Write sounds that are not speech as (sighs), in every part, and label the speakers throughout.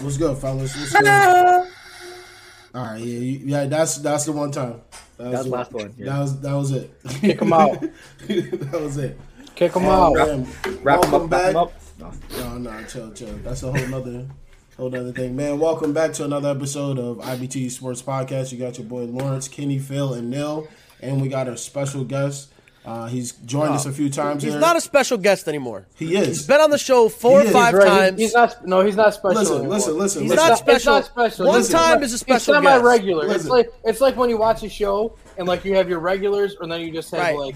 Speaker 1: What's good, fellas? What's good? All right, yeah, you, yeah. That's that's the one time. That was
Speaker 2: That's
Speaker 1: the
Speaker 2: last one, yeah.
Speaker 1: That was that was it.
Speaker 3: Kick 'em out.
Speaker 1: (laughs) that was it.
Speaker 3: Kick him
Speaker 1: Oh,
Speaker 3: out.
Speaker 1: man.
Speaker 2: Wrap him
Speaker 1: Welcome
Speaker 2: up, wrap
Speaker 1: back.
Speaker 2: him up. No.
Speaker 1: No, no, chill, chill. That's a whole nother whole nother thing. Man, welcome back to another episode of IBT Sports Podcast. You got your boy Lawrence, Kenny, Phil, and Neil. And we got our special guest. Uh, he's joined us a few times
Speaker 4: He's
Speaker 1: here.
Speaker 4: not a special guest anymore.
Speaker 1: he is.
Speaker 4: He's been on the show four
Speaker 1: He
Speaker 4: or
Speaker 1: is.
Speaker 4: five
Speaker 3: Right, he-
Speaker 4: times.
Speaker 3: he's not. No, he's not special.
Speaker 1: listen,
Speaker 3: anymore.
Speaker 1: listen, listen,
Speaker 4: He's
Speaker 1: listen.
Speaker 4: not
Speaker 3: It's
Speaker 4: special.
Speaker 3: It's not special.
Speaker 4: One
Speaker 3: Listen,
Speaker 4: time is a special
Speaker 3: It's
Speaker 4: guest.
Speaker 3: semi-regular. It's
Speaker 1: Listen.
Speaker 3: like it's like when you watch a show and like you have your regulars, and then you just have
Speaker 4: Right.
Speaker 3: like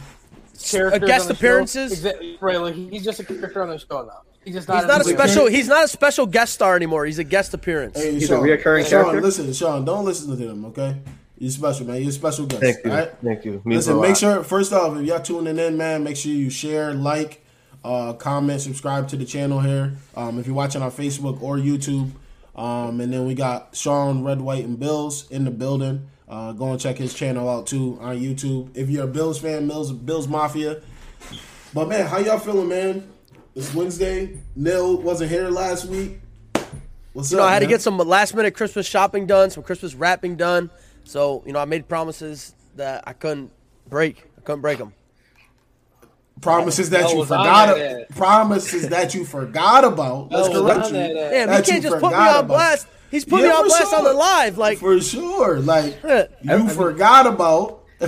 Speaker 3: characters.
Speaker 4: guest
Speaker 3: on the show.
Speaker 4: appearances.
Speaker 3: Exactly. Right. Like he's just a character on the show now. He's just not.
Speaker 4: He's not a
Speaker 1: He's a
Speaker 4: special.
Speaker 1: guest.
Speaker 4: He's not a special guest star anymore. He's a guest appearance.
Speaker 1: Hey,
Speaker 2: He's a reoccurring
Speaker 1: Sean,
Speaker 2: character?
Speaker 1: Listen, Sean, don't listen to them, okay? You're special, man. You're a special guest.
Speaker 5: Thank you.
Speaker 1: all right?
Speaker 5: Thank you. Means
Speaker 1: Listen,
Speaker 5: a
Speaker 1: make
Speaker 5: lot.
Speaker 1: sure first off, if y'all tuning in, man, make sure you share, like, uh, comment, subscribe to the channel here. Um, if you're watching on Facebook or YouTube, um, and then we got Sean Red, White, and Bills in the building. Uh, go and check his channel out too on YouTube. If you're a Bills fan, Bills Bills Mafia. But man, how y'all feeling, man? It's Wednesday. Nil wasn't here last week. What's
Speaker 4: you
Speaker 1: up?
Speaker 4: know, I had to
Speaker 1: man?
Speaker 4: get some last minute Christmas shopping done, some Christmas wrapping done. So you know, I made promises that I couldn't break. I couldn't break them.
Speaker 1: promises that
Speaker 3: That
Speaker 1: you
Speaker 3: was on
Speaker 1: forgot.
Speaker 3: that ass.
Speaker 1: Promises that you forgot about. Let's
Speaker 3: was
Speaker 1: correct
Speaker 3: on
Speaker 1: you.
Speaker 3: that ass.
Speaker 4: Damn,
Speaker 1: That
Speaker 4: he can't
Speaker 1: you
Speaker 4: just put me
Speaker 1: forgot
Speaker 4: on
Speaker 1: about.
Speaker 4: blast. He's putting
Speaker 1: Yeah,
Speaker 4: me on
Speaker 1: for
Speaker 4: blast on the
Speaker 1: sure.
Speaker 4: live. Like
Speaker 1: for sure. Like
Speaker 4: Yeah.
Speaker 1: you forgot about. (laughs)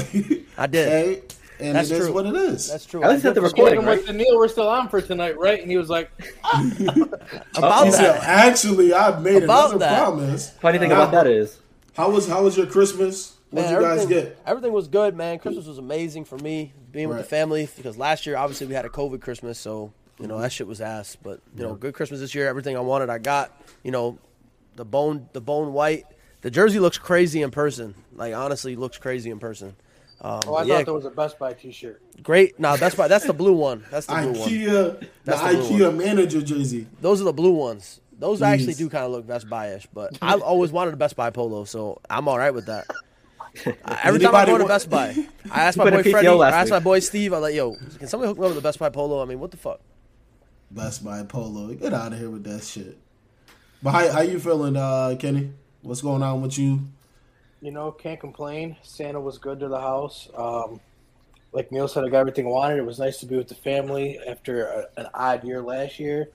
Speaker 4: I did.
Speaker 1: okay? And
Speaker 4: That's
Speaker 1: it is
Speaker 4: true.
Speaker 1: what it is.
Speaker 4: that's true.
Speaker 2: At least
Speaker 4: I
Speaker 2: at the
Speaker 4: did-
Speaker 3: He hit
Speaker 2: recording,
Speaker 3: him
Speaker 2: right?
Speaker 3: with the Neil, we're still on for tonight, right? And he was like,
Speaker 4: about
Speaker 1: He said,
Speaker 4: that.
Speaker 1: actually, I made
Speaker 4: About
Speaker 1: another
Speaker 4: that.
Speaker 1: promise.
Speaker 2: Funny thing about that is,
Speaker 1: How was how was your Christmas? What
Speaker 4: Man,
Speaker 1: did you guys
Speaker 4: everything-
Speaker 1: get?
Speaker 4: Everything was good, man. Christmas was amazing for me, being with
Speaker 1: Right.
Speaker 4: the family, because last year obviously we had a COVID Christmas, so you know that shit was ass. But you know, good Christmas this year. Everything I wanted, I got. You know, the bone, the bone white. The jersey looks crazy in person. Like honestly, looks crazy in person. Um,
Speaker 3: "Oh, I
Speaker 4: but yeah,
Speaker 3: thought that was a Best Buy T-shirt."
Speaker 4: great. Nah, that's my, that's the blue one. That's the blue one.
Speaker 1: IKEA, the
Speaker 4: That's the blue
Speaker 1: IKEA manager jersey.
Speaker 4: Those are the blue ones. Those actually
Speaker 1: Jeez.
Speaker 4: do kind of look Best Buy-ish, but
Speaker 2: (laughs)
Speaker 4: I've always wanted a Best Buy polo, so I'm all right with that. Uh, every time I
Speaker 1: Anybody
Speaker 4: go to
Speaker 1: want-
Speaker 4: Best Buy, I
Speaker 2: (laughs)
Speaker 4: asked my
Speaker 2: put a
Speaker 4: boy
Speaker 2: PPO
Speaker 4: Freddie, I
Speaker 2: last
Speaker 4: asked my
Speaker 2: week.
Speaker 4: boy Steve, I'm like, yo, can somebody hook me up with a Best Buy polo? I mean, what the fuck?
Speaker 1: Best Buy Polo. Get out of here with that shit. But how how you feeling, uh, Kenny? What's going on with you?
Speaker 3: You know, can't complain. Santa was good to the house. Um, like Neil said, I got everything I wanted. It was nice to be with the family after a, an odd year last year.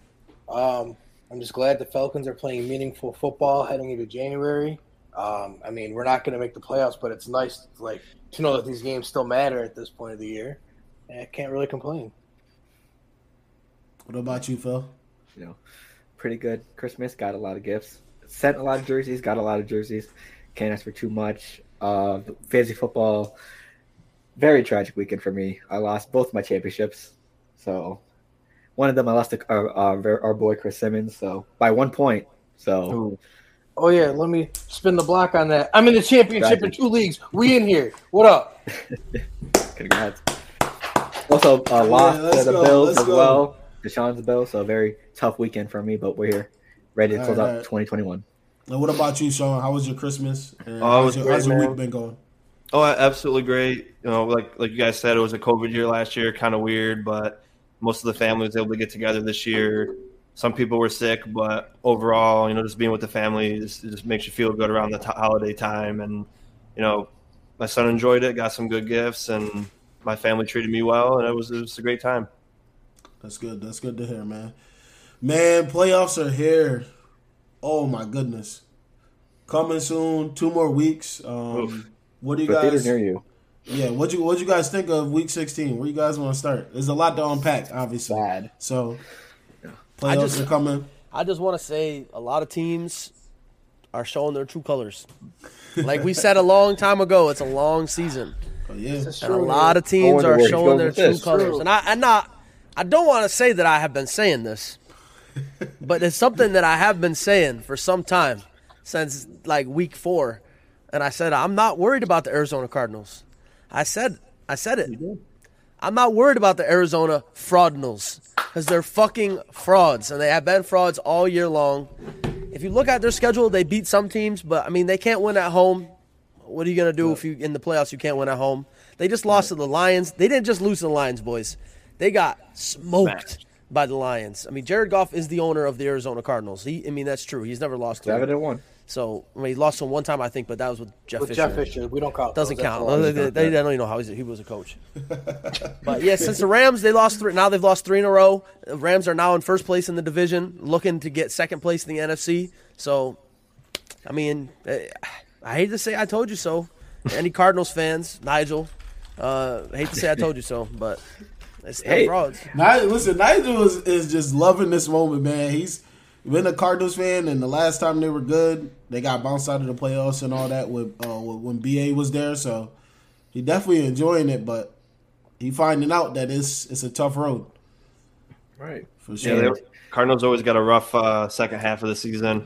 Speaker 3: Um, I'm just glad the Falcons are playing meaningful football heading into January. Um, I mean, we're not going to make the playoffs, but it's nice, like, to know that these games still matter at this point of the year. And I can't really complain.
Speaker 1: What about you, Phil?
Speaker 2: you know, pretty good. Christmas got a lot of gifts. Sent a lot of jerseys. Got a lot of jerseys. Can't ask for too much. Uh, fantasy football. Very tragic weekend for me. I lost both my championships. So, one of them I lost to our, our, our boy Chris Simmons. So by one point. So
Speaker 5: Ooh.
Speaker 3: Oh yeah, let me spin the block on that. I'm in the championship
Speaker 2: Gotcha.
Speaker 3: in two leagues. We in here. What up?
Speaker 2: Congrats. Also, uh, lost
Speaker 1: let's
Speaker 2: to the
Speaker 1: go,
Speaker 2: Bills
Speaker 1: let's
Speaker 2: as
Speaker 1: go.
Speaker 2: well. Deshaun's Bills, so a very tough weekend for me, but we're here, ready to
Speaker 1: All
Speaker 2: close
Speaker 1: right,
Speaker 2: out
Speaker 1: all right.
Speaker 2: 2021.
Speaker 1: And what about you, Sean? How was your Christmas? And
Speaker 5: Oh, it
Speaker 1: how's
Speaker 5: was
Speaker 1: your,
Speaker 5: great,
Speaker 1: how's your
Speaker 5: man.
Speaker 1: week been going?
Speaker 5: Oh, a- absolutely great. You know, like like you guys said, it was a COVID year last year, kind of weird, but most of the family was able to get together this year. Some people were sick, but overall, you know, just being with the family just, it just makes you feel good around the t- holiday time. And you know, my son enjoyed it, got some good gifts, and my family treated me well, and it was it was a great time.
Speaker 1: That's good. That's good to hear, man. Man, playoffs are here. Oh my goodness, coming soon. Two more weeks. Um,
Speaker 5: Oof.
Speaker 1: what do you
Speaker 2: But theater
Speaker 1: guys?
Speaker 2: near you.
Speaker 1: Yeah, what you what you guys think of Week 16? Where you guys want to start? There's a lot to unpack, obviously.
Speaker 2: Bad.
Speaker 1: So,
Speaker 4: I
Speaker 1: playoffs
Speaker 4: just-
Speaker 1: are coming.
Speaker 4: I just want to say a lot of teams are showing their true colors. Like we said a long time ago, it's a long season.
Speaker 1: Oh yeah,
Speaker 3: This is
Speaker 4: And a
Speaker 3: true.
Speaker 4: lot of teams
Speaker 2: Going to
Speaker 4: are
Speaker 2: work.
Speaker 4: showing
Speaker 2: Going
Speaker 4: their
Speaker 2: with
Speaker 4: true
Speaker 2: this.
Speaker 4: colors.
Speaker 3: True.
Speaker 4: And I and not I don't want to say that I have been saying
Speaker 2: (laughs)
Speaker 4: this, but it's something that I have been saying for some time since like week 4. And I said I'm not worried about the Arizona Cardinals. I said I said it. I'm not worried about the Arizona Fraudinals cuz they're fucking frauds and they have been frauds all year long. If you look at their schedule, they beat some teams, but I mean they can't win at home. What are you gonna do if you in the playoffs you can't win at home? They just lost to the Lions. They didn't just lose to the Lions, boys. They got smoked. by the Lions. I mean, Jared Goff is the owner of the Arizona Cardinals. He, I mean, that's true. He's never lost. to
Speaker 2: Seven
Speaker 4: them.
Speaker 2: and one.
Speaker 4: So I mean, he lost them one time, I think, but that was with Jeff
Speaker 3: With
Speaker 4: Fisher.
Speaker 3: Jeff Fisher, we don't count.
Speaker 4: Doesn't
Speaker 3: those. That's
Speaker 4: count.
Speaker 3: all.
Speaker 4: They, they- they don't even know how he's, he was a coach. but yeah, since the Rams, they lost three. Now they've lost three in a row. The Rams are now in first place in the division, looking to get second place in the NFC. So, I mean, eh, I hate to say I told you so. Any Cardinals fans, Nigel, uh, I hate to say I told you so, but it's still
Speaker 2: Hey.
Speaker 4: frauds.
Speaker 1: Nigel, listen, Nigel is, is just loving this moment, man. He's been a Cardinals fan, and the last time they were good, they got bounced out of the playoffs and all that with, uh, with when BA was there. So he definitely enjoying it, but he finding out that it's it's a tough road
Speaker 2: Right.
Speaker 1: for
Speaker 5: Yeah,
Speaker 1: sure.
Speaker 5: they, Cardinals always got a rough uh, second half of the season.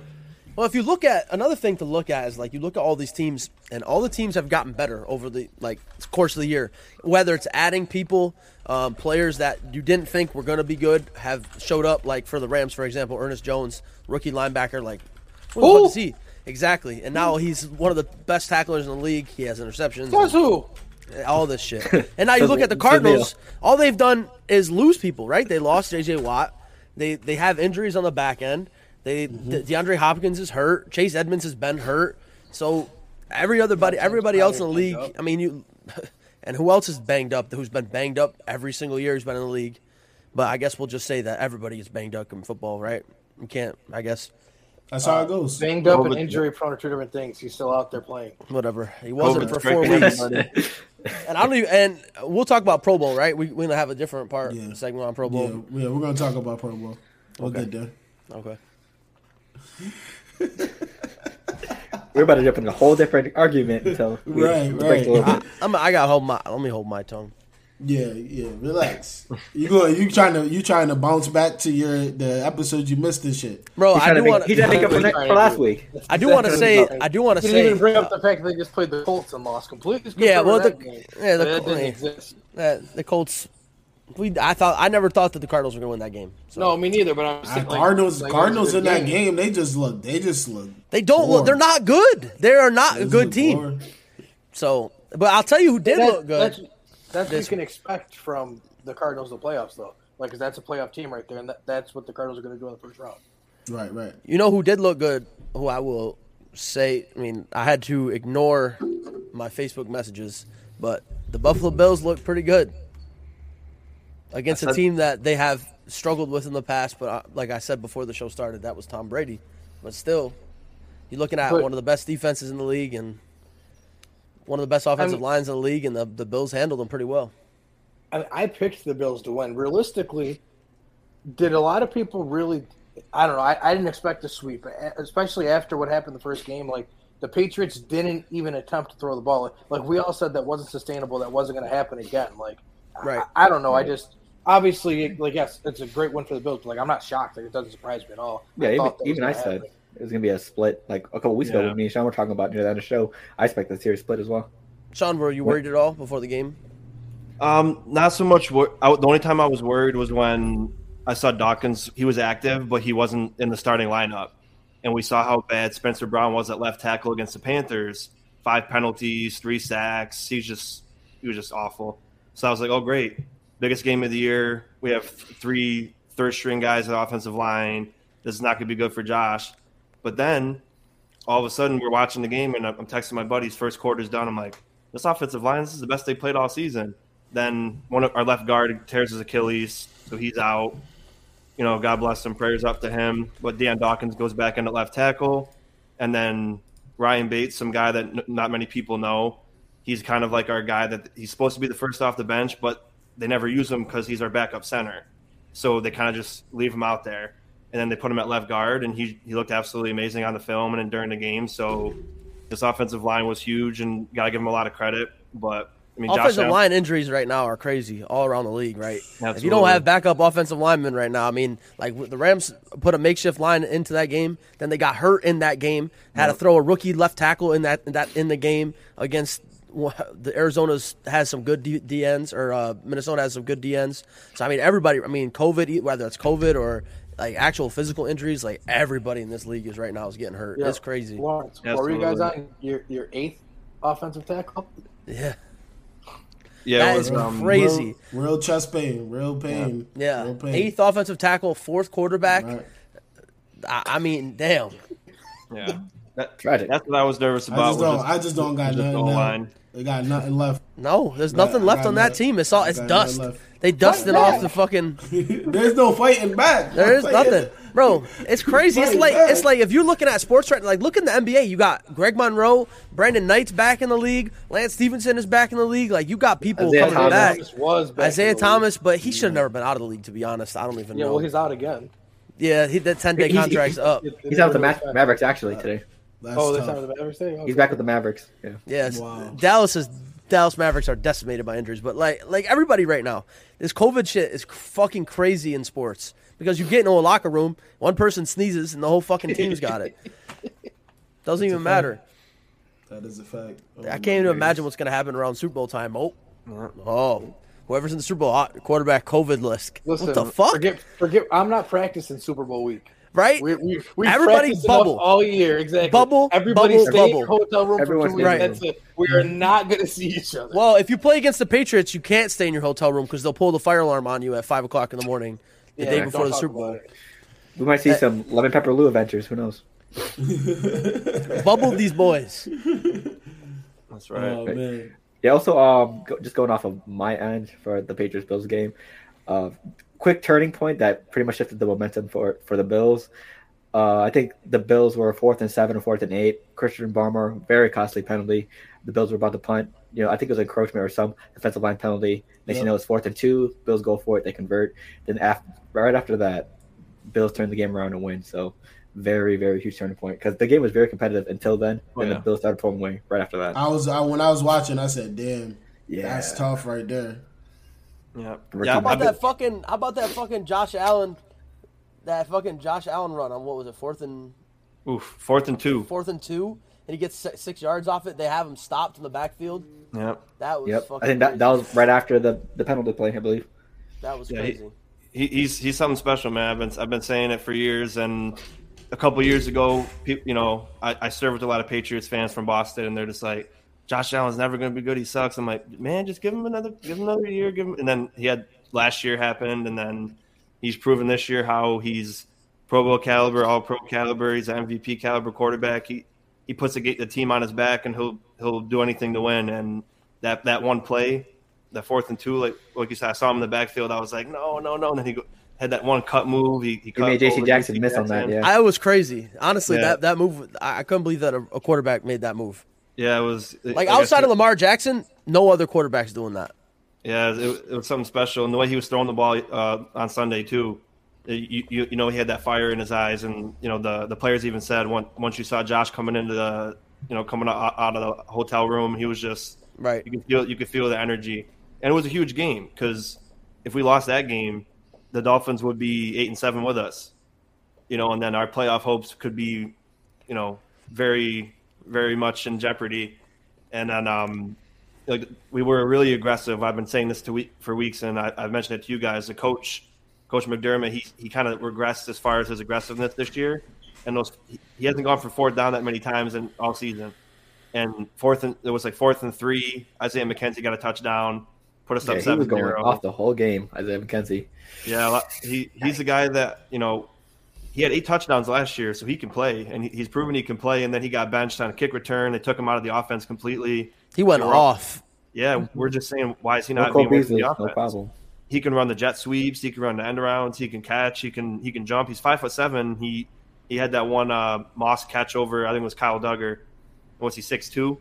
Speaker 4: Well, if you look at another thing to look at is like you look at all these teams, and all the teams have gotten better over the like course of the year. Whether it's adding people, um, players that you didn't think were going to be good have showed up. Like for the Rams, for example, Ernest Jones, rookie linebacker, like who the
Speaker 3: Who?
Speaker 4: fuck is he? Exactly, and now he's one of the best tacklers in the league. He has interceptions,
Speaker 3: Says who?
Speaker 4: all this shit. And now you look at the
Speaker 2: It's a deal.
Speaker 4: Cardinals. All they've done is lose people, right? They lost J.J. Watt. They they have injuries on the back end. They De- DeAndre Hopkins is hurt. Chase Edmonds has been hurt. So every other buddy, everybody else in
Speaker 3: banged
Speaker 4: the league.
Speaker 3: up.
Speaker 4: I mean, you (laughs) and who else is banged up? Who's been banged up every single year? Who's been in the league? But I guess we'll just say that everybody is banged up in football, right? You can't. I guess
Speaker 1: That's
Speaker 2: uh,
Speaker 1: how it goes.
Speaker 3: Banged up
Speaker 5: Oh,
Speaker 3: and
Speaker 5: but-
Speaker 3: injury prone are two different things. He's still out there playing.
Speaker 4: whatever. He wasn't
Speaker 5: COVID's
Speaker 4: for four
Speaker 5: breaking
Speaker 4: weeks.
Speaker 5: everybody.
Speaker 4: And I don't even. And we'll talk about Pro Bowl, right? We, we're gonna have a different part
Speaker 1: Yeah.
Speaker 4: segment on Pro
Speaker 1: Yeah,
Speaker 4: Bowl.
Speaker 1: yeah, we're gonna talk about Pro Bowl. We'll get there.
Speaker 4: Okay.
Speaker 2: We're about to jump in a whole different argument until we
Speaker 1: Right,
Speaker 2: break
Speaker 1: right.
Speaker 2: a little bit.
Speaker 4: I'm, I gotta hold my. Let me hold my tongue.
Speaker 1: Yeah, yeah, relax. you go. You trying to you trying to bounce back to your the episode you missed and shit.
Speaker 4: Bro,
Speaker 2: He's
Speaker 4: Oh, I
Speaker 2: trying to
Speaker 4: do
Speaker 2: make-
Speaker 4: want
Speaker 2: he's trying to make up for,
Speaker 4: to.
Speaker 2: that, for last week.
Speaker 4: I do want to say.
Speaker 2: Exactly.
Speaker 4: I do want to
Speaker 3: He didn't
Speaker 4: say. uh,
Speaker 3: even bring up the fact that they just played the Colts and lost completely. Just
Speaker 4: Yeah, well,
Speaker 3: consider
Speaker 4: the-
Speaker 3: that game.
Speaker 4: yeah, the
Speaker 3: But that didn't
Speaker 4: Colts-
Speaker 3: exist.
Speaker 4: that the Colts. We. I thought. I never thought that the Cardinals were gonna win that game. So.
Speaker 3: No, me neither. But I'm
Speaker 1: The
Speaker 3: saying, like,
Speaker 1: Cardinals,
Speaker 3: like, it was a
Speaker 1: Cardinals
Speaker 3: good
Speaker 1: in that game, they just look. They just look.
Speaker 4: they don't
Speaker 1: Poor.
Speaker 4: look. They're not good. They are not
Speaker 1: they
Speaker 4: a
Speaker 1: just
Speaker 4: good
Speaker 1: look
Speaker 4: team.
Speaker 1: bored.
Speaker 4: So, but I'll tell you who did
Speaker 3: That-
Speaker 4: look good.
Speaker 3: That's, that's what you can expect from the Cardinals in the playoffs, though. Like, 'cause that's a playoff team right there, and that, that's what the Cardinals are going to do in the first round.
Speaker 1: Right, right.
Speaker 4: You know who did look good? Who I will say, I mean, I had to ignore my Facebook messages, but the Buffalo Bills looked pretty good against a
Speaker 5: said-
Speaker 4: team that they have struggled with in the past. But I, like I said before the show started, that was Tom Brady. But still, you're looking at
Speaker 3: But-
Speaker 4: one of the best defenses in the league and one of the best offensive
Speaker 3: mean-
Speaker 4: lines in the league, and the, the Bills handled them pretty well.
Speaker 3: I, mean, I picked the Bills to win. Realistically, did a lot of people really? I don't know. I, I didn't expect a sweep, e, especially after what happened the first game. Like the Patriots didn't even attempt to throw the ball. Like we all said, that wasn't sustainable. That wasn't going to happen again. Like I-
Speaker 4: Right.
Speaker 3: I, don't know. I just obviously like yes, it's a great win for the Bills. But, like I'm not shocked. Like it doesn't surprise me at all.
Speaker 2: Yeah, even,
Speaker 3: thought that was
Speaker 2: even I
Speaker 3: gonna
Speaker 2: said
Speaker 3: happen.
Speaker 2: it was gonna be a split. Like a couple weeks ago,
Speaker 5: Yeah.
Speaker 2: when me and Sean were talking about near the end of the show. I expect this series split as well.
Speaker 4: Sean, were you worried at all before the game?
Speaker 5: Um, not so much. Wor- I, the only time I was worried was when I saw Dawkins. He was active, but he wasn't in the starting lineup. And we saw how bad Spencer Brown was at left tackle against the Panthers. Five penalties, three sacks. He's just he was just awful. So I was like, oh great, biggest game of the year. We have th- three third string guys at offensive line. This is not going to be good for Josh. But then all of a sudden we're watching the game and I'm I'm texting my buddies. First quarter's done. I'm like, this offensive line, this is the best they played all season. Then one of our left guard tears his Achilles, so he's out. You know, God bless him. Prayers up to him. But Deion Dawkins goes back into left tackle, and then Ryan Bates, some guy that n- not many people know, he's kind of like our guy that he's supposed to be the first off the bench, but they never use him because he's our backup center. So they kind of just leave him out there, and then they put him at left guard, and he he looked absolutely amazing on the film and during the game. So this offensive line was huge, and gotta give him a lot of credit. But I mean, Josh
Speaker 4: offensive
Speaker 5: Allen-
Speaker 4: line injuries right now are crazy all around the league, right? If you don't
Speaker 5: Absolutely.
Speaker 4: have backup offensive linemen right now, I mean, like w- the Rams put a makeshift line into that game, then they got hurt in that game, had to throw a rookie left tackle in that in that in the game against wha- the Arizona's has some good D- DNs or uh, Minnesota has some good DNs. So I mean, everybody, I mean, COVID, e, whether it's COVID or like actual physical injuries, like everybody in this league is right now is getting hurt.
Speaker 3: Yeah.
Speaker 4: It's crazy.
Speaker 3: Lawrence, what were you guys on? Your your eighth offensive tackle.
Speaker 4: Yeah.
Speaker 5: Yeah,
Speaker 4: That
Speaker 5: it
Speaker 4: is
Speaker 5: was, um,
Speaker 4: crazy.
Speaker 1: Real, real chest pain. Real pain.
Speaker 4: Yeah,
Speaker 1: Real pain.
Speaker 4: eighth offensive tackle, fourth quarterback.
Speaker 1: Right.
Speaker 4: I, I mean, damn.
Speaker 5: yeah. That,
Speaker 2: Tragic.
Speaker 5: that's what I was nervous
Speaker 1: I
Speaker 5: about.
Speaker 1: just
Speaker 5: was
Speaker 1: don't.
Speaker 5: just-
Speaker 1: I just don't got
Speaker 5: just
Speaker 1: nothing.
Speaker 5: the
Speaker 1: Left.
Speaker 5: line.
Speaker 1: They got nothing left. (laughs)
Speaker 4: No, there's
Speaker 1: Nah,
Speaker 4: nothing
Speaker 1: I
Speaker 4: left
Speaker 1: got
Speaker 4: on that
Speaker 1: nothing.
Speaker 4: team. It's all
Speaker 1: I
Speaker 4: it's
Speaker 1: got
Speaker 4: dust.
Speaker 1: nothing left.
Speaker 4: They dusted off the fucking.
Speaker 1: There's no fighting back.
Speaker 4: There is
Speaker 1: I'm
Speaker 4: nothing,
Speaker 1: saying.
Speaker 4: bro. It's crazy. It's
Speaker 1: Right,
Speaker 4: like
Speaker 1: right.
Speaker 4: it's like if you're looking at sports right, like look in the NBA. You got Greg Monroe, Brandon Knight's back in the league. Lance Stevenson is back in the league. Like you got people
Speaker 2: Isaiah
Speaker 4: coming
Speaker 2: Thomas.
Speaker 4: back.
Speaker 3: was back in
Speaker 4: Isaiah
Speaker 3: the league.
Speaker 4: Thomas, but he should have never been out of the league. To be honest, I don't even
Speaker 3: Yeah,
Speaker 4: know.
Speaker 3: well, he's out again.
Speaker 4: yeah, he, that ten day
Speaker 2: He's- he's-
Speaker 4: contract's up.
Speaker 2: He's out with the Ma- Mavericks actually today.
Speaker 1: That's
Speaker 3: Oh, that's
Speaker 1: tough.
Speaker 3: out of the Mavericks. thing?
Speaker 2: He's
Speaker 3: Okay.
Speaker 2: back with the Mavericks. Yeah.
Speaker 4: Yes,
Speaker 1: Wow.
Speaker 4: Dallas is Dallas Mavericks are decimated by injuries, but like like everybody right now, this COVID shit is cr- fucking crazy in sports because you get into a locker room, one person sneezes and the whole fucking team's got
Speaker 3: (laughs)
Speaker 4: it. Doesn't even matter.
Speaker 1: That is a fact. Oh, my
Speaker 4: I can't even
Speaker 1: goodness. (laughs)
Speaker 4: imagine what's gonna happen around Super Bowl time. Oh, oh, whoever's in the Super Bowl hot quarterback COVID list.
Speaker 3: Listen,
Speaker 4: what the fuck?
Speaker 3: Forget, forget. I'm not practicing Super Bowl week.
Speaker 4: right?
Speaker 3: We, we, we
Speaker 4: Everybody
Speaker 3: practiced enough
Speaker 4: bubble.
Speaker 3: all year. Exactly.
Speaker 4: Bubble,
Speaker 3: Everybody
Speaker 4: bubble,
Speaker 3: stay in your
Speaker 4: bubble.
Speaker 3: hotel room
Speaker 2: Everyone
Speaker 3: for two
Speaker 2: stay
Speaker 3: weeks.
Speaker 4: in
Speaker 3: That's it. We are not going to see each other.
Speaker 4: Well, if you play against the Patriots, you can't stay in your hotel room because they'll pull the fire alarm on you at five o'clock in the morning the
Speaker 3: Yeah,
Speaker 4: day
Speaker 3: don't
Speaker 4: before the
Speaker 3: talk
Speaker 4: Super
Speaker 3: about
Speaker 4: Bowl.
Speaker 3: it.
Speaker 2: We might see some lemon pepper Lou adventures. Who knows?
Speaker 4: Bubbled these boys.
Speaker 5: That's
Speaker 1: Oh
Speaker 5: right.
Speaker 1: man.
Speaker 2: Yeah. Also, um, go, just going off of my end for the Patriots Bills game, uh, quick turning point that pretty much shifted the momentum for for the Bills. Uh, I think the Bills were fourth and seven and fourth and eight. Christian Barmer, very costly penalty. The Bills were about to punt. You know, I think it was encroachment or some defensive line penalty. Next
Speaker 1: Yep.
Speaker 2: you know, it's fourth and two. Bills go for it. They convert. Then after, right after that, Bills turn the game around and win. So very, very huge turning point because the game was very competitive until then.
Speaker 5: Oh,
Speaker 2: and
Speaker 5: yeah.
Speaker 2: the Bills started pulling away right after that.
Speaker 1: I was I, when I was watching. I said, "Damn,
Speaker 2: Yeah,
Speaker 1: that's tough right there."
Speaker 5: Yeah.
Speaker 2: Ricky
Speaker 5: Yeah,
Speaker 4: How
Speaker 5: I've
Speaker 4: about
Speaker 5: been-
Speaker 4: that fucking? How about that fucking Josh Allen? That fucking Josh Allen run on what was it? Fourth and
Speaker 5: oof, fourth and two.
Speaker 4: fourth and two, and he gets si- six yards off it. They have him stopped in the backfield.
Speaker 5: Yeah.
Speaker 4: That was
Speaker 2: Yep.
Speaker 4: fucking.
Speaker 2: I think that, that
Speaker 4: crazy.
Speaker 2: was right after the, the penalty play, I believe.
Speaker 4: that was
Speaker 5: Yeah, he-
Speaker 4: crazy.
Speaker 5: he, he's he's something special, man. I've been I've been saying it for years, and a couple years ago, peop you know, I, I served with a lot of Patriots fans from Boston, and they're just like, Josh Allen's never going to be good. He sucks. I'm like, man, just give him another give him another year. Give him, and then he had last year happened, and then he's proven this year how he's Pro Bowl caliber, All Pro caliber. He's an MVP caliber quarterback. He he puts the, the team on his back, and he'll he'll do anything to win. And that that one play that fourth and two, like like you said, I saw him in the backfield. I was like, no, no, no. And then he go, had that one cut move. He, he,
Speaker 2: He
Speaker 5: cut
Speaker 2: made J.C.
Speaker 5: over
Speaker 2: Jackson
Speaker 5: J.C.
Speaker 2: miss on that,
Speaker 5: Jackson.
Speaker 2: yeah.
Speaker 4: I was crazy. Honestly,
Speaker 5: Yeah.
Speaker 4: that that move, I, I couldn't believe that a, a quarterback made that move.
Speaker 5: Yeah, it was
Speaker 4: Like
Speaker 5: I
Speaker 4: outside
Speaker 5: said-
Speaker 4: of Lamar Jackson, no other quarterback's doing that.
Speaker 5: Yeah, it, it was something special, and the way he was throwing the ball uh, on Sunday too, you, you you know he had that fire in his eyes, and you know the the players even said once once you saw Josh coming into the you know coming out, out of the hotel room, he was just
Speaker 4: Right.
Speaker 5: you could feel you could feel the energy, and it was a huge game because if we lost that game, the Dolphins would be eight and seven with us, you know, and then our playoff hopes could be, you know, very very much in jeopardy, and then um, like we were really aggressive. I've been saying this to week for weeks, and I, I've mentioned it to you guys. The coach, Coach McDermott, he he kind of regressed as far as his aggressiveness this year, and those he- he hasn't gone for fourth down that many times in all season. And fourth and it was like fourth and three. Isaiah McKenzie got a touchdown, put us
Speaker 2: Yeah,
Speaker 5: up
Speaker 2: he
Speaker 5: seven
Speaker 2: was going
Speaker 5: zero.
Speaker 2: off the whole game, Isaiah McKenzie.
Speaker 5: Yeah, a lot- he he's a guy that you know he had eight touchdowns last year, so he can play, and he, he's proven he can play. And then he got benched on a kick return. They took him out of the offense completely.
Speaker 4: He went
Speaker 5: Yeah.
Speaker 4: off.
Speaker 5: Yeah, we're just saying why is he
Speaker 2: No
Speaker 5: not
Speaker 2: Cole
Speaker 5: being worked in
Speaker 2: Beasley,
Speaker 5: the
Speaker 2: no
Speaker 5: offense?
Speaker 2: problem.
Speaker 5: he can run the jet sweeps, he can run the end rounds, he can catch, he can he can jump. He's five foot seven. He he had that one uh, Moss catch over. I think it was Kyle Duggar. What's he six two?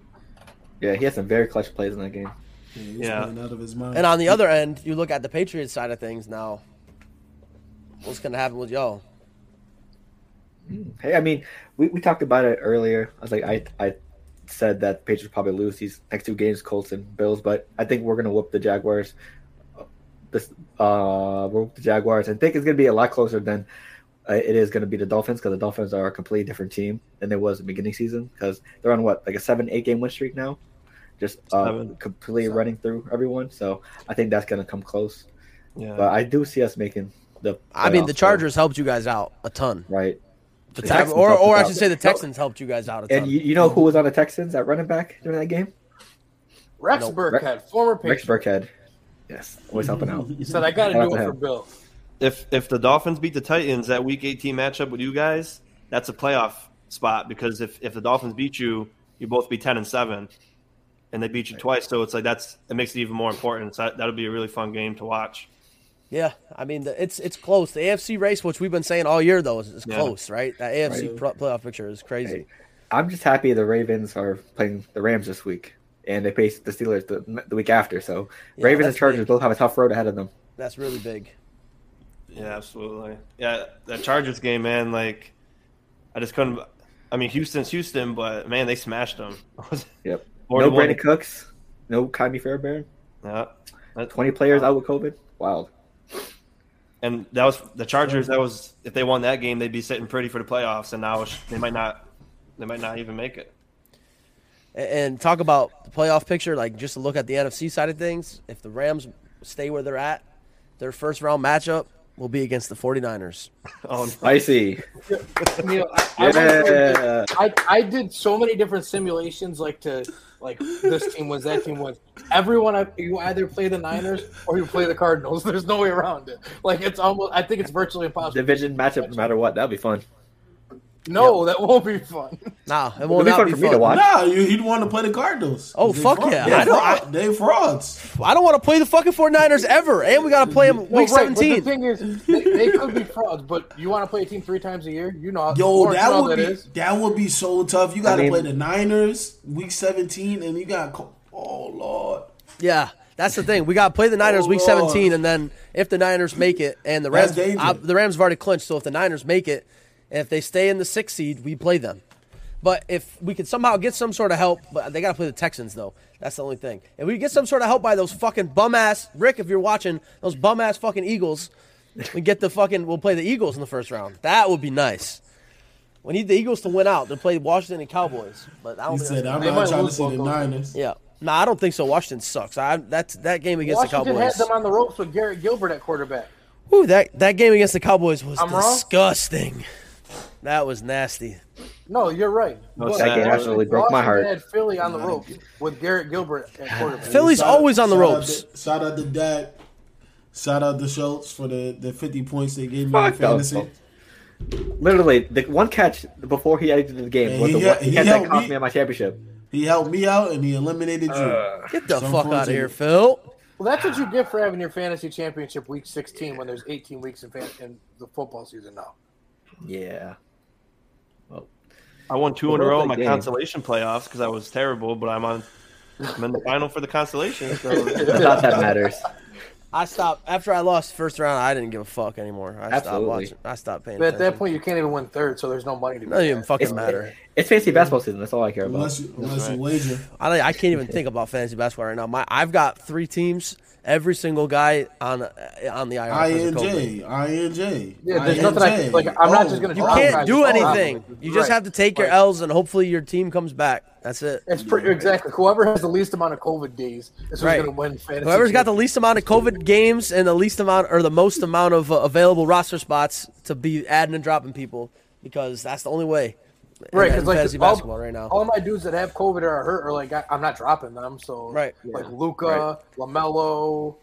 Speaker 2: Yeah, he had some very clutch plays in that game.
Speaker 1: Yeah, he's
Speaker 5: Yeah.
Speaker 1: playing out of his mind.
Speaker 4: And on the other end, you look at the Patriots side of things now. What's gonna happen with y'all?
Speaker 2: Hey, I mean, we, we talked about it earlier. I was like, I I said that Patriots probably lose these next two games, Colts and Bills, but I think we're gonna whoop the Jaguars. This uh, we'll whoop the Jaguars. I think it's gonna be a lot closer than uh, it is gonna be the Dolphins because the Dolphins are a completely different team than they was in the beginning season because they're on what like a seven eight game win streak now, just uh,
Speaker 5: Seven.
Speaker 2: completely running through everyone. So I think that's gonna come close.
Speaker 5: Yeah,
Speaker 2: But I do see us making the.
Speaker 4: I mean,
Speaker 2: playoffs,
Speaker 4: the
Speaker 2: though,
Speaker 4: Chargers helped you guys out a ton.
Speaker 2: right?
Speaker 4: The
Speaker 2: The
Speaker 4: Tex-
Speaker 2: Texans
Speaker 4: or,
Speaker 2: helped
Speaker 4: or
Speaker 2: us
Speaker 4: I
Speaker 2: out.
Speaker 4: should say the
Speaker 2: No.
Speaker 4: Texans helped you guys out a ton.
Speaker 2: And you, you know who was on the Texans at running back during that game?
Speaker 3: Rex
Speaker 4: Nope.
Speaker 3: Burkhead, former
Speaker 2: Rex
Speaker 3: Patriot,
Speaker 2: Burkhead. Yes, always helping out.
Speaker 3: said, "I got to
Speaker 2: Shout out
Speaker 3: do
Speaker 2: to
Speaker 3: it for
Speaker 2: him.
Speaker 3: Bill."
Speaker 5: If if the Dolphins beat the Titans that Week 18 matchup with you guys, that's a playoff spot because if if the Dolphins beat you, you both be 10 and seven, and they beat you twice. So it's like that's it makes it even more important. So that, that'll be a really fun game to watch.
Speaker 4: Yeah, I mean the, it's it's close. The AFC race, which we've been saying all year though, is, is
Speaker 5: Yeah.
Speaker 4: close, right? That AFC pro- playoff picture is crazy.
Speaker 2: Hey, I'm just happy the Ravens are playing the Rams this week, and they face the Steelers the, the week after. So
Speaker 4: Yeah,
Speaker 2: Ravens and
Speaker 4: that's
Speaker 2: Chargers
Speaker 4: big.
Speaker 2: both have a tough road ahead of them.
Speaker 4: That's really big.
Speaker 5: Yeah, absolutely. Yeah, that Chargers game, man. Like, I just couldn't. I mean, Houston's Houston, but man, they smashed them. (laughs)
Speaker 2: Yep.
Speaker 5: More
Speaker 2: no
Speaker 5: than one-
Speaker 2: Brandon Cooks, no Kylie Fairbairn.
Speaker 5: Yeah. That-
Speaker 2: Twenty players out with COVID. Wild.
Speaker 5: And that was the Chargers. That was if they won that game, they'd be sitting pretty for the playoffs. And now it's- they might not. They might not even make it. (laughs)
Speaker 4: And, and talk about the playoff picture, like just to look at the NFC side of things. If the Rams stay where they're at, their first round matchup will be against the 49ers.
Speaker 5: Oh, no.
Speaker 2: Spicy.
Speaker 3: You know, I, I went through-
Speaker 2: Yeah.
Speaker 3: I, I did so many different simulations, like to like this team wins, that team wins. Everyone, I- you either play the Niners or you play the Cardinals. (laughs) There's no way around it. Like it's almost, I think it's virtually impossible.
Speaker 2: Division matchup, no matter what, that'd be fun.
Speaker 3: No, that won't be
Speaker 1: (laughs)
Speaker 3: fun.
Speaker 4: Nah, it
Speaker 2: It'll
Speaker 4: will
Speaker 2: be
Speaker 4: not
Speaker 2: fun
Speaker 4: be
Speaker 2: for me to
Speaker 4: fun.
Speaker 2: watch.
Speaker 1: Nah, you, he'd want to play the Cardinals.
Speaker 4: Oh,
Speaker 1: They
Speaker 4: fuck
Speaker 1: fraud-
Speaker 4: yeah.
Speaker 1: They,
Speaker 4: I don't-
Speaker 1: fraud- they frauds.
Speaker 4: I don't want to play the fucking 49ers ever, and we got to play them week
Speaker 3: Well, right, but
Speaker 4: 17.
Speaker 3: The thing is, they, they could be frauds, but you want to play a team three times a year? You know,
Speaker 1: Yo,
Speaker 3: Lawrence, you
Speaker 1: that
Speaker 3: know
Speaker 1: would
Speaker 3: how
Speaker 1: be
Speaker 3: is.
Speaker 1: that would be so tough. You got to
Speaker 2: mean-
Speaker 1: play the Niners week seventeen, and you got co- oh lord,
Speaker 4: Yeah, that's the thing. We got to play the Niners
Speaker 1: Oh,
Speaker 4: week
Speaker 1: Lord.
Speaker 4: 17, and then if the Niners make it, and the
Speaker 1: That's
Speaker 4: Rams,
Speaker 1: dangerous.
Speaker 4: I- the Rams have already clinched. So if the Niners make it, and if they stay in the sixth seed, we play them. But if we could somehow get some sort of help, but they got to play the Texans though. That's the only thing. If we get some sort of help by those fucking bum ass Rick, if you're watching those bum ass fucking Eagles, we get the fucking we'll play the Eagles in the first round. That would be nice. We need the Eagles to win out to play Washington and Cowboys. But I don't
Speaker 1: he said,
Speaker 4: think that's gonna
Speaker 1: "I'm
Speaker 3: They might
Speaker 1: not trying to
Speaker 3: lose
Speaker 1: see the
Speaker 3: both of them.
Speaker 1: Niners."
Speaker 4: yeah. No, I don't think so. Washington sucks. I that's that game against the
Speaker 3: Washington had
Speaker 4: Cowboys.
Speaker 3: them on the ropes with Garrett Gilbert at quarterback.
Speaker 4: Whew, that that game against the Cowboys was
Speaker 3: I'm wrong?
Speaker 4: disgusting. That was nasty.
Speaker 3: No, you're right.
Speaker 5: No,
Speaker 3: But
Speaker 5: that game
Speaker 2: absolutely broke my heart.
Speaker 3: Washington had Philly on the ropes with Garrett Gilbert at quarterback.
Speaker 4: Philly's
Speaker 1: Shout out-
Speaker 4: always on the
Speaker 1: shout out
Speaker 4: ropes.
Speaker 1: to- Shout out to Dak. Shout out to Schultz for the, the fifty points they gave me in
Speaker 2: Fuck those
Speaker 1: fantasy.
Speaker 2: folks. Literally, the one catch before he exited the game
Speaker 1: Yeah,
Speaker 2: was
Speaker 1: he
Speaker 2: the
Speaker 1: hel-
Speaker 2: one, he
Speaker 1: he
Speaker 2: had
Speaker 1: helped
Speaker 2: that cost
Speaker 1: me.
Speaker 2: me. on my championship.
Speaker 1: He helped me out and he eliminated you.
Speaker 2: Uh,
Speaker 4: Get the
Speaker 1: Some
Speaker 4: fuck
Speaker 1: fools
Speaker 4: out of
Speaker 1: in-
Speaker 4: here, Phil.
Speaker 3: Well, that's what you get for having your fantasy championship week 16 when there's 18 weeks in, fan- in the football season now.
Speaker 2: Yeah. (laughs)
Speaker 5: I won two in a
Speaker 2: Who wrote
Speaker 5: row
Speaker 2: that
Speaker 5: in my
Speaker 2: game?
Speaker 5: consolation playoffs because I was terrible, but I'm on. I'm in the final for the consolation. So
Speaker 2: (laughs) Not that matters.
Speaker 4: I stopped after I lost the first round. I didn't give a fuck anymore. I stopped
Speaker 2: Absolutely.
Speaker 4: watching. I stopped paying.
Speaker 3: But at that
Speaker 4: attention.
Speaker 3: point, you can't even win third, so there's no money to be
Speaker 4: it doesn't even
Speaker 3: had. (laughs)
Speaker 4: fucking
Speaker 2: It's-
Speaker 4: matter.
Speaker 2: It's fancy basketball season. That's all I care about.
Speaker 1: Unless you, unless
Speaker 5: right.
Speaker 1: you wager.
Speaker 4: I, don't- I can't even think about fantasy basketball right now. My I've got three teams. Every single guy on uh, on the IR. has a COVID.
Speaker 1: INJ, INJ.
Speaker 3: Yeah, there's nothing I can- like, I'm not just gonna
Speaker 4: You
Speaker 3: Oh,
Speaker 4: can't
Speaker 3: guys,
Speaker 4: do
Speaker 3: it's all
Speaker 4: anything.
Speaker 3: happening.
Speaker 4: You just
Speaker 3: Right.
Speaker 4: have to take your
Speaker 3: Right.
Speaker 4: L's and hopefully your team comes back. That's it.
Speaker 3: It's pretty exactly whoever has the least amount of COVID days is who's
Speaker 4: Right.
Speaker 3: going to win fantasy.
Speaker 4: Whoever's got the least amount of COVID games and the least amount or the most amount of uh, available roster spots to be adding and dropping people because that's the only way. in-
Speaker 3: right
Speaker 4: in
Speaker 3: because like
Speaker 4: fantasy
Speaker 3: all,
Speaker 4: basketball right now.
Speaker 3: all my dudes that have COVID or are hurt are like I, I'm not dropping them. So
Speaker 4: Right.
Speaker 3: like Luca, Lamelo.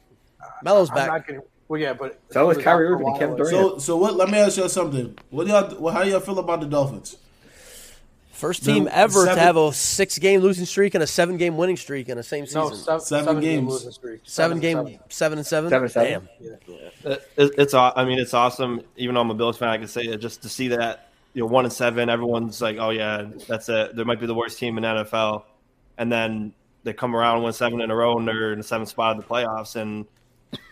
Speaker 4: Melo's
Speaker 3: I'm not
Speaker 4: back.
Speaker 3: gonna, well, yeah, but
Speaker 2: So
Speaker 3: he was
Speaker 2: is
Speaker 3: out
Speaker 2: Kyrie
Speaker 3: for a
Speaker 2: Irving and
Speaker 3: while,
Speaker 2: Kevin
Speaker 3: like-
Speaker 2: Durant.
Speaker 1: So so what? Let me ask y'all something. What do y'all? Well, how do y'all feel about the Dolphins?
Speaker 4: First
Speaker 1: the
Speaker 4: team ever to
Speaker 1: seven-
Speaker 4: have a six game losing streak and a seven game winning streak in the same season.
Speaker 3: No, seven,
Speaker 1: Seven
Speaker 3: seven, game
Speaker 1: games.
Speaker 3: losing streak.
Speaker 4: seven game,
Speaker 3: seven.
Speaker 4: seven and seven.
Speaker 2: Seven and seven.
Speaker 4: Damn.
Speaker 5: it, it's. aw- I mean, it's awesome. Even though I'm a Bills fan, I can say it just to see that you know one and seven. Everyone's like, oh yeah, that's it. There might be the worst team in NFL, and then they come around and win seven in a row, and they're in the seventh spot of the playoffs, and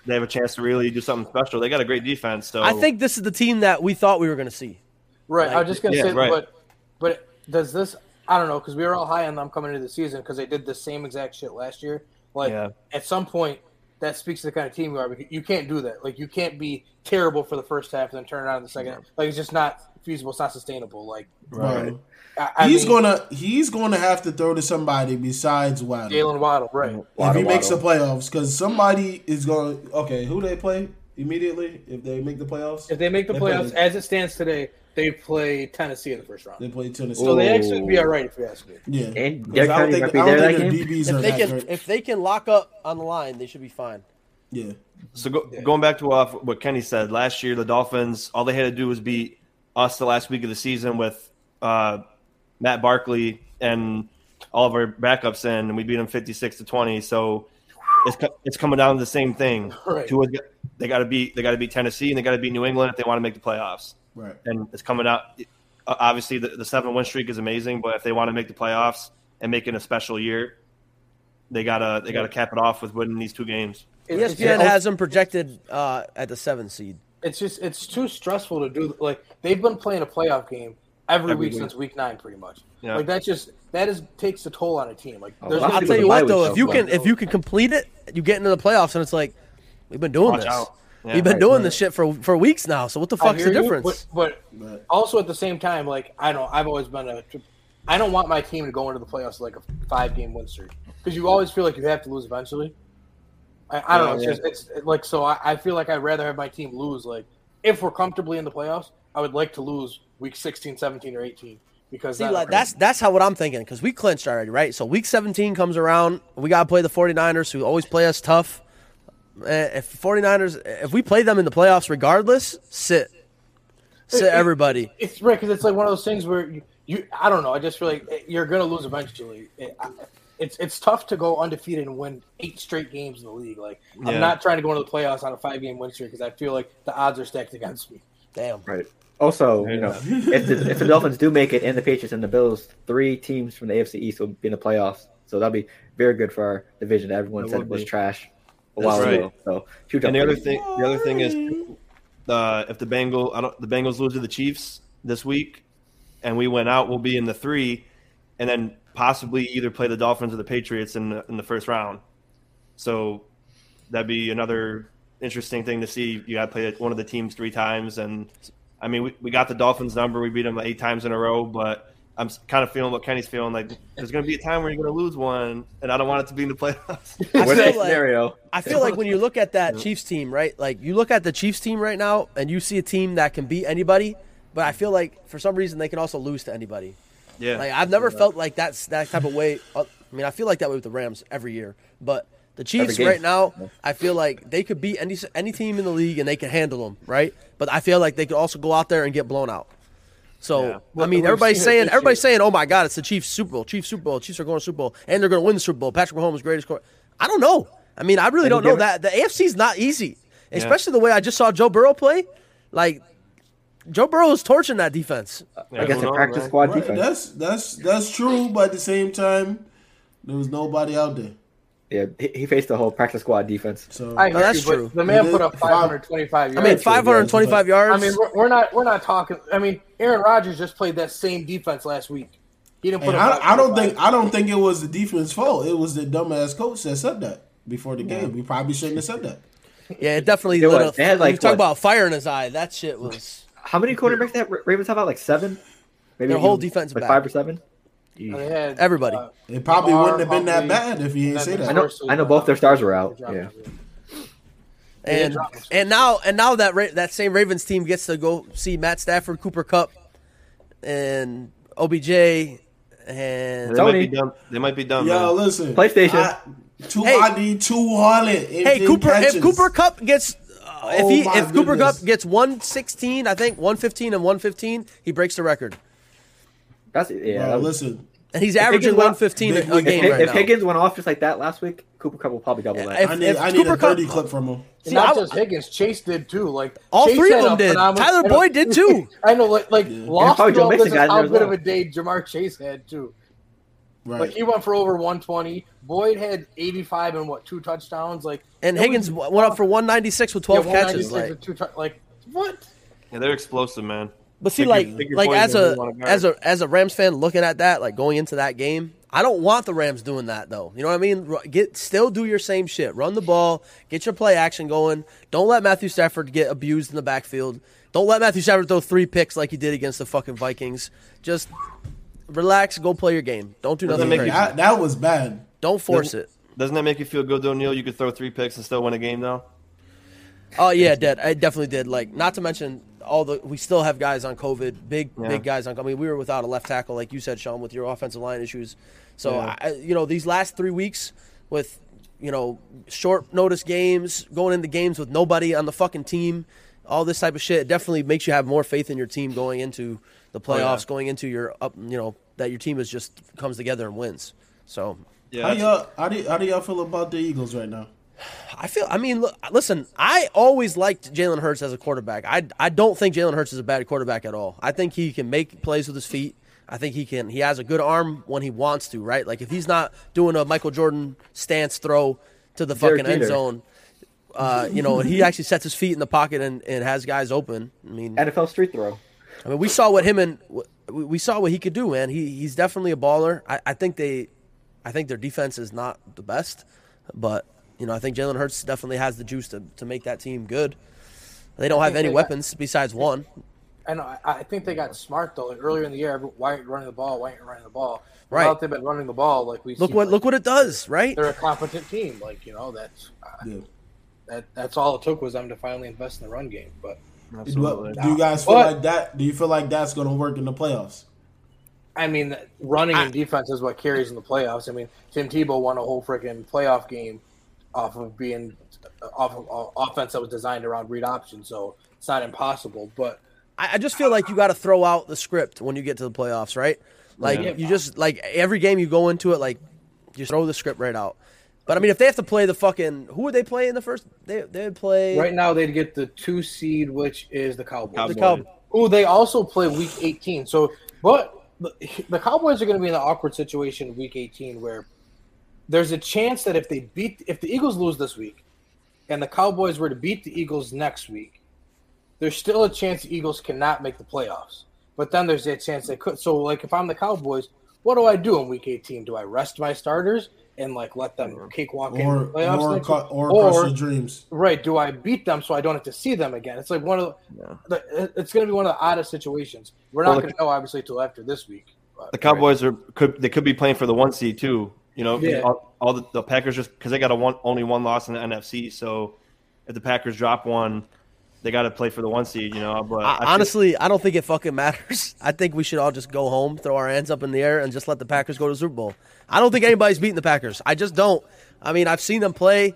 Speaker 5: they have a chance to really do something special. They got a great defense. So
Speaker 4: I think this is the team that we thought we were going to see.
Speaker 3: Right. I
Speaker 4: Like,
Speaker 3: was just gonna
Speaker 5: yeah,
Speaker 3: say,
Speaker 5: right.
Speaker 3: but but does this? I don't know because we were all high on them coming into the season because they did the same exact shit last year. Like
Speaker 5: Yeah.
Speaker 3: at some point, that speaks to the kind of team you are. Because you can't do that. Like you can't be terrible for the first half and then turn it on in the second. half. Like it's just not feasible. It's not sustainable. Like
Speaker 1: Right.
Speaker 3: I, I
Speaker 1: he's
Speaker 3: mean,
Speaker 1: gonna he's gonna have to throw to somebody besides Waddle
Speaker 3: Jalen Waddle, right?
Speaker 1: if he
Speaker 2: Waddle,
Speaker 1: makes the
Speaker 2: Waddle.
Speaker 1: playoffs because somebody is going. Okay, who they play immediately if they make the playoffs?
Speaker 3: If they make the
Speaker 1: They
Speaker 3: playoffs
Speaker 1: play-
Speaker 3: as it stands today, They play Tennessee in the first round.
Speaker 1: They play Tennessee.
Speaker 3: So they actually be all right if you ask me.
Speaker 1: yeah.
Speaker 2: And
Speaker 1: Because
Speaker 2: Derrick
Speaker 1: I don't
Speaker 2: Henry
Speaker 1: think,
Speaker 2: might be
Speaker 1: I don't
Speaker 2: there that
Speaker 1: think their
Speaker 2: game.
Speaker 1: DBs are
Speaker 4: If they
Speaker 1: that
Speaker 4: can,
Speaker 1: great.
Speaker 4: if they can lock up on the line, they should be fine.
Speaker 1: yeah.
Speaker 5: So go,
Speaker 3: Yeah.
Speaker 5: going back to uh, what Kenny said last year, the Dolphins all they had to do was beat us the last week of the season with uh, Matt Barkley and all of our backups in, and we beat them fifty six to twenty. So it's co- it's coming down to the same thing.
Speaker 3: Right.
Speaker 5: Tua's got- they got to beat they got to beat Tennessee and they got to beat New England if they want to make the playoffs.
Speaker 1: Right.
Speaker 5: And it's coming out. uh, Obviously, the, the seven win streak is amazing, but if they want to make the playoffs and make it a special year, they gotta they gotta cap it off with winning these two games.
Speaker 3: It's-
Speaker 4: ESPN has them projected uh, at the seven seed.
Speaker 3: It's just it's too stressful to do. Like they've been playing a playoff game every,
Speaker 5: Every
Speaker 3: week,
Speaker 5: week.
Speaker 3: since week nine, pretty much.
Speaker 5: Yeah.
Speaker 3: Like that just that is takes a toll on a team. Like
Speaker 2: Oh,
Speaker 3: there's
Speaker 2: wow.
Speaker 3: gonna
Speaker 4: I'll
Speaker 3: be
Speaker 4: tell
Speaker 2: the
Speaker 4: you
Speaker 2: bye
Speaker 4: what
Speaker 2: week
Speaker 4: though,
Speaker 2: helps
Speaker 4: if you
Speaker 2: a
Speaker 4: can
Speaker 2: lot.
Speaker 4: if you can complete it, you get into the playoffs, and it's like we've been doing
Speaker 5: Watch
Speaker 4: this.
Speaker 5: out. Yeah.
Speaker 4: we've been
Speaker 2: Right,
Speaker 4: doing
Speaker 2: right.
Speaker 4: this shit for for weeks now. So what the
Speaker 3: I
Speaker 4: fuck's the
Speaker 3: hear you,
Speaker 4: difference?
Speaker 3: but, but
Speaker 1: But
Speaker 3: also at the same time, like I don't, I've always been a, I don't want my team to go into the playoffs with, like a five game win streak because you always feel like you have to lose eventually. I, I don't know. It's
Speaker 5: Yeah,
Speaker 3: just it's it- like so. I, I feel like I'd rather have my team lose. Like if we're comfortably in the playoffs, I would like to lose week 16, 17, or eighteen because
Speaker 4: See,
Speaker 3: then-
Speaker 4: like, that's that's how what I'm thinking because we clinched already, right? So week 17 comes around, we gotta play the 49ers, who always play us tough. Eh, If 49ers, if we play them in the playoffs, regardless, sit, sit everybody.
Speaker 3: It's right because it's like one of those things where you, you I don't know. I just feel like you're gonna lose eventually. It, I, it's it's tough to go undefeated and win eight straight games in the league. Like
Speaker 5: Yeah.
Speaker 3: I'm not trying to go into the playoffs on a five game win streak because I feel like the odds are stacked against me.
Speaker 4: Damn,
Speaker 2: Right. Also, you know, if the, if the Dolphins do make it and the Patriots and the Bills, three teams from the AFC East will be in the playoffs. So that'll be very good for our division. that Everyone
Speaker 5: It
Speaker 2: said
Speaker 5: will
Speaker 2: it was
Speaker 5: be.
Speaker 2: trash a
Speaker 5: That's
Speaker 2: while
Speaker 5: right.
Speaker 2: ago. So huge
Speaker 5: And the other
Speaker 2: upgrade.
Speaker 5: thing, the other thing is, uh, if the Bengal, I don't, the Bengals lose to the Chiefs this week, and we went out, we'll be in the three, and then possibly either play the Dolphins or the Patriots in the, in the first round. So that'd be another interesting thing to see. You got to play one of the teams three times, and I mean, we, we got the Dolphins number, we beat them eight times in a row, but. I'm kind of feeling what Kenny's feeling. Like there's going to be a time where you're going to lose one, and I don't want it to be in the playoffs. (laughs)
Speaker 4: I feel
Speaker 2: Worst case
Speaker 4: like-
Speaker 2: scenario.
Speaker 4: I feel like when you look at that Chiefs team, right? Like you look at the Chiefs team right now, and you see a team that can beat anybody, but I feel like for some reason they can also lose to anybody.
Speaker 5: Yeah,
Speaker 4: Like I've never felt like that's that type of way. uh, I mean, I feel like that way with the Rams every year, but the Chiefs
Speaker 2: game.
Speaker 4: right now, I feel like they could beat any any team in the league and they can handle them, right? But I feel like they could also go out there and get blown out. So
Speaker 5: Yeah.
Speaker 4: I mean,
Speaker 3: We've
Speaker 4: everybody's
Speaker 3: seen it
Speaker 4: saying
Speaker 3: this
Speaker 4: everybody's
Speaker 3: year.
Speaker 4: saying, "Oh my God, it's the Chiefs Super Bowl, Chiefs Super Bowl, Chiefs are going to Super Bowl, and they're going to win the Super Bowl." Patrick Mahomes greatest quarter. I don't know. I mean, I really don't know
Speaker 2: give
Speaker 4: that the AFC's not easy, especially the way I just saw Joe Burrow play. Like Joe Burrow is torching that defense.
Speaker 5: Yeah,
Speaker 2: I guess
Speaker 5: who
Speaker 2: a
Speaker 5: knows,
Speaker 2: practice
Speaker 5: man?
Speaker 2: squad
Speaker 1: Right,
Speaker 2: defense.
Speaker 1: that's that's that's true, but at the same time, there was nobody out there.
Speaker 2: Yeah, he, he faced the whole practice squad defense.
Speaker 1: So
Speaker 3: I
Speaker 4: No,
Speaker 3: hear
Speaker 4: that's
Speaker 3: you, but
Speaker 4: true.
Speaker 3: The man
Speaker 1: It
Speaker 3: put
Speaker 1: is-
Speaker 3: up 525 yards.
Speaker 4: I mean,
Speaker 1: true, yeah.
Speaker 4: 525
Speaker 3: I
Speaker 4: yards.
Speaker 3: mean, we're, we're not we're not talking. I mean, Aaron Rodgers just played that same defense last week. He didn't put.
Speaker 1: and
Speaker 3: up
Speaker 1: I, I don't
Speaker 3: 525.
Speaker 1: think I don't think it was the defense's fault. It was the dumbass coach that said that before the game. We probably shouldn't have said that.
Speaker 4: Yeah, it definitely
Speaker 2: It
Speaker 4: lit
Speaker 2: was.
Speaker 4: up.
Speaker 2: They had,
Speaker 4: you
Speaker 2: like,
Speaker 4: talk
Speaker 2: what?
Speaker 4: about fire in his eye. That shit
Speaker 2: (laughs)
Speaker 4: was.
Speaker 2: How many quarterbacks that Ra- Ravens have out? Like seven? Maybe
Speaker 4: Their whole
Speaker 2: even,
Speaker 4: defense
Speaker 2: Like
Speaker 4: back.
Speaker 2: five or seven?
Speaker 3: They had,
Speaker 4: Everybody.
Speaker 3: uh,
Speaker 1: It probably
Speaker 3: Lamar,
Speaker 1: wouldn't have been that
Speaker 3: Huntley,
Speaker 1: bad if he didn't say that.
Speaker 2: I know, I know both their stars were out.
Speaker 3: Rodgers.
Speaker 2: Yeah.
Speaker 4: and
Speaker 3: Yeah, it's-
Speaker 4: and now and now that Ra- that same Ravens team gets to go see Matt Stafford, Cooper Cup, and OBJ, and
Speaker 5: They might
Speaker 2: Tony.
Speaker 5: be done. They might be done. man.
Speaker 1: Yo, listen,
Speaker 2: PlayStation.
Speaker 1: I, two
Speaker 4: Hey.
Speaker 1: ID, two hundred.
Speaker 4: hey Cooper. If Cooper Cup gets uh, if
Speaker 1: Oh
Speaker 4: he
Speaker 1: my
Speaker 4: if Cooper
Speaker 1: goodness.
Speaker 4: Cup gets one sixteen, I think one fifteen and one fifteen, he breaks the record,
Speaker 2: That's yeah.
Speaker 1: Bro,
Speaker 2: that was-
Speaker 1: listen,
Speaker 4: and he's
Speaker 2: If they
Speaker 4: averaging
Speaker 2: get one-
Speaker 4: one fifteen
Speaker 1: they-
Speaker 4: a
Speaker 1: if
Speaker 4: game
Speaker 2: if,
Speaker 4: right
Speaker 2: if
Speaker 4: now.
Speaker 2: Higgins went off just like that last week, Cooper Cup will probably double that.
Speaker 4: If-
Speaker 1: I need
Speaker 4: if
Speaker 1: I need
Speaker 4: Cooper
Speaker 1: a
Speaker 4: Cup-
Speaker 1: thirty clip from him.
Speaker 4: See,
Speaker 3: not
Speaker 4: I-
Speaker 3: just Higgins. Chase did too. Like
Speaker 4: All
Speaker 3: Chase
Speaker 4: three of
Speaker 3: had
Speaker 4: them
Speaker 3: a
Speaker 4: did.
Speaker 3: phenomenal-
Speaker 4: Tyler
Speaker 3: (laughs) I know-
Speaker 4: Boyd did, too.
Speaker 3: I know, like, like lost.
Speaker 2: probably Joe
Speaker 3: all
Speaker 2: Mixon
Speaker 3: this is
Speaker 2: got in
Speaker 3: how
Speaker 2: there as
Speaker 3: good of
Speaker 2: well.
Speaker 3: a day Jamar Chase had too.
Speaker 1: Right.
Speaker 3: Like he went for over 120. Boyd had 85 and what two touchdowns? Like
Speaker 4: and
Speaker 3: it was-
Speaker 4: Higgins w- went up for one ninety six with twelve
Speaker 3: yeah, 196
Speaker 4: catches. Like,
Speaker 3: with two tou- like what?
Speaker 5: Yeah, they're explosive, man.
Speaker 4: But see,
Speaker 5: Pick your-
Speaker 4: like,
Speaker 5: pick your
Speaker 4: like
Speaker 5: poison
Speaker 4: as
Speaker 5: who
Speaker 4: a
Speaker 5: you wanna guard.
Speaker 4: as a as a Rams fan, looking at that, like going into that game, I don't want the Rams doing that though. You know what I mean? Ru- Get still do your same shit. Run the ball, get your play action going. Don't let Matthew Stafford get abused in the backfield. Don't let Matthew Stafford throw three picks like he did against the fucking Vikings. Just relax, go play your game. Don't do nothing
Speaker 5: make
Speaker 4: crazy.
Speaker 5: you-
Speaker 1: that, that was bad.
Speaker 4: Don't force it.
Speaker 5: Doesn't that make you feel good, though, Neil? You could throw three picks and still win a game now.
Speaker 4: Oh yeah, did I definitely did. Like, not to mention all the we still have guys on COVID, big
Speaker 5: Yeah.
Speaker 4: big guys on. I mean, we were without a left tackle, like you said, Sean, with your offensive line issues. So
Speaker 5: Yeah.
Speaker 4: I, you know, these last three weeks with you know short notice games, going into games with nobody on the fucking team, all this type of shit it definitely makes you have more faith in your team going into the playoffs,
Speaker 5: Oh, yeah.
Speaker 4: going into your up, you know, that your team is just comes together and wins. So
Speaker 5: Yeah,
Speaker 1: How do
Speaker 5: that's-
Speaker 1: y'all how do, how do y'all feel about the Eagles right now?
Speaker 4: I feel. I mean, look, listen. I always liked Jalen Hurts as a quarterback. I I don't think Jalen Hurts is a bad quarterback at all. I think he can make plays with his feet. I think he can. He has a good arm when he wants to. Right? Like if he's not doing a Michael Jordan stance throw to the
Speaker 2: Derek
Speaker 4: fucking end
Speaker 2: Jeter.
Speaker 4: zone, uh, you know, and he actually sets his feet in the pocket and, and has guys open. I mean,
Speaker 2: NFL street throw.
Speaker 4: I mean, we saw what him and we we saw what he could do, man. He he's definitely a baller. I, I think they, I think their defense is not the best, but you know I think Jalen Hurts definitely has the juice to, to make that team good. They don't have
Speaker 3: think
Speaker 4: any
Speaker 3: they-
Speaker 4: weapons
Speaker 3: (laughs)
Speaker 4: besides one.
Speaker 3: I know. I, I think they got smart though. Like earlier in the year, every- why aren't you running the ball? Why aren't you running the ball?
Speaker 4: Right.
Speaker 3: Without they've been running the ball, like we
Speaker 4: Look
Speaker 3: see,
Speaker 4: what
Speaker 3: like,
Speaker 4: look what it does, right?
Speaker 3: They're a competent team. Like you know, that's uh,
Speaker 1: Yeah.
Speaker 3: that. That's all it took was them to finally invest in the run game. But
Speaker 5: absolutely.
Speaker 1: Do you guys feel
Speaker 3: But-
Speaker 1: like that? Do you feel like that's going to work in the playoffs?
Speaker 3: I mean, that running and defense is what carries in the playoffs. I mean, Tim Tebow won a whole freaking playoff game off of being off of uh, offense that was designed around read option. So it's not impossible, but.
Speaker 4: I, I just feel like you got to throw out the script when you get to the playoffs, right? Like
Speaker 5: Yeah.
Speaker 4: you just like every game you go into it, like just throw the script right out. But I mean, if they have to play the fucking who would they play in the first? They they would play
Speaker 3: Right now, they'd get the two seed, which is the Cowboys.
Speaker 4: the
Speaker 5: Cowboys.
Speaker 4: Cowboys.
Speaker 3: Oh, they also play Week 18. So, but the, the Cowboys are going to be in an awkward situation in Week 18, where there's a chance that if they beat, if the Eagles lose this week, and the Cowboys were to beat the Eagles next week, there's still a chance the Eagles cannot make the playoffs. But then there's a chance they could. So, like, if I'm the Cowboys, what do I do in Week 18? Do I rest my starters and like let them cakewalk in the
Speaker 1: Or
Speaker 3: playoffs
Speaker 1: or
Speaker 3: next
Speaker 1: cu-
Speaker 3: week?
Speaker 1: or,
Speaker 3: Or-
Speaker 1: crush your dreams?
Speaker 3: right do i beat them so i don't have to see them again it's like one of the, the- it's going to be one of the oddest situations we're not
Speaker 5: Well, the-
Speaker 3: going to know obviously till after this week
Speaker 5: the Cowboys are could they could be playing for the one seed too. You know, 'cause
Speaker 3: Yeah.
Speaker 5: all, all the, the Packers just because they got a one only one loss in the NFC. So if the Packers drop one, they got to play for the one seed. You know, but I think-
Speaker 4: I, honestly, I don't think it fucking matters. (laughs) I think we should all just go home, throw our hands up in the air, and just let the Packers go to the Super Bowl. I don't think anybody's beating the Packers. I just don't. I mean, I've seen them play.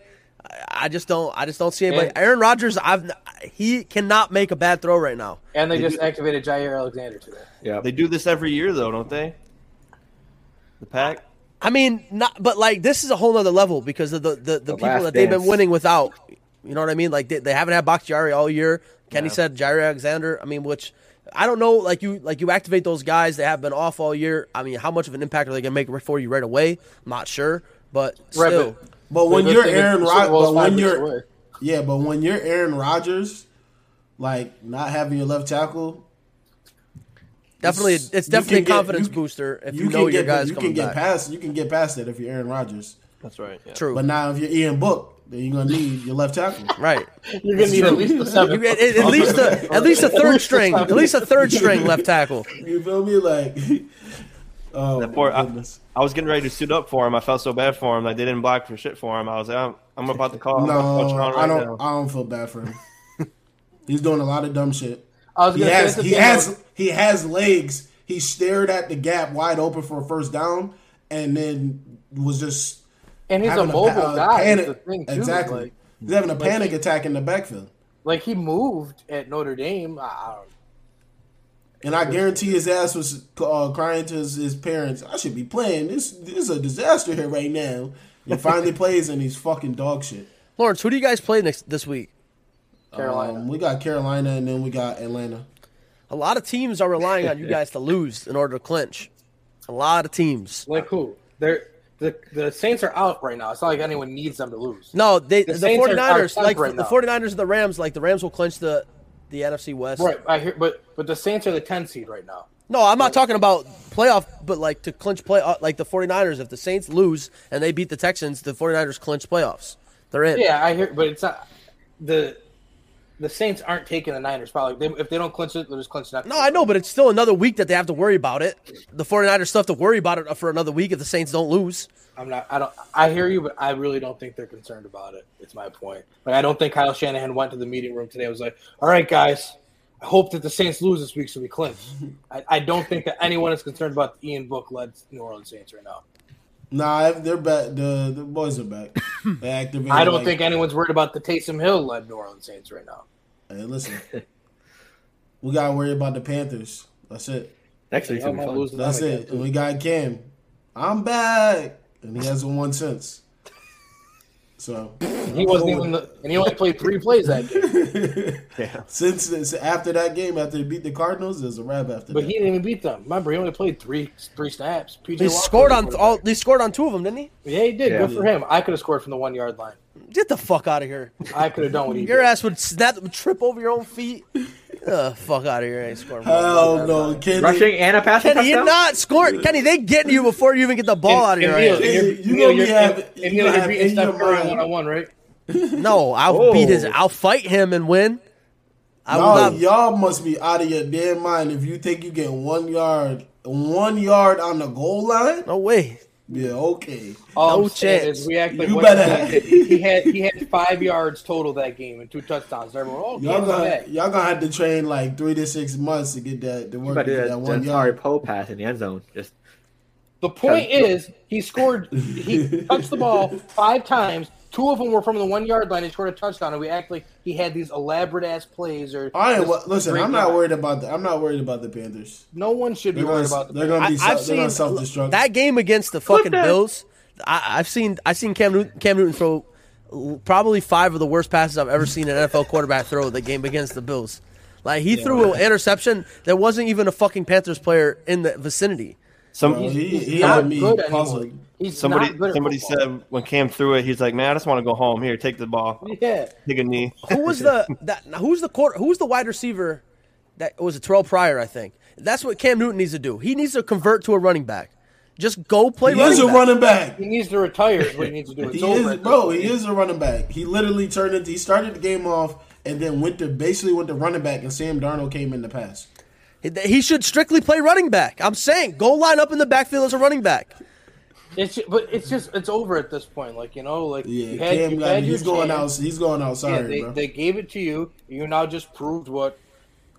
Speaker 4: I- I just don't. I just don't see anybody.
Speaker 3: And-
Speaker 4: Aaron Rodgers, I've he cannot make a bad throw right now.
Speaker 3: and they just activated jair alexander today
Speaker 2: Yeah.
Speaker 5: they do this every year though, don't they? The Pack.
Speaker 4: I mean, not, but like this is a whole other level because of the the, the, people
Speaker 2: last
Speaker 4: that they've been
Speaker 2: dance.
Speaker 4: winning without. You know what I mean? Like they, they haven't had Bakhtiari all year. Kenny said Jair Alexander. I mean, which I don't know. Like you like you activate those guys that have been off all year. I mean, how much of an impact are they gonna make for you right away? I'm not sure, but
Speaker 3: Right,
Speaker 4: still,
Speaker 3: but-
Speaker 1: But when
Speaker 3: The
Speaker 1: you're
Speaker 3: thing is,
Speaker 1: Aaron
Speaker 3: the Super
Speaker 1: Rodgers,
Speaker 3: Bowl's
Speaker 1: but
Speaker 3: five
Speaker 1: when
Speaker 3: weeks
Speaker 1: you're
Speaker 3: away.
Speaker 1: yeah, but when you're Aaron Rodgers, like not having your left tackle,
Speaker 4: definitely
Speaker 1: it's-
Speaker 4: it's,
Speaker 1: you
Speaker 4: definitely
Speaker 1: can
Speaker 4: a
Speaker 1: get-
Speaker 4: confidence
Speaker 1: you-
Speaker 4: booster if you,
Speaker 1: you,
Speaker 4: know
Speaker 1: can
Speaker 4: your
Speaker 1: get
Speaker 4: guys
Speaker 1: you can
Speaker 4: coming
Speaker 1: get
Speaker 4: back.
Speaker 1: past you can get past that if you're Aaron Rodgers.
Speaker 5: That's right. Yeah.
Speaker 4: True,
Speaker 1: But now if you're Ian Book, then you're gonna need your left tackle.
Speaker 4: (laughs) right?
Speaker 3: you're going to need at
Speaker 1: (laughs)
Speaker 3: least the
Speaker 4: You
Speaker 3: seven
Speaker 4: get at, at least a at least a third string, at least a third string left tackle.
Speaker 1: You feel me?
Speaker 5: (laughs)
Speaker 1: Like, oh
Speaker 5: That poor- uh,
Speaker 1: my goodness.
Speaker 5: I was getting ready to suit up for him. I felt so bad for him. Like they didn't block for shit for him. I was like, I'm, I'm about to call. I'm about to call
Speaker 1: no,
Speaker 5: Tron
Speaker 1: I
Speaker 5: right
Speaker 1: don't.
Speaker 5: now.
Speaker 1: I don't feel bad for him. He's doing a lot of dumb shit.
Speaker 3: i was
Speaker 1: He
Speaker 3: going to
Speaker 1: has.
Speaker 3: say
Speaker 1: He has. He has legs. He stared at the gap wide open for a first down, and then was just
Speaker 3: and he's a
Speaker 1: having
Speaker 3: mobile
Speaker 1: pa-
Speaker 3: guy is the
Speaker 1: Panic.
Speaker 3: thing, too.
Speaker 1: exactly.
Speaker 3: like,
Speaker 1: He's having a panic attack in the backfield,
Speaker 3: like, he moved at notre dame I, I don't-
Speaker 1: and I guarantee his ass was uh, crying to his, his parents. I should be playing. This. This is a disaster here right now.
Speaker 3: (laughs)
Speaker 1: He finally plays, and he's fucking dog shit.
Speaker 4: Lawrence, who do you guys play next this week?
Speaker 3: Carolina.
Speaker 1: Um, we got Carolina, and then we got Atlanta.
Speaker 4: A lot of teams are relying on you guys to lose in order to clinch. A lot of teams.
Speaker 3: like who they're the, the saints are out right now it's not like anyone needs them to lose
Speaker 4: No, they the,
Speaker 3: The Saints are- are
Speaker 4: 49ers,
Speaker 3: tough
Speaker 4: like
Speaker 3: right
Speaker 4: the
Speaker 3: now.
Speaker 4: 49ers and the Rams, like the Rams will clinch the the NFC West.
Speaker 3: right i hear but but the saints are the 10 seed right now
Speaker 4: No, I'm not talking about playoff, but like to clinch play uh, like the 49ers if the Saints lose and they beat the Texans, the 49ers clinch playoffs. They're in.
Speaker 3: Yeah, I hear, but it's not the the Saints aren't taking the Niners. Probably they, if they don't clinch it, they'll just clinch next.
Speaker 4: No, I know, but it's still another week that they have to worry about it. The 49ers still have to worry about it for another week if the Saints don't lose.
Speaker 3: I'm not. I don't. I hear you, but I really don't think they're concerned about it. It's my point. Like I don't think Kyle Shanahan went to the meeting room today. and was like, all right, guys, I hope that the Saints lose this week so we clinch. I, I don't think that anyone is concerned about the Ian Book led New Orleans Saints right now.
Speaker 1: Nah, they're back. The the boys are
Speaker 3: (laughs)
Speaker 1: back. They activated.
Speaker 3: I don't
Speaker 1: like-
Speaker 3: think anyone's worried about the Taysom Hill led New Orleans Saints right now.
Speaker 1: Hey, listen, we gotta worry about the Panthers. That's it.
Speaker 2: Next week's
Speaker 3: They
Speaker 2: gonna be
Speaker 3: might
Speaker 2: fun.
Speaker 3: lose to them
Speaker 1: That's
Speaker 3: again,
Speaker 1: it.
Speaker 3: too.
Speaker 1: And we got Cam. I'm back, and he hasn't won since. So
Speaker 3: He wasn't even, the, and he only played three plays that game,
Speaker 5: Yeah.
Speaker 1: Since, since after that game, after they beat the Cardinals, there's a wrap after
Speaker 3: but
Speaker 1: that.
Speaker 3: he didn't even beat them. Remember, he only played three three snaps. PJ
Speaker 4: He
Speaker 3: Walker
Speaker 4: scored
Speaker 3: was
Speaker 4: on
Speaker 3: the
Speaker 4: all.
Speaker 3: quarterback.
Speaker 4: He scored on two of them, didn't he?
Speaker 3: Yeah, he did.
Speaker 2: Yeah.
Speaker 3: Good for him. I could have scored from the one yard line.
Speaker 4: Get the fuck out of here.
Speaker 3: I could have done what he
Speaker 4: Your
Speaker 3: did.
Speaker 4: ass would snap, trip over your own feet. Uh, fuck out of here. I ain't scoring.
Speaker 1: Hell no, Kenny.
Speaker 2: Rushing and a passing
Speaker 4: Kenny, you're
Speaker 2: Uh, touchdown?
Speaker 4: not scoring. Kenny, they getting you before you even get the ball out of your
Speaker 3: Neil,
Speaker 4: hands.
Speaker 1: ass.
Speaker 3: you're-
Speaker 1: You gonna be having-
Speaker 3: and
Speaker 1: you
Speaker 3: Neil,
Speaker 1: gonna
Speaker 3: you're
Speaker 1: have
Speaker 3: beating
Speaker 1: in your
Speaker 3: Steph Curry
Speaker 1: mind-
Speaker 3: one on one, right?
Speaker 4: No, I'll
Speaker 2: Oh.
Speaker 4: beat his. I'll fight him and win. I will
Speaker 1: Y'all,
Speaker 4: not.
Speaker 1: y'all must be out of your damn mind if you think you get one yard, one yard on the goal line.
Speaker 4: No way.
Speaker 1: Yeah, okay.
Speaker 3: All
Speaker 4: No
Speaker 3: I'm saying
Speaker 4: chance.
Speaker 3: is Um, we act like
Speaker 1: You (laughs)
Speaker 3: what-
Speaker 1: better-
Speaker 3: he had he had five yards total that game and two touchdowns. Everyone, oh,
Speaker 1: Y'all
Speaker 3: Cam's
Speaker 1: gonna
Speaker 3: back.
Speaker 1: y'all gonna have to train like three to six months to get that to
Speaker 2: You
Speaker 1: work
Speaker 2: better
Speaker 1: to
Speaker 2: do
Speaker 1: get
Speaker 2: that,
Speaker 1: that
Speaker 2: that
Speaker 1: one
Speaker 2: Atari
Speaker 1: yard.
Speaker 2: Poe pass in the end zone. Just
Speaker 3: The point is, he scored. He touched the ball five times. Two of them were from the one yard line. He scored a touchdown, and we act like he had these elaborate ass plays. Or
Speaker 1: I am,
Speaker 3: this
Speaker 1: well, listen,
Speaker 3: great
Speaker 1: I'm not
Speaker 3: drive.
Speaker 1: worried about the I'm not worried about the Panthers.
Speaker 3: No one should be
Speaker 1: They're gonna
Speaker 3: worried about
Speaker 1: they're
Speaker 3: the.
Speaker 1: gonna be
Speaker 4: I,
Speaker 1: self,
Speaker 4: I've
Speaker 1: they're
Speaker 4: seen
Speaker 1: gonna self destruct.
Speaker 4: that game against the fucking
Speaker 2: that.
Speaker 4: Bills. I, I've seen I seen Cam Newton, Cam Newton throw probably five of the worst passes I've ever seen an NFL quarterback throw. The game against the Bills, like he threw an interception that wasn't even a fucking Panthers player in the vicinity.
Speaker 5: Some
Speaker 1: Bro, he,
Speaker 3: He's
Speaker 1: he
Speaker 3: not
Speaker 1: had me
Speaker 3: good anymore.
Speaker 1: puzzled.
Speaker 3: He's
Speaker 5: somebody
Speaker 3: not good at
Speaker 5: somebody
Speaker 3: football.
Speaker 5: said when Cam threw it, he's like, "Man, I just want to go home. Here, take the ball,
Speaker 3: (laughs) "Yeah,
Speaker 5: take
Speaker 3: (laughs)
Speaker 5: a knee."
Speaker 4: Who was the that? Who's the quarter? Who's the wide receiver? That was a Terrell Pryor, I think. That's what Cam Newton needs to do. He needs to convert to a running back. Just go play.
Speaker 1: He is a
Speaker 4: back.
Speaker 1: running back.
Speaker 3: he needs to retire. Is what he needs to do. It's
Speaker 1: He
Speaker 3: over,
Speaker 1: is
Speaker 3: at this
Speaker 1: bro,
Speaker 3: point.
Speaker 1: he is a running back. He literally turned into he started the game off and then went to basically went to running back and Sam Darnold came in the pass.
Speaker 4: He should strictly play running back. I'm saying go line up in the backfield as a running back.
Speaker 3: It's but it's just it's over at this point. Like you know, like
Speaker 1: Yeah,
Speaker 3: you had,
Speaker 1: Cam
Speaker 3: you
Speaker 1: got
Speaker 3: had
Speaker 1: he's
Speaker 3: your
Speaker 1: going
Speaker 3: chance.
Speaker 1: out he's going outside,
Speaker 3: Yeah, they,
Speaker 1: bro.
Speaker 3: they gave it to you. You now just proved what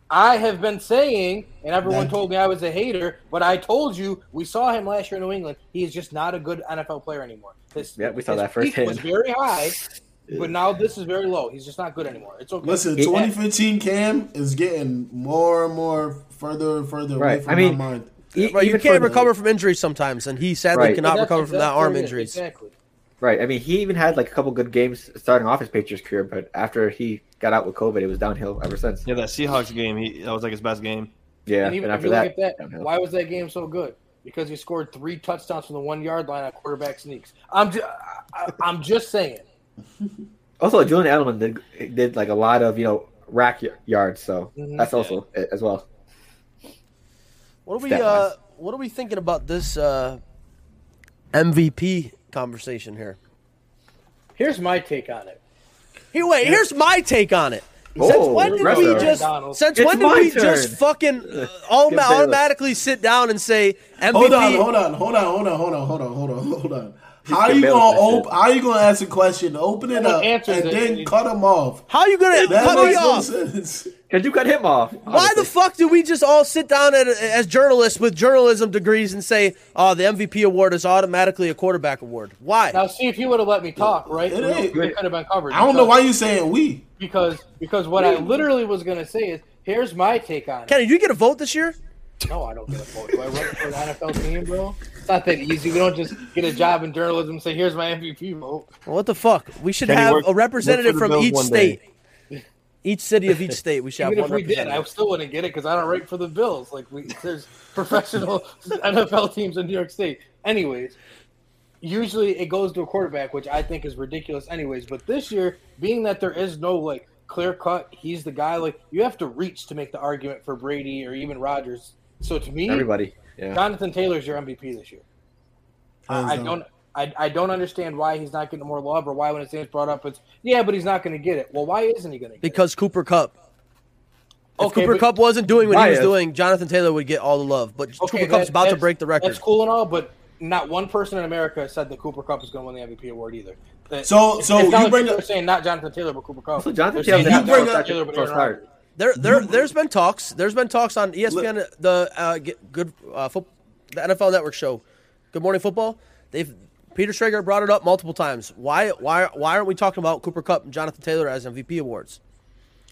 Speaker 3: I have been saying, and everyone
Speaker 1: That-
Speaker 3: told me I was a hater. But I told you we saw him last year in New England. He is just not a good NFL player anymore. His,
Speaker 2: Yeah, we saw
Speaker 3: his peak
Speaker 2: that firsthand.
Speaker 3: Was very high,
Speaker 1: (laughs)
Speaker 3: but now this is very low. He's just not good anymore. It's okay.
Speaker 1: Listen,
Speaker 2: Yeah.
Speaker 1: 2015 Cam is getting more and more further and further away
Speaker 2: Right.
Speaker 1: from
Speaker 2: I mean,
Speaker 1: my mind.
Speaker 2: e-
Speaker 4: Right, you
Speaker 2: even
Speaker 4: can't
Speaker 2: for-
Speaker 4: recover from injuries sometimes, and he sadly
Speaker 2: Right.
Speaker 3: But
Speaker 4: cannot
Speaker 3: that's
Speaker 4: recover from that
Speaker 3: exactly
Speaker 4: arm
Speaker 3: it,
Speaker 4: injuries.
Speaker 3: Exactly.
Speaker 2: Right. I mean, he even had like a couple good games starting off his Patriots career, but after he got out with COVID, it was downhill ever since.
Speaker 5: Yeah, that Seahawks game, he that was like his best game.
Speaker 2: Yeah.
Speaker 3: and even
Speaker 2: and
Speaker 3: if
Speaker 2: after
Speaker 3: you
Speaker 2: that,
Speaker 3: look at that,
Speaker 2: downhill.
Speaker 3: why was that game so good? Because he scored three touchdowns from the one yard line on quarterback sneaks. I'm just, I, I'm just saying.
Speaker 2: also Julian Edelman did, did like a lot of you know rack y- yards, so
Speaker 3: Mhm.
Speaker 2: that's also it as well.
Speaker 4: What are we? Uh,
Speaker 2: Stat-wise.
Speaker 4: what are we thinking about this uh, MVP conversation here?
Speaker 3: Here's my take on it.
Speaker 4: Here, wait. Here's my take on it.
Speaker 5: Oh,
Speaker 4: Since
Speaker 2: Whoa,
Speaker 4: when did we
Speaker 2: aggressive.
Speaker 4: just?
Speaker 3: Donald.
Speaker 4: Since
Speaker 2: It's
Speaker 4: when
Speaker 2: my
Speaker 4: did we
Speaker 2: turn.
Speaker 4: just
Speaker 5: (laughs)
Speaker 4: fucking uh, all,
Speaker 2: Give Bayless.
Speaker 4: automatically sit down and say MVP?
Speaker 1: Hold on, hold on, hold on, hold on, hold on, hold on, hold on, hold on. How
Speaker 2: get
Speaker 1: you
Speaker 2: better
Speaker 1: gonna
Speaker 2: with that
Speaker 1: open? How you gonna ask a question? Open it
Speaker 3: Someone
Speaker 1: up and
Speaker 3: answers it and
Speaker 1: then
Speaker 3: you-
Speaker 1: cut them off.
Speaker 4: How you gonna
Speaker 1: That
Speaker 4: cut me
Speaker 1: makes no
Speaker 4: off?
Speaker 1: sense.
Speaker 2: Because you cut him off.
Speaker 4: Why the
Speaker 2: obviously.
Speaker 4: fuck do we just all sit down at, as journalists with journalism degrees and say, "Oh, the MVP award is automatically a quarterback award"? Why?
Speaker 3: Now, see if you would have let me talk, right?
Speaker 1: It
Speaker 3: We
Speaker 1: ain't-
Speaker 3: we could have been covered.
Speaker 1: I don't know why you saying we.
Speaker 3: Because because what I literally was going to say is, here's my take on it.
Speaker 4: Kenny, did you get a vote this year?
Speaker 3: No, I don't get a vote. Do I run for an NFL team, bro? It's not that easy. We don't just get a job in journalism and say, here's my MVP vote.
Speaker 4: Well, What the fuck? We should
Speaker 5: Kenny,
Speaker 4: have
Speaker 5: work-
Speaker 4: a representative
Speaker 5: work for the
Speaker 4: from
Speaker 5: Bills
Speaker 4: each
Speaker 5: one day.
Speaker 4: state, each city of each state. We should have
Speaker 3: Even if
Speaker 4: one
Speaker 3: we did, I
Speaker 4: representative.
Speaker 3: still wouldn't get it because I don't write for the Bills. Like we, there's (laughs) professional NFL teams in New York State. Anyways, usually it goes to a quarterback, which I think is ridiculous. Anyways, but this year, being that there is no like clear cut, he's the guy. Like you have to reach to make the argument for Brady or even Rodgers. So to me,
Speaker 2: everybody? Yeah.
Speaker 3: Jonathan Taylor's your MVP this year. I, I
Speaker 1: Hands down.
Speaker 3: don't. I, I don't understand why he's not getting more love or why when it's brought up it's yeah, but he's not going to get it. Well, why isn't he going to? get it?
Speaker 4: because Cooper Cup. If
Speaker 3: Okay,
Speaker 4: Cooper
Speaker 3: but-
Speaker 4: Cup wasn't doing what he was
Speaker 2: Bias.
Speaker 4: doing, Jonathan Taylor would get all the love. But Cooper Cup's
Speaker 3: that-
Speaker 4: about to
Speaker 3: that's-
Speaker 4: break the record.
Speaker 3: That's cool and all, but not one person in America said that Cooper Cup is going to win the MVP award either. That-
Speaker 1: So-
Speaker 3: it's-
Speaker 1: so
Speaker 3: it's not
Speaker 1: you
Speaker 3: like
Speaker 1: bring
Speaker 3: people
Speaker 1: up-
Speaker 3: are saying not Jonathan Taylor but Cooper Cup.
Speaker 2: Also, Jonathan
Speaker 3: They're saying
Speaker 2: Taylor
Speaker 1: You
Speaker 3: not
Speaker 2: didn't
Speaker 1: bring
Speaker 2: have
Speaker 1: up-
Speaker 2: a
Speaker 3: Taylor, but
Speaker 2: first
Speaker 3: Aaron Rodgers.
Speaker 2: start.
Speaker 4: There, there, there's been talks. There's been talks on E ESPN, the uh, g- good uh, foot, the NFL Network show, Good Morning Football. They've Peter Schrager brought it up multiple times. Why, why, why aren't we talking about Cooper Cup and Jonathan Taylor as MVP awards?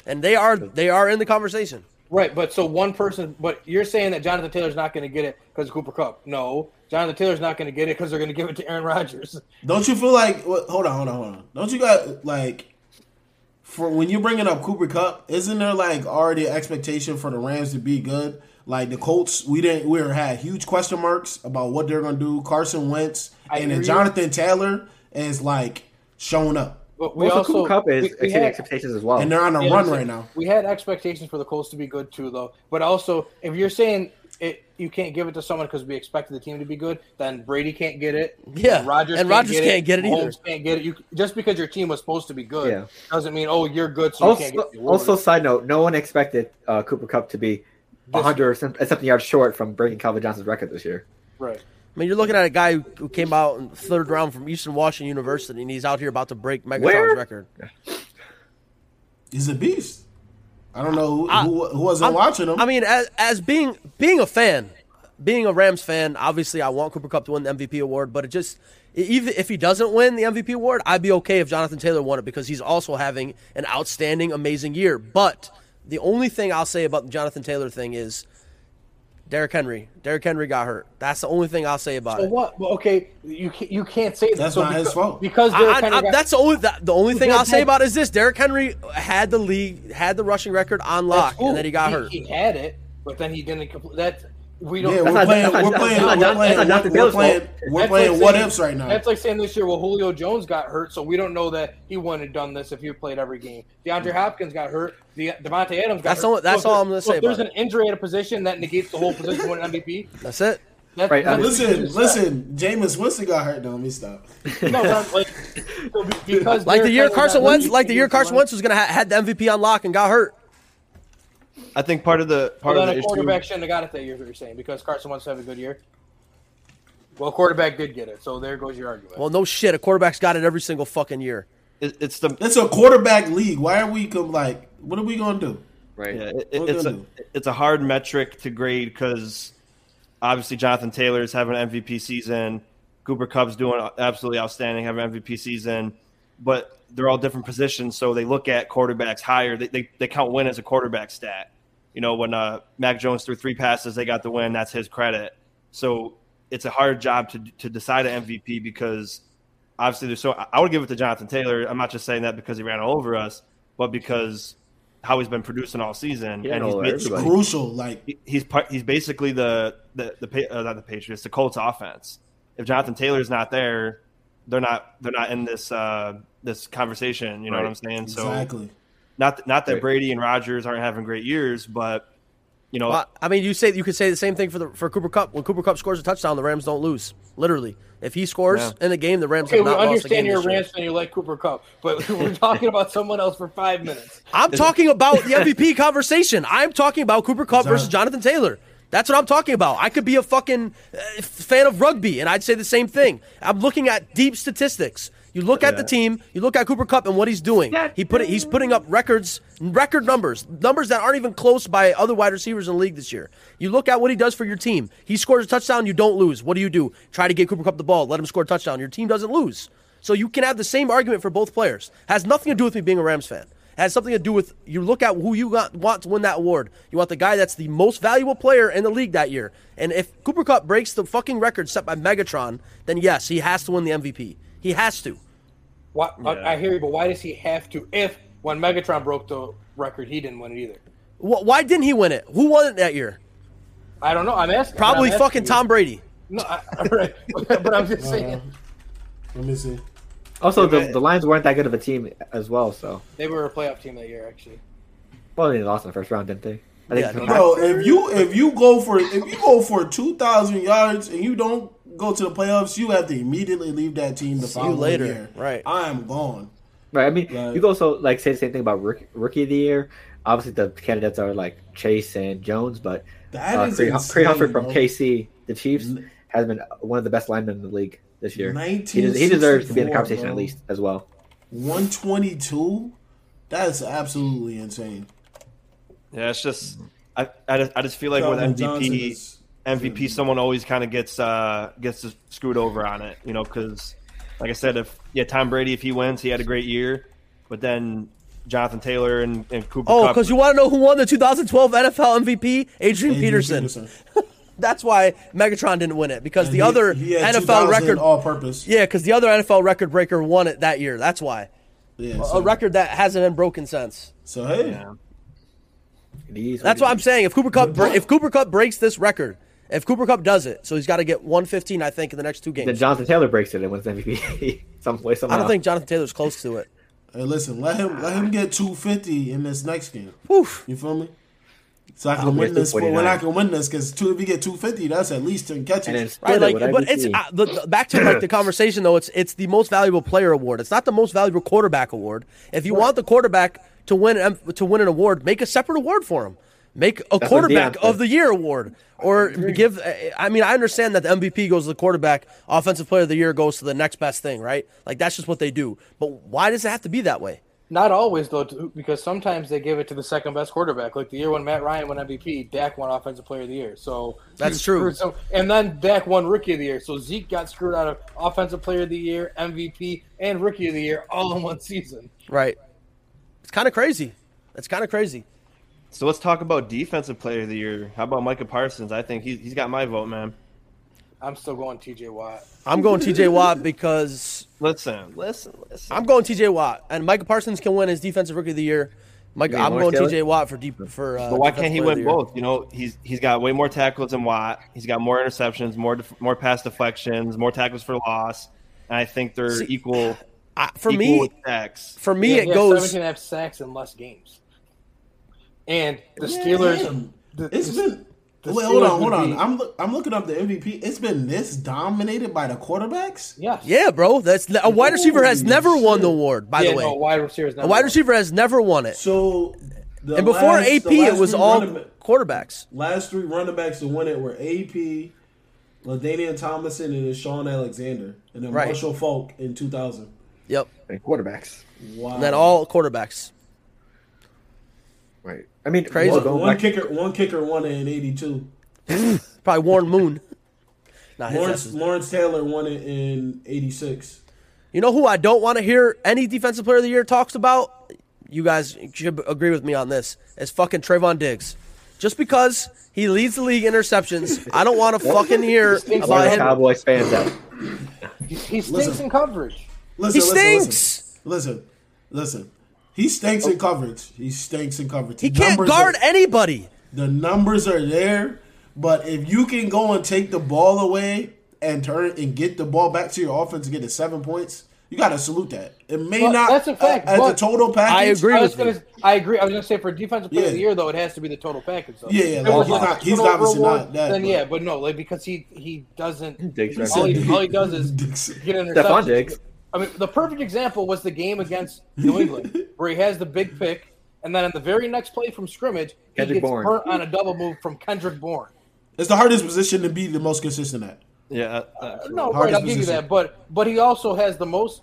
Speaker 4: And they are, they are in the conversation.
Speaker 3: Right, but so one person, but you're saying that Jonathan Taylor's not going to get it because of Cooper Cup. No, Jonathan Taylor's not going to get it because they're going to give it to Aaron Rodgers.
Speaker 1: Don't you feel like? wha- Hold on, hold on, hold on. Don't you got like for when you're bringing up Cooper Cup? Isn't there like already an expectation for the Rams to be good? Like the Colts, we didn't. We had huge question marks about what they're going to do. Carson Wentz
Speaker 3: I
Speaker 1: and
Speaker 3: hear
Speaker 1: then
Speaker 3: you.
Speaker 1: Jonathan Taylor is like showing up,
Speaker 3: But we
Speaker 2: Well, also,
Speaker 3: also
Speaker 2: Cooper Cup is
Speaker 3: we- we
Speaker 2: exceeding
Speaker 3: had-
Speaker 2: expectations as well.
Speaker 1: and they're on Oh, a
Speaker 3: Yeah,
Speaker 1: run
Speaker 3: listen,
Speaker 1: right now.
Speaker 3: We had expectations for the Colts to be good too, though. But also, if you're saying it, you can't give it to someone because we expected the team to be good, then Brady can't get it.
Speaker 4: Yeah,
Speaker 3: Rodgers
Speaker 4: and Rodgers can't get it either.
Speaker 3: Mahomes can't get it. You just because your team was supposed to be good
Speaker 2: Yeah.
Speaker 3: doesn't mean oh you're good, so you
Speaker 2: also,
Speaker 3: can't get the award.
Speaker 2: also, side note: no one expected uh, Cooper Cup to be
Speaker 3: This-
Speaker 2: 100 or some- something yards short from breaking Calvin Johnson's record this year.
Speaker 3: right.
Speaker 4: I mean, you're looking at a guy who came out in third round from Eastern Washington University, and he's out here about to break
Speaker 2: Where?
Speaker 4: Megatron's record.
Speaker 1: He's a beast. I don't know who,
Speaker 4: I-
Speaker 1: who, who wasn't
Speaker 4: I'm-
Speaker 1: watching him.
Speaker 4: I mean, as, as being being a fan, being a Rams fan, obviously I want Cooper Cup to win the MVP award, but it just e, even if he doesn't win the MVP award, I'd be okay if Jonathan Taylor won it because he's also having an outstanding, amazing year. But the only thing I'll say about the Jonathan Taylor thing is Derrick Henry. Derrick Henry got hurt. That's the only thing I'll say about
Speaker 3: So
Speaker 4: it.
Speaker 3: what? Well, okay, you can't, you can't say that.
Speaker 1: That's
Speaker 3: so
Speaker 1: not his
Speaker 3: because-
Speaker 1: fault.
Speaker 3: because
Speaker 4: I-
Speaker 3: Derrick
Speaker 4: I-
Speaker 3: Henry
Speaker 4: I-
Speaker 3: got-
Speaker 4: that's the only the, the only thing
Speaker 3: Derrick
Speaker 4: I'll say
Speaker 3: Henry-
Speaker 4: about it is this: Derrick Henry had the league, had the rushing record on lock,
Speaker 3: that's cool.
Speaker 4: and then he got hurt.
Speaker 3: He had it, but then he didn't complete. That's we don't.
Speaker 1: yeah,
Speaker 2: That's
Speaker 1: we're playing.
Speaker 2: not- that's not-
Speaker 1: We're
Speaker 2: that's
Speaker 1: playing. We're
Speaker 2: not- that's not
Speaker 1: playing.
Speaker 2: Jonathan
Speaker 1: We're
Speaker 2: Taylor's
Speaker 1: playing.
Speaker 2: fault.
Speaker 1: We're
Speaker 3: That's
Speaker 1: playing.
Speaker 3: like
Speaker 1: What
Speaker 3: saying-
Speaker 1: ifs right now?
Speaker 3: That's like saying this year, well, Julio Jones got hurt, so we don't know that he wouldn't have done this if he played every game.
Speaker 1: Mm.
Speaker 3: DeAndre Hopkins got hurt. De- Devontae Adams got
Speaker 4: That's
Speaker 3: hurt.
Speaker 4: all- that's
Speaker 3: So if
Speaker 4: all
Speaker 3: there-
Speaker 4: I'm gonna
Speaker 3: so
Speaker 4: say
Speaker 3: If there's
Speaker 4: about
Speaker 3: an injury at a position that negates the whole position winning MVP,
Speaker 4: That's it.
Speaker 3: that's
Speaker 2: Right,
Speaker 3: that's-
Speaker 1: Listen, listen. Jameis Winston got hurt. though. Let me stop.
Speaker 3: No, but I'm like, so
Speaker 1: (laughs)
Speaker 3: be- because
Speaker 4: Like the
Speaker 3: Derrick
Speaker 4: year
Speaker 3: Henry
Speaker 4: Carson
Speaker 3: got hurt,
Speaker 4: Wentz,
Speaker 3: you
Speaker 4: like the
Speaker 3: can't
Speaker 4: year
Speaker 3: give
Speaker 4: Carson
Speaker 3: someone-
Speaker 4: Wentz was gonna ha- had the MVP on lock and got hurt.
Speaker 5: I think part of the part
Speaker 3: Well, then
Speaker 5: of the
Speaker 3: a
Speaker 5: issue.
Speaker 3: quarterback shouldn't have got it that year. is What you're saying because Carson Wentz had a good year. Well, quarterback did get it, so there goes your argument.
Speaker 4: Well, no shit, a quarterback's got it every single fucking year.
Speaker 5: it- it's the
Speaker 1: It's a quarterback league. Why are we com- like? What are we gonna do?
Speaker 2: Right.
Speaker 5: Yeah, it,
Speaker 1: We're
Speaker 5: it's
Speaker 1: gonna
Speaker 5: a,
Speaker 1: do.
Speaker 5: it's a hard metric to grade because obviously Jonathan Taylor is having an MVP season. Cooper Cubs doing absolutely outstanding, having an MVP season, but they're all different positions, so they look at quarterbacks higher. They, they, they count win as a quarterback stat. You know, when uh, Mac Jones threw three passes, they got the win. That's his credit. So it's a hard job to to decide an MVP because obviously there's so I I would give it to Jonathan Taylor. I'm not just saying that because he ran all over us, but because how he's been producing all season,
Speaker 2: He ran
Speaker 5: and
Speaker 2: all over
Speaker 5: he's,
Speaker 1: It's
Speaker 2: Everybody.
Speaker 1: crucial. Like
Speaker 5: ba- he's part, he's basically the the the Pa- uh, not the Patriots, the Colts offense. If Jonathan Taylor's not there, they're not they're not in this uh, this conversation. You know what
Speaker 2: Right.
Speaker 5: I'm saying? So
Speaker 1: exactly.
Speaker 5: not not that
Speaker 2: Right.
Speaker 5: Brady and Rogers aren't having great years, but you know
Speaker 4: Well, Uh, I mean, you say you could say the same thing for the for Cooper Cup. When Cooper Cup scores a touchdown, the Rams don't lose. Literally, if he scores
Speaker 5: Yeah.
Speaker 4: in a game, the Rams
Speaker 3: Okay,
Speaker 4: have
Speaker 3: we
Speaker 4: not lost a game
Speaker 3: understand you're a
Speaker 4: this year.
Speaker 3: Rams fan. You like Cooper Cup, but (laughs) we're talking about someone else for five minutes.
Speaker 4: I'm talking about the MVP conversation. I'm talking about Cooper Cup
Speaker 1: John-
Speaker 4: versus Jonathan Taylor. That's what I'm talking about. I could be a fucking uh, f- fan of rugby, and I'd say the same thing. I'm looking at deep statistics. You look at the
Speaker 5: Yeah.
Speaker 4: team. You look at Cooper Cup and what he's doing. He put it, he's putting up records, record numbers, numbers that aren't even close by other wide receivers in the league this year. You look at what he does for your team. He scores a touchdown. You don't lose. What do you do? Try to get Cooper Cup the ball. Let him score a touchdown. Your team doesn't lose. So you can have the same argument for both players. Has nothing to do with me being a Rams fan. Has something to do with you look at who you got, want to win that award. You want the guy that's the most valuable player in the league that year. And if Cooper Cup breaks the fucking record set by Megatron, then yes, he has to win the MVP. He has to.
Speaker 3: Why, I, I hear you, but why does he have to? If when Megatron broke the record, he didn't win it either.
Speaker 4: Wh- Why didn't he win it? Who won it that year?
Speaker 3: I don't know. I'm asking.
Speaker 4: Probably
Speaker 3: I'm asking
Speaker 4: fucking
Speaker 3: you.
Speaker 4: Tom Brady.
Speaker 3: No, I, (laughs) right, but I'm just saying
Speaker 1: Let me see.
Speaker 2: Also, the, the Lions weren't that good of a team as well, so.
Speaker 3: they were a playoff team that year. Actually,
Speaker 2: Well, they lost in the first round, didn't they? I
Speaker 4: Yeah,
Speaker 2: think
Speaker 1: Bro, if you if you go for if you go for two thousand yards and you don't go to the playoffs, you have to immediately leave that team the
Speaker 4: See you
Speaker 1: following
Speaker 4: later.
Speaker 1: year.
Speaker 4: Right.
Speaker 1: I am gone.
Speaker 2: Right. I mean,
Speaker 1: Right.
Speaker 2: you could also like say the same thing about rookie, rookie of the year. Obviously, the candidates are like Chase and Jones, but uh,
Speaker 1: That is
Speaker 2: Creed
Speaker 1: insane,
Speaker 2: Creed Humphrey from
Speaker 1: bro.
Speaker 2: KC, the Chiefs,
Speaker 1: N-
Speaker 2: has been one of the best linemen in the league this year. He, des- he deserves to be in the
Speaker 1: 1964,
Speaker 2: conversation at
Speaker 1: bro.
Speaker 2: least as well.
Speaker 1: 122 that's absolutely insane
Speaker 5: Yeah, it's just I I just, I just feel like with
Speaker 1: Calvin Johnson
Speaker 5: MVP
Speaker 1: is-
Speaker 5: MVP someone always kind of gets uh gets screwed over on it, you know, because like I said, if yeah Tom Brady if he wins he had a great year, but then Jonathan Taylor and, and Cooper
Speaker 4: Oh,
Speaker 5: Kupp-
Speaker 4: because you want to know who won the 2012 NFL MVP? Adrian,
Speaker 1: Adrian
Speaker 4: Peterson. That's why Megatron didn't win it because
Speaker 1: And he-
Speaker 4: the other
Speaker 1: he had
Speaker 4: NFL
Speaker 1: 2000
Speaker 4: record.
Speaker 1: all-purpose.
Speaker 4: Yeah, because the other NFL record breaker won it that year. That's why
Speaker 1: Yeah,
Speaker 4: a
Speaker 1: so,
Speaker 4: record that hasn't been broken since.
Speaker 1: so hey,
Speaker 5: yeah.
Speaker 2: These
Speaker 4: That's
Speaker 2: would
Speaker 4: what I'm saying. If Cooper Cup bre- if Cooper Cup breaks this record, if Cooper Cup does it, so he's got to get 115, I think, in the next two
Speaker 2: be- Then
Speaker 4: games.
Speaker 2: Jonathan Taylor breaks it and wins MVP (laughs) some way somehow.
Speaker 4: I don't think Jonathan Taylor's close to it.
Speaker 1: hey, listen, let him let him get two fifty in this next game.
Speaker 4: Whew.
Speaker 1: You feel me? So I
Speaker 2: I'll
Speaker 1: can
Speaker 2: be
Speaker 1: win
Speaker 2: at
Speaker 1: this. But when I
Speaker 2: 249.
Speaker 1: can win this, because two if you get two fifty, that's at least ten
Speaker 2: And then
Speaker 1: catches.
Speaker 2: still
Speaker 4: Right, like,
Speaker 2: would
Speaker 4: but it's
Speaker 2: MVP.
Speaker 4: uh, the, the- back to like the conversation though. It's it's the most valuable player award. It's not the most valuable quarterback award. If you want the quarterback to win an- to win an award, make a separate award for him. Make a
Speaker 2: what
Speaker 4: quarterback
Speaker 2: Deion said.
Speaker 4: of the year award, or give. uh, I mean, I understand that the MVP goes to the quarterback, offensive player of the year goes to the next best thing, right? Like that's just what they do. But why does it have to be that way?
Speaker 3: Not always though, too, because sometimes they give it to the second best quarterback. Like the year when Matt Ryan won MVP, Dak won Offensive Player of the Year. So
Speaker 4: That's
Speaker 3: he
Speaker 4: true.
Speaker 3: screwed some- and then Dak won Rookie of the Year. So Zeke got screwed out of Offensive Player of the Year, MVP, and Rookie of the Year all in one season.
Speaker 4: Right? It's kind of crazy. It's kind of crazy.
Speaker 5: So let's talk about defensive player of the year. How about Micah Parsons? I think he's he's got my vote, man.
Speaker 3: I'm still going T.J. Watt.
Speaker 4: I'm going T.J. Watt because
Speaker 5: Listen, listen, listen.
Speaker 4: I'm going TJ Watt, and Micah Parsons can win his defensive rookie of the year. Mike,
Speaker 2: You mean
Speaker 4: I'm
Speaker 2: Lawrence
Speaker 4: going
Speaker 2: Taylor?
Speaker 4: TJ Watt for deep for. Uh,
Speaker 5: But why
Speaker 4: defensive
Speaker 5: can't he
Speaker 4: player of the
Speaker 5: win
Speaker 4: year.
Speaker 5: both? You know, he's he's got way more tackles than Watt. He's got more interceptions, more def- more pass deflections, more tackles for loss, and I think they're
Speaker 4: See,
Speaker 5: equal.
Speaker 4: I, (sighs) for
Speaker 5: equal
Speaker 4: me,
Speaker 5: with sacks.
Speaker 4: for me,
Speaker 3: Yeah,
Speaker 4: it
Speaker 3: yeah,
Speaker 4: goes.
Speaker 3: 17 and a half sacks in less games. And the
Speaker 1: Yeah,
Speaker 3: Steelers.
Speaker 1: damn.
Speaker 3: The,
Speaker 1: It's
Speaker 3: the-
Speaker 1: been.
Speaker 3: the
Speaker 1: Wait, hold
Speaker 3: Steelers
Speaker 1: on, hold
Speaker 3: would
Speaker 1: on.
Speaker 3: be-
Speaker 1: I'm look, I'm looking up the MVP. It's been this dominated by the quarterbacks.
Speaker 3: yes.
Speaker 4: Yeah, bro. That's a wide receiver has
Speaker 1: Holy
Speaker 4: never won the
Speaker 1: shit.
Speaker 4: award. By
Speaker 3: yeah,
Speaker 4: the way,
Speaker 3: no, wide receivers.
Speaker 4: a wide receiver has never won it.
Speaker 1: So, the
Speaker 4: and before
Speaker 1: last-
Speaker 4: AP,
Speaker 1: the last
Speaker 4: it was
Speaker 1: three
Speaker 4: all
Speaker 1: running ba-
Speaker 4: quarterbacks.
Speaker 1: last three running backs to win it were AP, Ladainian Thomason, and then Sean Alexander, and then
Speaker 4: Right.
Speaker 1: Marshall Falk in 2000.
Speaker 4: Yep,
Speaker 2: And quarterbacks.
Speaker 1: Wow.
Speaker 4: and then all quarterbacks.
Speaker 2: Right. I mean,
Speaker 4: Crazy.
Speaker 2: well,
Speaker 1: one,
Speaker 2: going
Speaker 1: one
Speaker 2: back-
Speaker 1: kicker, one kicker won it in '82.
Speaker 4: Probably Warren Moon. (laughs) Nah, his ass
Speaker 1: Lawrence,
Speaker 4: is-
Speaker 1: Lawrence Taylor won it in '86.
Speaker 4: you know who I don't want to hear any defensive player of the year talks about? You guys should agree with me on this. It's fucking Trayvon Diggs. Just because he leads the league in interceptions, I don't want to fucking hear
Speaker 3: stinks
Speaker 4: about
Speaker 2: One of the
Speaker 4: him.
Speaker 2: Cowboys fans out.
Speaker 3: He stinks
Speaker 1: Listen.
Speaker 3: in coverage.
Speaker 1: Listen,
Speaker 4: He
Speaker 1: listen,
Speaker 4: stinks! Oh.
Speaker 1: Listen, listen, listen. He stinks in coverage. He stinks in coverage.
Speaker 4: He can't guard anybody.
Speaker 1: The numbers are there, but if you can go and take the ball away and turn and get the ball back to your offense and get the seven points, you got to salute that. It may
Speaker 3: Well,
Speaker 1: not
Speaker 3: that's a fact,
Speaker 1: uh, as a
Speaker 3: but-
Speaker 1: total package.
Speaker 4: I
Speaker 1: (laughs)
Speaker 4: agree
Speaker 3: I
Speaker 4: with
Speaker 3: was
Speaker 4: you.
Speaker 3: gonna. I agree. I was gonna say for defensive player of the
Speaker 1: Yeah.
Speaker 3: year, though, it has to be the total package. Though.
Speaker 1: Yeah, yeah,
Speaker 3: If
Speaker 1: like,
Speaker 3: it was
Speaker 1: he's not- he's
Speaker 3: turnover
Speaker 1: obviously
Speaker 3: award,
Speaker 1: not that,
Speaker 3: Then
Speaker 1: but-
Speaker 3: yeah, but no, like because he he doesn't.
Speaker 2: Diggs, right?
Speaker 3: All he,
Speaker 1: said-
Speaker 3: all he does
Speaker 2: (laughs)
Speaker 3: is
Speaker 1: Diggs.
Speaker 3: get an
Speaker 2: Stephon
Speaker 3: interception.
Speaker 2: Diggs.
Speaker 3: I mean, the perfect example was the game against
Speaker 1: (laughs)
Speaker 3: New England, where he has the big pick, and then on the very next play from scrimmage, he
Speaker 2: Kendrick
Speaker 3: gets
Speaker 2: Bourne.
Speaker 3: burnt on a double move from Kendrick Bourne.
Speaker 1: It's the hardest position to be the most consistent at.
Speaker 5: yeah, uh,
Speaker 3: No,
Speaker 1: Hardest
Speaker 3: right, I'll give you
Speaker 1: position.
Speaker 3: that. But but he also has the most.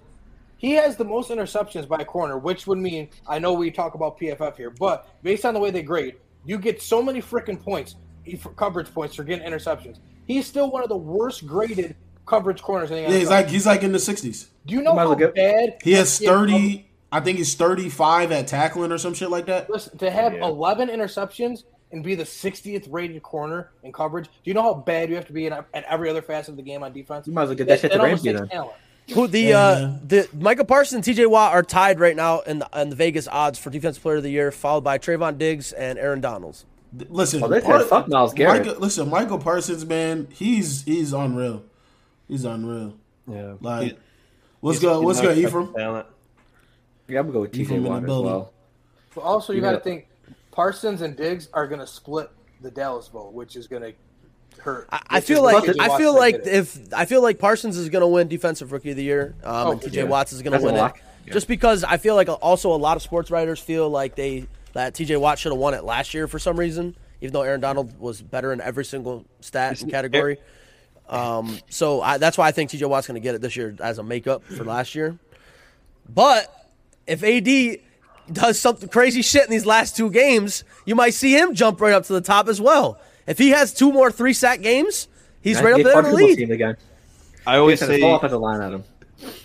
Speaker 3: He has the most interceptions by a corner, which would mean I know we talk about PFF here, but based on the way they grade, you get so many freaking points, e- for coverage points for getting interceptions. He's still one of the worst graded coverage corners in the
Speaker 1: Yeah,
Speaker 3: NFL.
Speaker 1: he's like he's like in the sixties.
Speaker 3: Do you know
Speaker 2: Might as
Speaker 3: how
Speaker 2: well get-
Speaker 3: bad
Speaker 1: He has
Speaker 3: Yeah,
Speaker 1: thirty. I think he's thirty-five at tackling or some shit like that.
Speaker 3: Listen, to have
Speaker 2: Yeah.
Speaker 3: 11 interceptions and be the 60th rated corner in coverage, do you know how bad you have to be in, at every other facet of the game on defense?
Speaker 2: You might as well get that shit to
Speaker 3: almost
Speaker 2: Ramsey
Speaker 3: takes
Speaker 2: then.
Speaker 3: talent.
Speaker 4: Who the uh, the Michael Parsons and TJ Watt are tied right now in the, in the Vegas odds for defensive player of the year, followed by Trayvon Diggs and Aaron Donalds.
Speaker 1: Listen,
Speaker 2: Oh, this
Speaker 1: part-
Speaker 2: has fuck Miles Garrett.
Speaker 1: Michael, listen, Michael Parsons, man, he's he's unreal. He's unreal.
Speaker 5: yeah.
Speaker 1: Like,
Speaker 5: He-
Speaker 1: what's
Speaker 5: he's-
Speaker 1: good?
Speaker 5: he's
Speaker 1: What's
Speaker 5: not
Speaker 1: good, Ephraim?
Speaker 5: accepting Talent.
Speaker 2: Yeah, I'm gonna go with
Speaker 1: Leave him
Speaker 2: TJ
Speaker 1: in the
Speaker 2: Watt as
Speaker 1: building.
Speaker 2: well.
Speaker 3: But also, you
Speaker 2: Yeah.
Speaker 3: got to think Parsons and Diggs are going to split the Dallas vote, which is going to hurt.
Speaker 4: I, I
Speaker 3: Which is
Speaker 4: feel
Speaker 3: why
Speaker 4: like
Speaker 3: TJ
Speaker 4: I
Speaker 3: Watt's
Speaker 4: feel
Speaker 3: gonna
Speaker 4: like
Speaker 3: get it.
Speaker 4: if I feel like Parsons is going to win defensive rookie of the year, um,
Speaker 3: Oh,
Speaker 4: and TJ
Speaker 3: yeah.
Speaker 4: Watts is going
Speaker 2: That's
Speaker 4: to
Speaker 2: a
Speaker 4: win it,
Speaker 2: lock. Yeah.
Speaker 4: just because I feel like also a lot of sports writers feel like they that TJ Watt should have won it last year for some reason, even though Aaron Donald was better in every single stat and category. Um, so I, that's why I think TJ Watt's going to get it this year as a makeup for last year. But if AD does something crazy shit in these last two games, you might see him jump right up to the top as well. If he has two more three sack games, he's right up there in the lead.
Speaker 2: Team again.
Speaker 5: I
Speaker 2: They
Speaker 5: always
Speaker 2: sent a
Speaker 5: say
Speaker 2: full offensive line at him.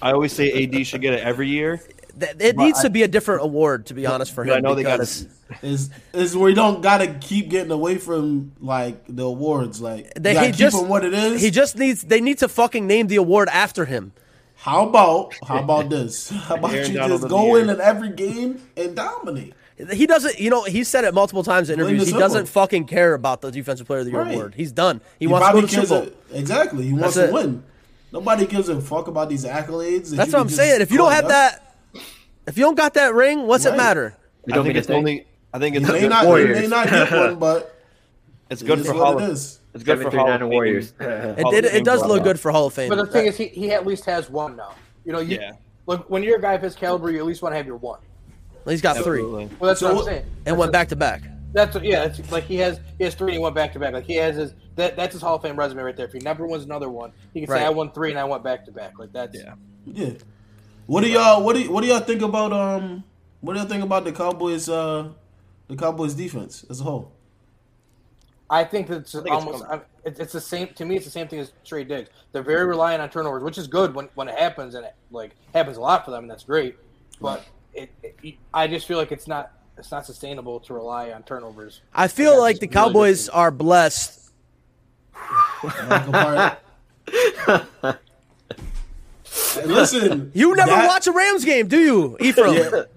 Speaker 5: I always say AD should get it every year.
Speaker 4: Th- It needs to be a different award, to be honest, for him.
Speaker 5: But I know they got
Speaker 4: because
Speaker 1: Is is we don't gotta keep getting away from like the awards. Like
Speaker 4: They-
Speaker 1: they, gotta
Speaker 4: he
Speaker 1: keep
Speaker 4: just-
Speaker 1: them what it is.
Speaker 4: he just needs. They need to fucking name the award after him.
Speaker 1: how about how about this? (laughs) How about
Speaker 5: Aaron
Speaker 1: you
Speaker 5: Donald
Speaker 1: just
Speaker 5: of
Speaker 1: go
Speaker 5: the
Speaker 1: in
Speaker 5: year.
Speaker 1: at every game and dominate?
Speaker 4: He doesn't. You know, he said it multiple times in
Speaker 1: Blame
Speaker 4: interviews.
Speaker 1: the
Speaker 4: He
Speaker 1: Super Bowl.
Speaker 4: doesn't fucking care about the defensive player of the year
Speaker 1: Right.
Speaker 4: award. He's done.
Speaker 1: He
Speaker 4: He, wants to go
Speaker 1: probably
Speaker 4: to the Super
Speaker 1: gives
Speaker 4: Bowl.
Speaker 1: a, exactly. He wants
Speaker 4: That's
Speaker 1: to
Speaker 4: it.
Speaker 1: win. Nobody gives a fuck about these accolades. that you
Speaker 4: That's what
Speaker 1: can
Speaker 4: I'm
Speaker 1: just
Speaker 4: saying. If you
Speaker 1: call
Speaker 4: don't have
Speaker 1: up.
Speaker 4: that, if you don't got that ring, what's it
Speaker 1: Right.
Speaker 4: matter?
Speaker 2: You
Speaker 5: I
Speaker 2: don't
Speaker 5: think
Speaker 2: mean
Speaker 5: it's
Speaker 2: to think.
Speaker 5: only. I think it's
Speaker 1: you may
Speaker 5: good,
Speaker 1: not, you
Speaker 2: Warriors.
Speaker 1: may not get
Speaker 5: (laughs)
Speaker 1: one, but
Speaker 5: it's
Speaker 1: it
Speaker 5: good
Speaker 1: is
Speaker 5: for
Speaker 1: what
Speaker 5: Hall.
Speaker 1: it
Speaker 5: Of,
Speaker 1: is.
Speaker 5: it's good
Speaker 2: Seven
Speaker 5: for
Speaker 2: three
Speaker 5: Hall
Speaker 2: nine (laughs)
Speaker 5: of
Speaker 2: Warriors.
Speaker 5: Fame.
Speaker 4: It
Speaker 5: Hall of
Speaker 4: did. It
Speaker 5: Fame
Speaker 4: does look
Speaker 5: dropout.
Speaker 4: good for Hall of Fame.
Speaker 3: But the thing is, he, he at least has one now. You know, you,
Speaker 5: Yeah,
Speaker 3: look, when you're a guy of his caliber, you at least want to have your one.
Speaker 4: he's got three
Speaker 5: absolutely.
Speaker 3: Well, that's
Speaker 1: So
Speaker 3: what I'm
Speaker 1: what-
Speaker 3: saying.
Speaker 4: and went back to back.
Speaker 3: That's what- yeah. That's, like he has he has three and he went back to back. Like he has his that that's his Hall of Fame resume right there. If he never wins another one, he can
Speaker 4: Right.
Speaker 3: say I won three and I went back to back. Like that's
Speaker 5: Yeah.
Speaker 1: Yeah. What do y'all what do y- what do y'all think about um what do y'all think about the Cowboys uh the Cowboys defense as a whole?
Speaker 3: I think that's
Speaker 5: think it's
Speaker 3: almost it's,
Speaker 5: coming.
Speaker 3: it's, it's the same to me. It's the same thing as Trey Diggs. They're very reliant on turnovers, which is good when, when it happens and it like happens a lot for them, and that's great. But it, it, I just feel like it's not it's not sustainable to rely on turnovers.
Speaker 4: I
Speaker 3: Yeah,
Speaker 4: feel
Speaker 3: it's
Speaker 4: like the
Speaker 3: really good
Speaker 4: Cowboys
Speaker 3: team.
Speaker 4: are blessed.
Speaker 1: Michael Park. Hey, Listen,
Speaker 4: You never
Speaker 1: that-
Speaker 4: watch a Rams game,
Speaker 1: (laughs)
Speaker 4: do you, Ephraim?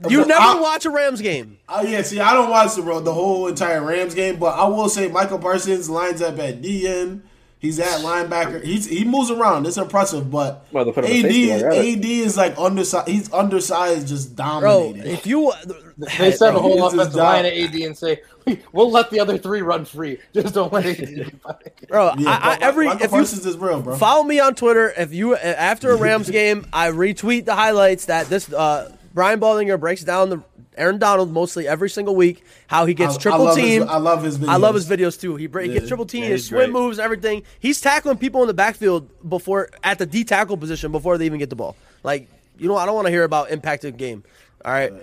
Speaker 4: You
Speaker 1: Well,
Speaker 4: never
Speaker 1: I-
Speaker 4: watch a Rams game.
Speaker 1: Oh yeah, see, I don't watch the ro- the whole entire Rams game, but I will say Michael Parsons lines up at DN. He's at linebacker. He's he moves around. It's impressive, but
Speaker 2: Well, they put him at
Speaker 1: AD
Speaker 2: safety,
Speaker 1: is,
Speaker 2: I read it.
Speaker 1: AD is like undersized. He's undersized, just
Speaker 4: Bro,
Speaker 1: dominating.
Speaker 4: if you uh,
Speaker 3: They send a
Speaker 1: bro, he
Speaker 3: whole
Speaker 1: is just
Speaker 3: offensive line at
Speaker 1: dominant.
Speaker 3: AD and say, "We'll let the other three run free. Just don't let AD." get by."
Speaker 4: bro,
Speaker 1: Yeah,
Speaker 4: I, I,
Speaker 1: but Mi-
Speaker 4: every
Speaker 1: Michael
Speaker 4: if you
Speaker 1: Parsons is real, bro.
Speaker 4: Follow me on Twitter. If you uh, after a Rams game, I retweet the highlights that this uh, Brian Baldinger breaks down the Aaron Donald mostly every single week. How he
Speaker 1: I-
Speaker 4: gets
Speaker 1: I
Speaker 4: triple
Speaker 1: love his-
Speaker 4: teamed.
Speaker 1: I love his
Speaker 4: I love
Speaker 1: videos.
Speaker 4: his videos too. He, break, he gets
Speaker 1: Yeah.
Speaker 4: triple teamed.
Speaker 5: Yeah,
Speaker 4: his
Speaker 5: he's
Speaker 4: swim
Speaker 5: great.
Speaker 4: moves, everything. He's tackling people in the backfield before at the D tackle position before they even get the ball. Like you know, I don't want to hear about impacted game. All right.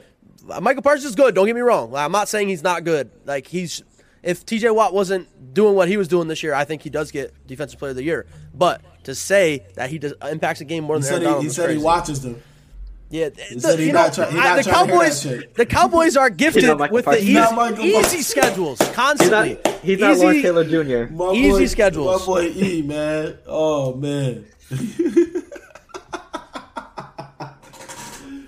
Speaker 4: Michael Parsons is good. Don't get me wrong. I'm not saying he's not good. Like he's, if T.J. Watt wasn't doing what he was doing this year, I think he does get Defensive Player of the Year. But to say that he does impacts the game more
Speaker 1: He
Speaker 4: than
Speaker 1: said
Speaker 4: Aaron
Speaker 1: he,
Speaker 4: Donald
Speaker 1: he
Speaker 4: is
Speaker 1: said he
Speaker 4: crazy.
Speaker 1: watches them.
Speaker 4: yeah, the,
Speaker 1: said he
Speaker 4: you know,
Speaker 1: not try- he
Speaker 4: I-
Speaker 1: not
Speaker 4: the
Speaker 1: trying to hear that
Speaker 4: Cowboys,
Speaker 1: shit.
Speaker 4: the Cowboys are gifted
Speaker 2: Michael
Speaker 4: with the
Speaker 2: Parsons.
Speaker 4: easy,
Speaker 1: He's not Michael
Speaker 4: easy
Speaker 1: Parsons.
Speaker 4: schedules
Speaker 2: He's not.
Speaker 4: constantly.
Speaker 2: He's not Lawrence
Speaker 4: Easy-
Speaker 2: Taylor Jr.
Speaker 1: My
Speaker 4: Easy
Speaker 1: boy,
Speaker 4: schedules.
Speaker 1: My boy E, man. Oh man. (laughs)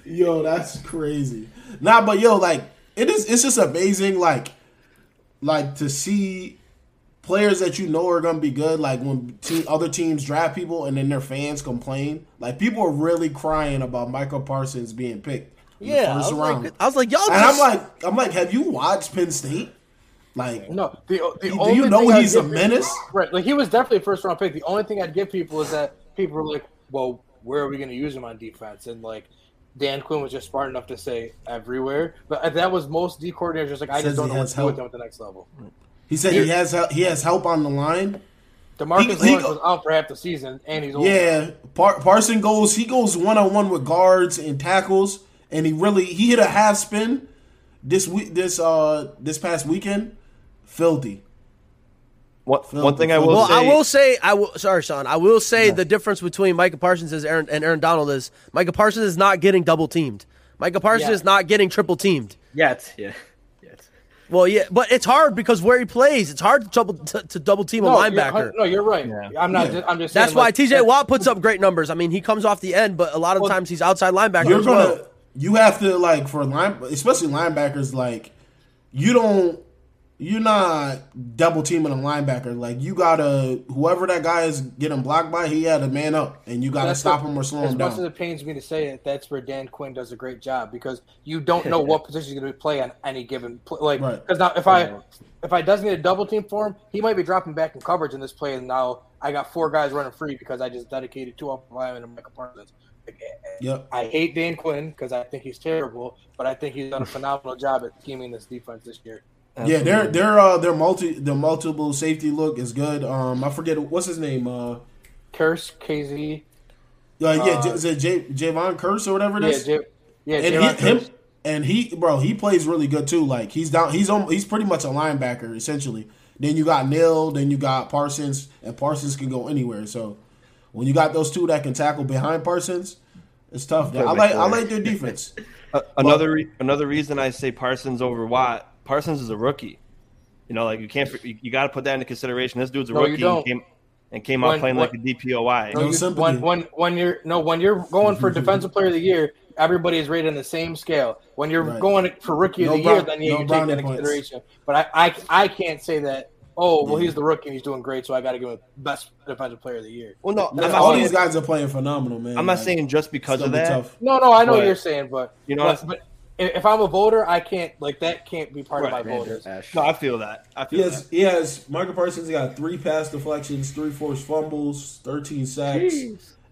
Speaker 1: yo, that's crazy. Nah, but yo, like it is. It's just amazing, like, like to see players that you know are gonna be good. Like when team, other teams draft people and then their fans complain. Like people are really crying about Michael Parsons being picked. in the
Speaker 4: Yeah, I
Speaker 1: first
Speaker 4: was,
Speaker 1: round.
Speaker 4: like, I was like, y'all.
Speaker 1: and
Speaker 4: just-
Speaker 1: I'm like, I'm like, have you watched Penn State? Like,
Speaker 3: No, the, the
Speaker 1: Do you
Speaker 3: only
Speaker 1: know
Speaker 3: thing I'd
Speaker 1: he's a
Speaker 3: give-
Speaker 1: menace?
Speaker 3: Right, like he was definitely a first round pick. The only thing I'd give people is that people were like, "Well, where are we going to use him on defense?" And like Dan Quinn was just smart enough to say everywhere, but uh, that was most D coordinators just like, "I
Speaker 1: Says
Speaker 3: just don't
Speaker 1: he
Speaker 3: know what
Speaker 1: has
Speaker 3: to do with
Speaker 1: help.
Speaker 3: him at the next level."
Speaker 1: He said he has hel- he has help on the line.
Speaker 3: Demarcus
Speaker 1: He- he
Speaker 3: Lawrence
Speaker 1: go-
Speaker 3: was out for half the season, and he's old.
Speaker 1: Yeah, Par- Parson goes he goes one on one with guards and tackles, and he really he hit a half spin this week this uh this past weekend, filthy.
Speaker 5: One, one thing I will
Speaker 4: Well,
Speaker 5: say,
Speaker 4: I will say, I will. Sorry, Sean. I will say the difference between Micah Parsons is Aaron, and Aaron Donald is Micah Parsons is not getting double teamed. Micah Parsons
Speaker 3: Yeah.
Speaker 4: is not getting triple teamed.
Speaker 2: Yet. Yeah. Yet.
Speaker 4: Well, yeah, but it's hard because where he plays, it's hard to double to, to double team
Speaker 3: no,
Speaker 4: a
Speaker 3: you're-
Speaker 4: linebacker.
Speaker 3: no, you're right. I'm not.
Speaker 1: Yeah.
Speaker 3: I'm just.
Speaker 4: That's
Speaker 3: saying,
Speaker 4: why
Speaker 3: like,
Speaker 4: T.J. Watt puts up great numbers. I mean, he comes off the end, but a lot of
Speaker 3: Well,
Speaker 4: times he's outside linebacker
Speaker 1: You're
Speaker 4: as well.
Speaker 1: gonna you have to like for line especially linebackers like you don't you're not double teaming a linebacker like you gotta whoever that guy is getting blocked by he had a man up and you gotta
Speaker 3: That's
Speaker 1: stop
Speaker 3: what-
Speaker 1: him or slow
Speaker 3: As
Speaker 1: him
Speaker 3: much as
Speaker 1: down.
Speaker 3: it pains me to say it, that's where Dan Quinn does a great job because you don't
Speaker 1: (laughs)
Speaker 3: know what position he's going to play on any given play. Like,
Speaker 1: Right.
Speaker 3: because now if I if I does need a double team for him, he might be dropping back in coverage in this play, and now I got four guys running free because I just dedicated two off linemen and Michael Parsons. Like,
Speaker 1: Yep.
Speaker 3: I hate Dan Quinn because I think he's terrible, but I
Speaker 1: (laughs)
Speaker 3: think he's done a phenomenal job at scheming this defense this year.
Speaker 1: Yeah, their their uh their multi their multiple safety look is good. Um, I forget what's his name. Uh, uh
Speaker 3: Curse KZ,
Speaker 1: yeah,
Speaker 3: Uh,
Speaker 5: Uh,
Speaker 1: J- is it J- Javon Curse or whatever it
Speaker 3: yeah,
Speaker 1: is?
Speaker 3: J- yeah,
Speaker 1: and
Speaker 3: J-Ron
Speaker 1: he, him
Speaker 3: Curse.
Speaker 1: And he, bro, he plays really good too. Like he's down, he's on, he's pretty much a linebacker essentially. Then you got Neil, then you got Parsons, and Parsons can go anywhere. So when you got those two that can tackle behind Parsons, it's tough. I like I like their defense.
Speaker 5: Uh, another re- another reason I say Parsons over Watt. Parsons is a rookie. You know, like you can't you, you got to put that into consideration. This dude's a
Speaker 3: No, you
Speaker 5: rookie and
Speaker 3: don't.
Speaker 5: came and came
Speaker 3: When-
Speaker 5: out playing like a
Speaker 3: when-
Speaker 5: DPOY.
Speaker 1: No
Speaker 3: No, you,
Speaker 1: sympathy.
Speaker 3: when, when when you're no when you're going
Speaker 1: (laughs)
Speaker 3: for defensive player of the year, everybody is rated on the same scale. When you're
Speaker 1: Right.
Speaker 3: going for rookie of
Speaker 1: No
Speaker 3: the
Speaker 1: Brown-
Speaker 3: year, then yeah,
Speaker 1: no
Speaker 3: you take
Speaker 1: brownie
Speaker 3: that into
Speaker 1: points.
Speaker 3: consideration. But I, I I can't say that. Oh well,
Speaker 1: Yeah.
Speaker 3: he's the rookie and he's doing great, so I got to give him best defensive player of the year.
Speaker 5: Well, no, (laughs) I'm
Speaker 1: Like,
Speaker 5: not,
Speaker 1: all
Speaker 5: saying-
Speaker 1: these guys are playing phenomenal, man.
Speaker 5: I'm not
Speaker 1: Like,
Speaker 5: saying just
Speaker 1: it's
Speaker 5: because
Speaker 1: gonna
Speaker 5: of
Speaker 1: be
Speaker 5: that.
Speaker 3: No, no, I know
Speaker 5: But-
Speaker 3: what you're saying, but
Speaker 5: You know,
Speaker 3: but, but i- if I'm a voter, I can't like that can't be part
Speaker 5: Right.
Speaker 3: of my voters.
Speaker 2: Ash.
Speaker 5: no, I feel that. I feel
Speaker 1: He has, he has Michael Parsons got three pass deflections, three forced fumbles, thirteen sacks,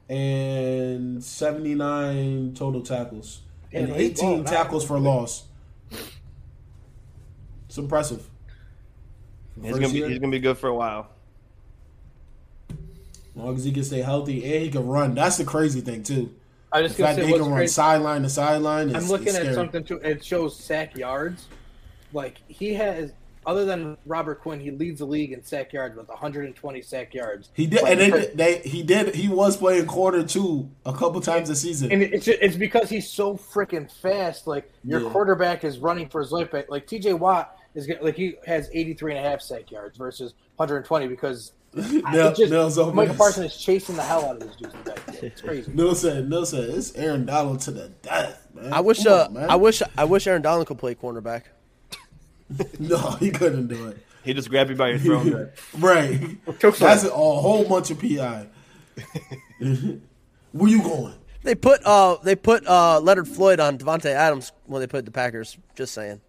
Speaker 1: and seventy nine total tackles,
Speaker 3: Damn,
Speaker 1: and
Speaker 3: he's
Speaker 1: eighteen
Speaker 3: balling out.
Speaker 1: tackles for loss. It's impressive.
Speaker 5: that. He's
Speaker 1: First
Speaker 5: gonna be
Speaker 1: year.
Speaker 5: he's gonna be good for a while.
Speaker 1: As long as he can stay healthy and he can run, that's the crazy thing too.
Speaker 3: I'm
Speaker 1: The
Speaker 3: just gonna
Speaker 1: fact that
Speaker 3: say
Speaker 1: he
Speaker 3: what's
Speaker 1: can run
Speaker 3: crazy.
Speaker 1: sideline to sideline. Is,
Speaker 3: I'm looking
Speaker 1: is
Speaker 3: at
Speaker 1: scary.
Speaker 3: something too. It shows sack yards. Like he has, other than Robert Quinn, he leads the league in sack yards with 120 sack yards.
Speaker 1: He did,
Speaker 3: Like,
Speaker 1: and they,
Speaker 3: for-
Speaker 1: they he did. He was playing quarter two a couple times a season.
Speaker 3: and it's it's because he's so freaking fast. Like your
Speaker 1: Yeah.
Speaker 3: quarterback is running for his life. But like T.J. Watt is gonna, like he has 83 and a half sack yards versus 120
Speaker 1: (laughs)
Speaker 3: because
Speaker 1: Nil-
Speaker 3: it's just-
Speaker 1: Nils Open
Speaker 3: Michael
Speaker 1: is-
Speaker 3: Parsons is chasing the hell out of this dude. It's crazy.
Speaker 1: (laughs) Nil said, Nil said, it's Aaron Donald to the death, man.
Speaker 4: I wish
Speaker 1: Come
Speaker 4: uh,
Speaker 1: on, man.
Speaker 4: I wish I wish Aaron Donald could play cornerback.
Speaker 1: (laughs) No, he couldn't do it.
Speaker 5: He just grabbed you by your throat. and-
Speaker 1: right. That's a whole bunch of PI. Where you going?
Speaker 4: They put uh they put uh Leonard Floyd on Devontae Adams when they put the Packers. Just saying.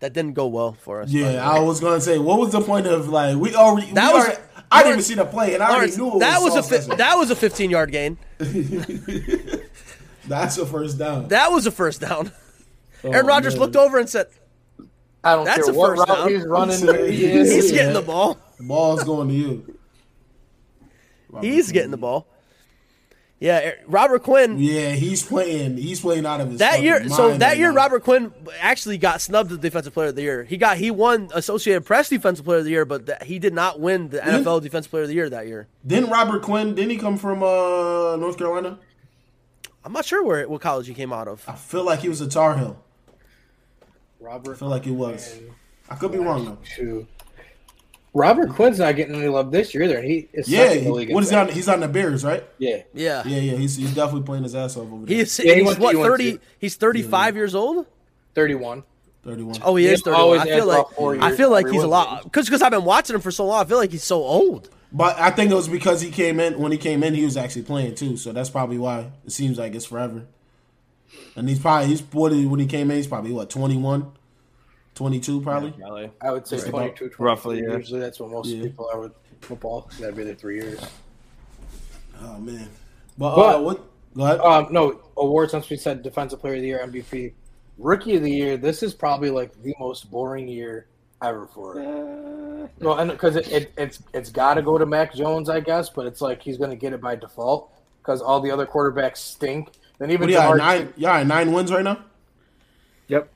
Speaker 4: That didn't go well for us. by the way.
Speaker 1: Yeah, I was gonna say, what was the point of like we already?
Speaker 4: That
Speaker 1: we
Speaker 4: was-
Speaker 1: already- I didn't even
Speaker 4: Lawrence-
Speaker 1: see the play, and I already
Speaker 4: Lawrence,
Speaker 1: knew it
Speaker 4: that was a
Speaker 1: Sauce
Speaker 4: fi-
Speaker 1: Gardner.
Speaker 4: that was a 15 yard gain.
Speaker 1: That's a first down.
Speaker 4: That was a first down.
Speaker 1: (laughs)
Speaker 4: Aaron
Speaker 1: Oh,
Speaker 4: Rodgers
Speaker 1: man.
Speaker 4: looked over and said,
Speaker 3: I don't
Speaker 4: That's
Speaker 3: care
Speaker 4: a
Speaker 3: what
Speaker 4: first
Speaker 3: route
Speaker 4: down.
Speaker 3: he's running. Where he is.
Speaker 4: (laughs) "He's
Speaker 1: Yeah.
Speaker 4: getting the ball.
Speaker 1: The ball's going to you. Robert
Speaker 4: He's
Speaker 1: Quinn.
Speaker 4: getting the ball." Yeah, Er- Robert Quinn
Speaker 1: Yeah, he's playing. He's playing out of his
Speaker 4: that
Speaker 1: fucking
Speaker 4: year. So
Speaker 1: mind
Speaker 4: that
Speaker 1: right
Speaker 4: year,
Speaker 1: now.
Speaker 4: Robert Quinn actually got snubbed as Defensive Player of the Year. He got he won Associated Press Defensive Player of the Year, but that, he did not win the NFL Defensive Player of the Year that year.
Speaker 1: Didn't Robert Quinn? Didn't he come from uh, North Carolina?
Speaker 4: I'm not sure where what college he came out of.
Speaker 1: I feel like he was a Tar Heel. I
Speaker 3: Robert
Speaker 1: feel like he was. I could be wrong though.
Speaker 3: Shoot. Robert Quinn's not getting any love this year either. and He is
Speaker 1: Yeah,
Speaker 3: second in
Speaker 1: he,
Speaker 3: the league in
Speaker 1: what is he
Speaker 3: sacks.
Speaker 1: on? He's on the Bears, right?
Speaker 3: Yeah,
Speaker 4: Yeah,
Speaker 1: Yeah, yeah. He's, he's definitely playing his ass off over there.
Speaker 4: he is.
Speaker 3: Yeah, he
Speaker 4: he's
Speaker 3: went-
Speaker 4: what
Speaker 3: he went
Speaker 4: thirty?
Speaker 3: to-
Speaker 4: He's thirty five
Speaker 1: Mm.
Speaker 4: years old.
Speaker 3: thirty-one.
Speaker 1: thirty-one.
Speaker 4: Oh, he
Speaker 3: He
Speaker 4: is thirty one.
Speaker 3: always
Speaker 4: I
Speaker 3: adds
Speaker 4: feel
Speaker 3: about four
Speaker 4: like I
Speaker 3: years
Speaker 4: feel like
Speaker 3: every
Speaker 4: he's a
Speaker 3: one.
Speaker 4: lot because because I've been watching him for so long. I feel like he's so old.
Speaker 1: but I think it was because he came in. When he came in, he was actually playing too. So that's probably why it seems like it's forever. And he's probably he's what he- when he came in, he's probably what 21, 22 probably. (laughs)
Speaker 5: Probably.
Speaker 3: I would say
Speaker 1: Right.
Speaker 3: 22,
Speaker 5: Roughly,
Speaker 3: roughly.
Speaker 5: yeah.
Speaker 3: Usually, that's what most
Speaker 1: Yeah.
Speaker 3: people are with football. That'd be the three years.
Speaker 1: Oh man. But, uh,
Speaker 3: But-
Speaker 1: what? Go ahead.
Speaker 3: Um, no awards. Since we said defensive player of the year, MVP, rookie of the year. This is probably like the most boring year ever for it. Well, and because it, it, it's it's got to go to Mac Jones, I guess, but it's like he's going to get it by default because all the other quarterbacks stink. Then even
Speaker 1: what yeah,
Speaker 3: Jamar-
Speaker 1: nine. Yeah, nine wins right now.
Speaker 2: Yep.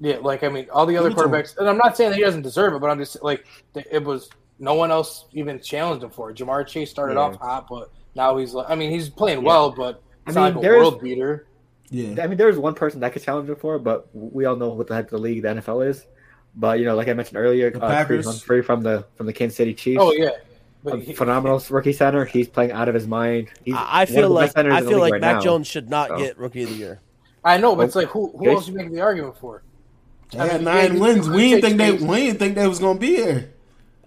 Speaker 3: Yeah, like I mean, all the other
Speaker 1: Give it to him.
Speaker 3: quarterbacks, and I'm not saying that he doesn't deserve it, but I'm just like th- it was no one else even challenged him for it. Jamar Chase started
Speaker 2: Yeah.
Speaker 3: off hot, but now he's like, I mean, he's playing well, but
Speaker 2: I
Speaker 3: it's
Speaker 2: mean,
Speaker 3: not like a
Speaker 2: there's-
Speaker 3: world beater.
Speaker 1: Yeah.
Speaker 2: I mean, there's one person that could challenge him for, it, but we all know what the heck the league the NFL is. But you know, like I mentioned earlier,
Speaker 1: The
Speaker 2: uh,
Speaker 1: Packers.
Speaker 2: Humphrey from the from the Kansas City Chiefs.
Speaker 3: Oh yeah,
Speaker 2: a
Speaker 3: but he,
Speaker 2: phenomenal rookie center. He's playing out of his mind. He's
Speaker 4: I I
Speaker 2: one
Speaker 4: feel
Speaker 2: of the
Speaker 4: like
Speaker 2: best centers
Speaker 4: I
Speaker 2: in the
Speaker 4: feel
Speaker 2: league
Speaker 4: like
Speaker 2: right
Speaker 4: Mac
Speaker 2: now.
Speaker 4: Jones should not
Speaker 2: So.
Speaker 4: get Rookie of the Year.
Speaker 3: I know, but it's like who who
Speaker 2: Chase-
Speaker 3: else you making the argument for?
Speaker 1: They
Speaker 3: I
Speaker 1: had
Speaker 3: mean,
Speaker 1: nine
Speaker 3: yeah,
Speaker 1: wins.
Speaker 3: you-
Speaker 1: We
Speaker 3: you
Speaker 1: didn't think
Speaker 3: take
Speaker 1: they
Speaker 3: Chase.
Speaker 1: we didn't think they was gonna be here.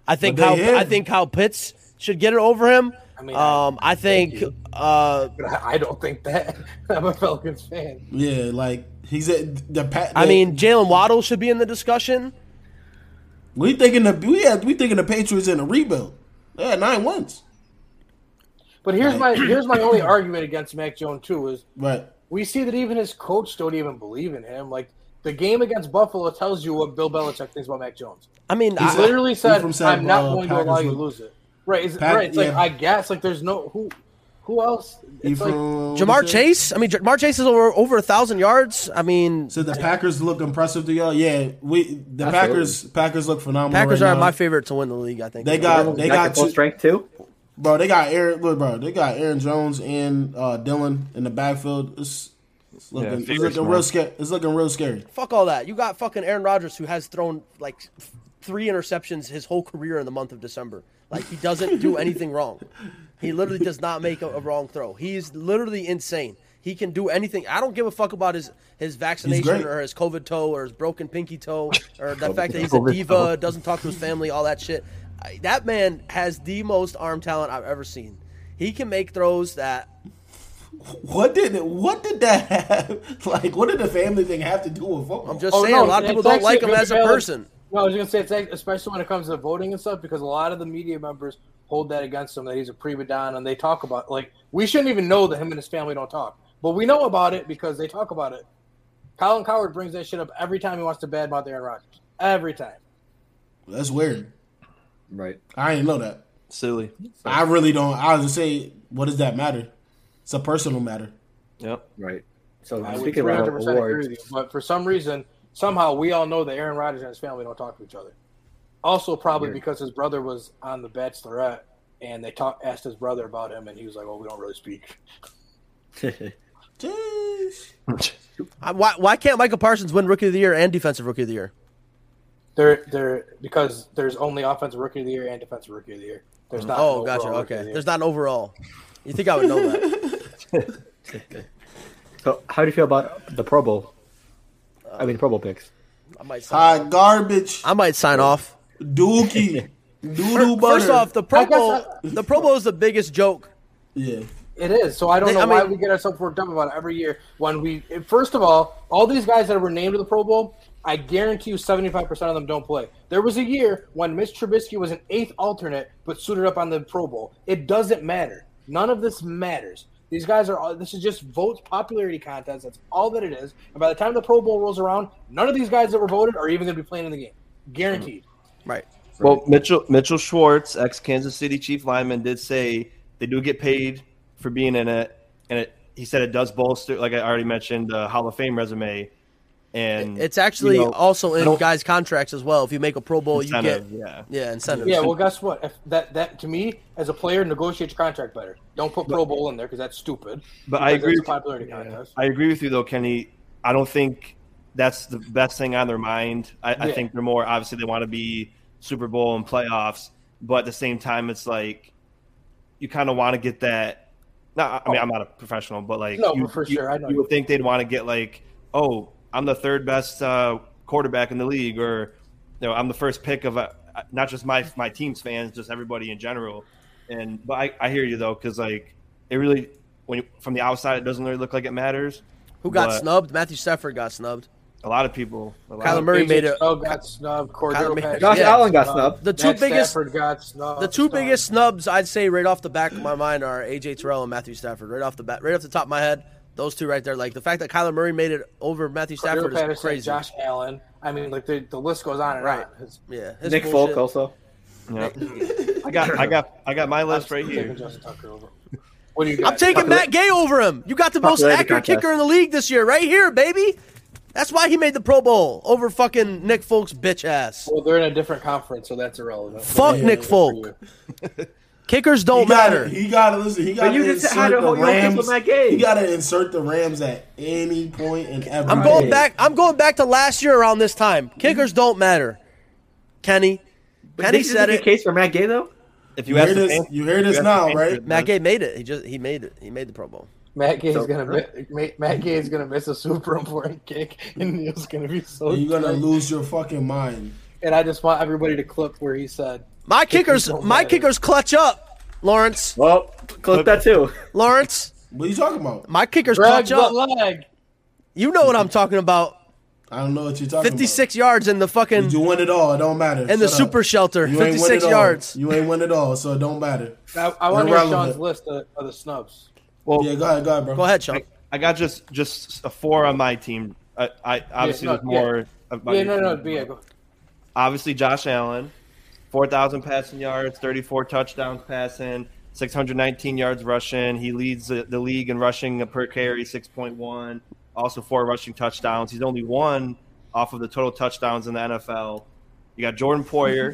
Speaker 4: I think
Speaker 1: But
Speaker 4: Kyle,
Speaker 1: they
Speaker 4: I
Speaker 1: have-
Speaker 4: think Kyle Pitts should get it over him. I
Speaker 3: I mean,
Speaker 4: um, I think
Speaker 3: you.
Speaker 4: uh,
Speaker 3: But (laughs) I, I don't think that I'm a Falcons fan.
Speaker 1: Yeah, like he's at the pat.
Speaker 4: I mean Jalen Waddle should be in the discussion.
Speaker 1: we thinking the we had, we thinking the Patriots in a rebuild. They had nine wins,
Speaker 3: But here's my here's my only argument against Mac Jones too is
Speaker 1: right?
Speaker 3: we see that even his coach don't even believe in him. Like the game against Buffalo tells you what Bill Belichick thinks about Mac Jones.
Speaker 4: I mean,
Speaker 3: He
Speaker 1: He's
Speaker 4: I,
Speaker 1: a-
Speaker 3: literally
Speaker 1: from
Speaker 3: said,
Speaker 1: San-
Speaker 3: "I'm not
Speaker 1: uh,
Speaker 3: going
Speaker 1: Packers
Speaker 3: to allow you
Speaker 1: with-
Speaker 3: to lose it." Right? Is,
Speaker 1: Pack-
Speaker 3: right? It's like
Speaker 1: yeah.
Speaker 3: I guess like there's no who. Who else? It's like,
Speaker 1: Ephraim-
Speaker 4: Jamar Chase. I mean, Jamar Chase is over over a thousand yards. I mean,
Speaker 1: So the Packers look impressive to y'all. Yeah, we the
Speaker 2: Absolutely.
Speaker 1: Packers Packers look phenomenal.
Speaker 4: Packers
Speaker 1: right
Speaker 4: are
Speaker 1: now.
Speaker 4: my favorite to win the league. I think
Speaker 1: They got
Speaker 2: They
Speaker 1: they got
Speaker 2: full
Speaker 1: two,
Speaker 2: strength too.
Speaker 1: bro. They got Aaron look, bro. They got Aaron Jones and uh, Dylan in the backfield. It's, it's looking,
Speaker 5: Yeah,
Speaker 1: it's
Speaker 5: figures,
Speaker 1: looking
Speaker 5: man.
Speaker 1: real scary. It's looking real scary.
Speaker 4: fuck all that. You got fucking Aaron Rodgers who has thrown like f- three interceptions his whole career in the month of December. Like he doesn't
Speaker 5: (laughs)
Speaker 4: do anything wrong. He literally does not make a, a wrong throw. He is literally insane. He can do anything. I don't give a fuck about his his vaccination
Speaker 1: great.
Speaker 4: or his COVID toe or his broken pinky toe or the fact that he's a
Speaker 5: COVID
Speaker 4: diva,
Speaker 5: toe.
Speaker 4: doesn't talk to his family, all that shit. I, that man has the most arm talent I've ever seen. He can make throws that
Speaker 1: What did it, what did that (laughs) have? Like, what did the family thing have to do with football?
Speaker 4: I'm just
Speaker 3: Oh,
Speaker 4: saying
Speaker 3: no,
Speaker 4: a lot of
Speaker 3: it's
Speaker 4: people don't
Speaker 3: actually
Speaker 4: like him
Speaker 3: good
Speaker 4: as a
Speaker 3: balance.
Speaker 4: person.
Speaker 3: no, I was gonna say it's like, especially when it comes to voting and stuff because a lot of the media members hold that against him that he's a pre-Madonna and they talk about like we shouldn't even know that him and his family don't talk, but we know about it because they talk about it. Colin Coward brings that shit up every time he wants to badmouth Aaron Rodgers. Every time.
Speaker 1: That's weird.
Speaker 2: Right.
Speaker 1: I didn't know that.
Speaker 5: Silly.
Speaker 1: I really don't. I was just say, what does that matter? It's a personal matter.
Speaker 5: Yep.
Speaker 2: (laughs) Right. So
Speaker 3: I would
Speaker 2: speaking
Speaker 3: 300%
Speaker 2: about
Speaker 3: agree
Speaker 2: awards,
Speaker 3: with you, but for some reason, somehow we all know that Aaron Rodgers and his family don't talk to each other. Also, probably
Speaker 2: Weird.
Speaker 3: because his brother was on The Bachelorette, and they talk, asked his brother about him, and he was like, "Oh, we don't really speak."
Speaker 1: Jeez.
Speaker 4: I, why, why can't Michael Parsons win Rookie of the Year and Defensive Rookie of the Year?
Speaker 3: They're they're because there's only offensive rookie of the year and defensive rookie of the year. There's not.
Speaker 4: Oh,
Speaker 3: an
Speaker 4: gotcha.
Speaker 3: overall rookie of
Speaker 4: Okay.
Speaker 3: the year.
Speaker 4: There's not an overall. You think I would know that?
Speaker 2: (laughs)
Speaker 3: (laughs)
Speaker 2: so how do you feel about the Pro Bowl? I mean, Pro Bowl picks.
Speaker 4: I might sign,
Speaker 1: Hot garbage.
Speaker 4: I might sign off. (laughs)
Speaker 1: Dookie. Doodoo butter.
Speaker 4: First off, the Pro
Speaker 3: I guess
Speaker 4: Bowl, the Pro Bowl is the biggest joke.
Speaker 1: yeah.
Speaker 3: It is. So I don't
Speaker 4: They-
Speaker 3: know
Speaker 4: I
Speaker 3: why
Speaker 4: mean-
Speaker 3: we get ourselves worked up about it every year when we first of all, all these guys that were named to the Pro Bowl, I guarantee you seventy five percent of them don't play. There was a year when Mitch Trubisky was an eighth alternate but suited up on the Pro Bowl. It doesn't matter. None of this matters. These guys are all this is just votes popularity contest. That's all that it is. And by the time the Pro Bowl rolls around, none of these guys that were voted are even gonna be playing in the game.
Speaker 4: Mm-hmm.
Speaker 3: Guaranteed.
Speaker 4: Right.
Speaker 5: Well, Mitchell Mitchell Schwartz, ex Kansas City Chief lineman, did say they do get paid for being in it, and it, he said it does bolster, like I already mentioned, the Hall of Fame resume. And
Speaker 4: It's actually
Speaker 5: you know,
Speaker 4: also
Speaker 5: I
Speaker 4: in
Speaker 5: don't-
Speaker 4: guys' contracts as well. If you make a Pro Bowl, you get
Speaker 5: incentive, yeah.
Speaker 4: yeah incentives.
Speaker 3: Yeah, well, guess what? If that that to me as a player, negotiate your contract better. Don't put Pro Bowl in there because that's stupid.
Speaker 5: But I
Speaker 3: Because
Speaker 5: agree
Speaker 3: it's
Speaker 5: with-
Speaker 3: a popularity contest.
Speaker 5: I agree with you though, Kenny. I don't think that's the best thing on their mind. I, I
Speaker 3: Yeah.
Speaker 5: think they're more obviously they want to be Super Bowl and playoffs, but at the same time, it's like you kind of want to get that. Not, I mean, I'm not a professional, but like
Speaker 3: Oh. No,
Speaker 5: you,
Speaker 3: for
Speaker 5: you-
Speaker 3: sure, I know
Speaker 5: you would think they'd want to get like, oh, I'm the third best uh, quarterback in the league, or you know, I'm the first pick of uh not just my my team's fans, just everybody in general. And but I, I hear you though, because like it really when you, from the outside it doesn't really look like it matters.
Speaker 4: Who got
Speaker 5: but-
Speaker 4: snubbed? Matthew Stafford got snubbed.
Speaker 5: A lot of people. A lot
Speaker 4: Kyler
Speaker 5: of,
Speaker 4: Murray made
Speaker 3: it.
Speaker 4: a-
Speaker 3: Snow got snubbed. Cordero
Speaker 4: Murray-
Speaker 3: Patterson
Speaker 2: Josh
Speaker 4: Yeah.
Speaker 2: Allen got snubbed.
Speaker 4: The two
Speaker 3: Matt
Speaker 4: biggest,
Speaker 3: Stafford got snubbed.
Speaker 4: the two
Speaker 3: Snubbed.
Speaker 4: biggest snubs I'd say right off the back of my mind are AJ Terrell and Matthew Stafford. Right off the bat, right off the top of my head, those two right there. Like the fact that Kyler Murray made it over Matthew
Speaker 3: Cordero
Speaker 4: Stafford is
Speaker 3: Patterson,
Speaker 4: crazy.
Speaker 3: Josh Allen. I mean, like the, the list goes on and
Speaker 4: Right.
Speaker 3: on. It's-
Speaker 4: Yeah, his
Speaker 2: Nick
Speaker 4: bullshit.
Speaker 2: Folk also.
Speaker 5: yeah. I got, I got, I
Speaker 3: (laughs)
Speaker 5: got my list right
Speaker 3: I'm taking
Speaker 5: here.
Speaker 3: Justin Tucker over. What do you got?
Speaker 4: I'm taking
Speaker 2: Popular-
Speaker 4: Matt Gay over him. You got the most
Speaker 2: Popularity
Speaker 4: accurate
Speaker 2: contest.
Speaker 4: kicker in the league this year, right here, baby. That's why he made the Pro Bowl over fucking Nick Folk's bitch ass.
Speaker 3: Well, they're in a different conference, so that's irrelevant.
Speaker 4: Fuck
Speaker 3: Yeah,
Speaker 4: Nick
Speaker 3: good for
Speaker 4: Folk.
Speaker 3: you.
Speaker 4: (laughs) Kickers don't
Speaker 1: He gotta,
Speaker 4: matter.
Speaker 1: he gotta listen. He gotta
Speaker 2: you just
Speaker 1: insert
Speaker 2: had to
Speaker 1: the
Speaker 2: hold your own
Speaker 1: Rams.
Speaker 2: people in that game.
Speaker 1: He gotta insert the Rams at any point and ever.
Speaker 4: I'm
Speaker 1: game.
Speaker 4: going back. I'm going back to last year around this time. Kickers don't matter. Kenny, Kenny
Speaker 2: This is
Speaker 4: said
Speaker 2: the
Speaker 4: it.
Speaker 2: case for Matt Gay though.
Speaker 5: If
Speaker 1: You
Speaker 5: ask
Speaker 1: hear
Speaker 5: the
Speaker 1: this?
Speaker 5: fans-
Speaker 1: You hear
Speaker 5: if
Speaker 1: this
Speaker 5: ask
Speaker 1: now,
Speaker 5: the
Speaker 1: right?
Speaker 5: fans-
Speaker 4: Matt Gay made it. He just he made it. He made the Pro Bowl.
Speaker 3: Matt Gay's
Speaker 2: So-
Speaker 3: gonna mi- ma- Matt Gay's gonna miss a (laughs) super important kick, and Neil's gonna be so.
Speaker 1: You're gonna
Speaker 3: tight.
Speaker 1: lose your fucking mind.
Speaker 3: And I just want everybody to clip where he said,
Speaker 4: My kickers.
Speaker 3: don't
Speaker 4: My
Speaker 3: matter.
Speaker 4: kickers clutch up. Lawrence.
Speaker 2: Well, clip that too.
Speaker 4: Lawrence.
Speaker 1: What are you talking about?
Speaker 4: My kickers
Speaker 3: "Grab
Speaker 4: clutch
Speaker 3: the
Speaker 4: up.
Speaker 3: leg."
Speaker 4: You know what I'm talking about.
Speaker 1: I don't know what you're talking about.
Speaker 4: 56 yards in the fucking
Speaker 1: 56. You win it all. It don't matter.
Speaker 4: in the
Speaker 1: Shut up.
Speaker 4: super shelter.
Speaker 1: You ain't win
Speaker 4: 56
Speaker 1: it all.
Speaker 4: yards.
Speaker 1: You ain't win it all, so it don't matter.
Speaker 3: I, I want to hear
Speaker 1: Irrelevant.
Speaker 3: Sean's list of, of the snubs.
Speaker 5: Well,
Speaker 1: Yeah, go ahead, go ahead, bro.
Speaker 4: Go ahead, Sean.
Speaker 5: I, I got just just a four on my team. I, I obviously
Speaker 3: no,
Speaker 5: there's more. About
Speaker 3: Yeah,
Speaker 5: your
Speaker 3: no, no,
Speaker 5: team.
Speaker 3: Diego.
Speaker 5: Obviously, Josh Allen, four thousand passing yards, thirty-four touchdowns passing. 619 yards rushing. He leads the, the league in rushing per carry, 6.1. Also four rushing touchdowns. He's only one off of the total touchdowns in the NFL. You got Jordan Poyer.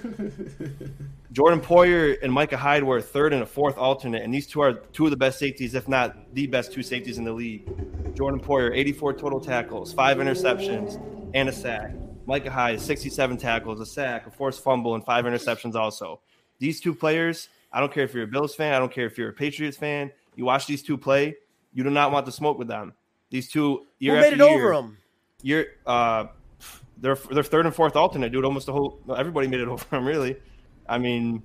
Speaker 5: Jordan Poyer and Micah Hyde were a third and a fourth alternate, and these two are two of the best safeties, if not the best two safeties in the league. Jordan Poyer, 84 total tackles, five interceptions, and a sack. Micah Hyde, 67 tackles, a sack, a forced fumble, and five interceptions also. These two players, I don't care if you're a Bills fan, I don't care if you're a Patriots fan, you watch these two play, you do not want to smoke with them. These two year
Speaker 4: Who made it
Speaker 5: after year,
Speaker 4: over him?
Speaker 5: you're uh they're they're third and fourth alternate, dude. Almost the whole everybody made it (laughs) over him, really. I mean,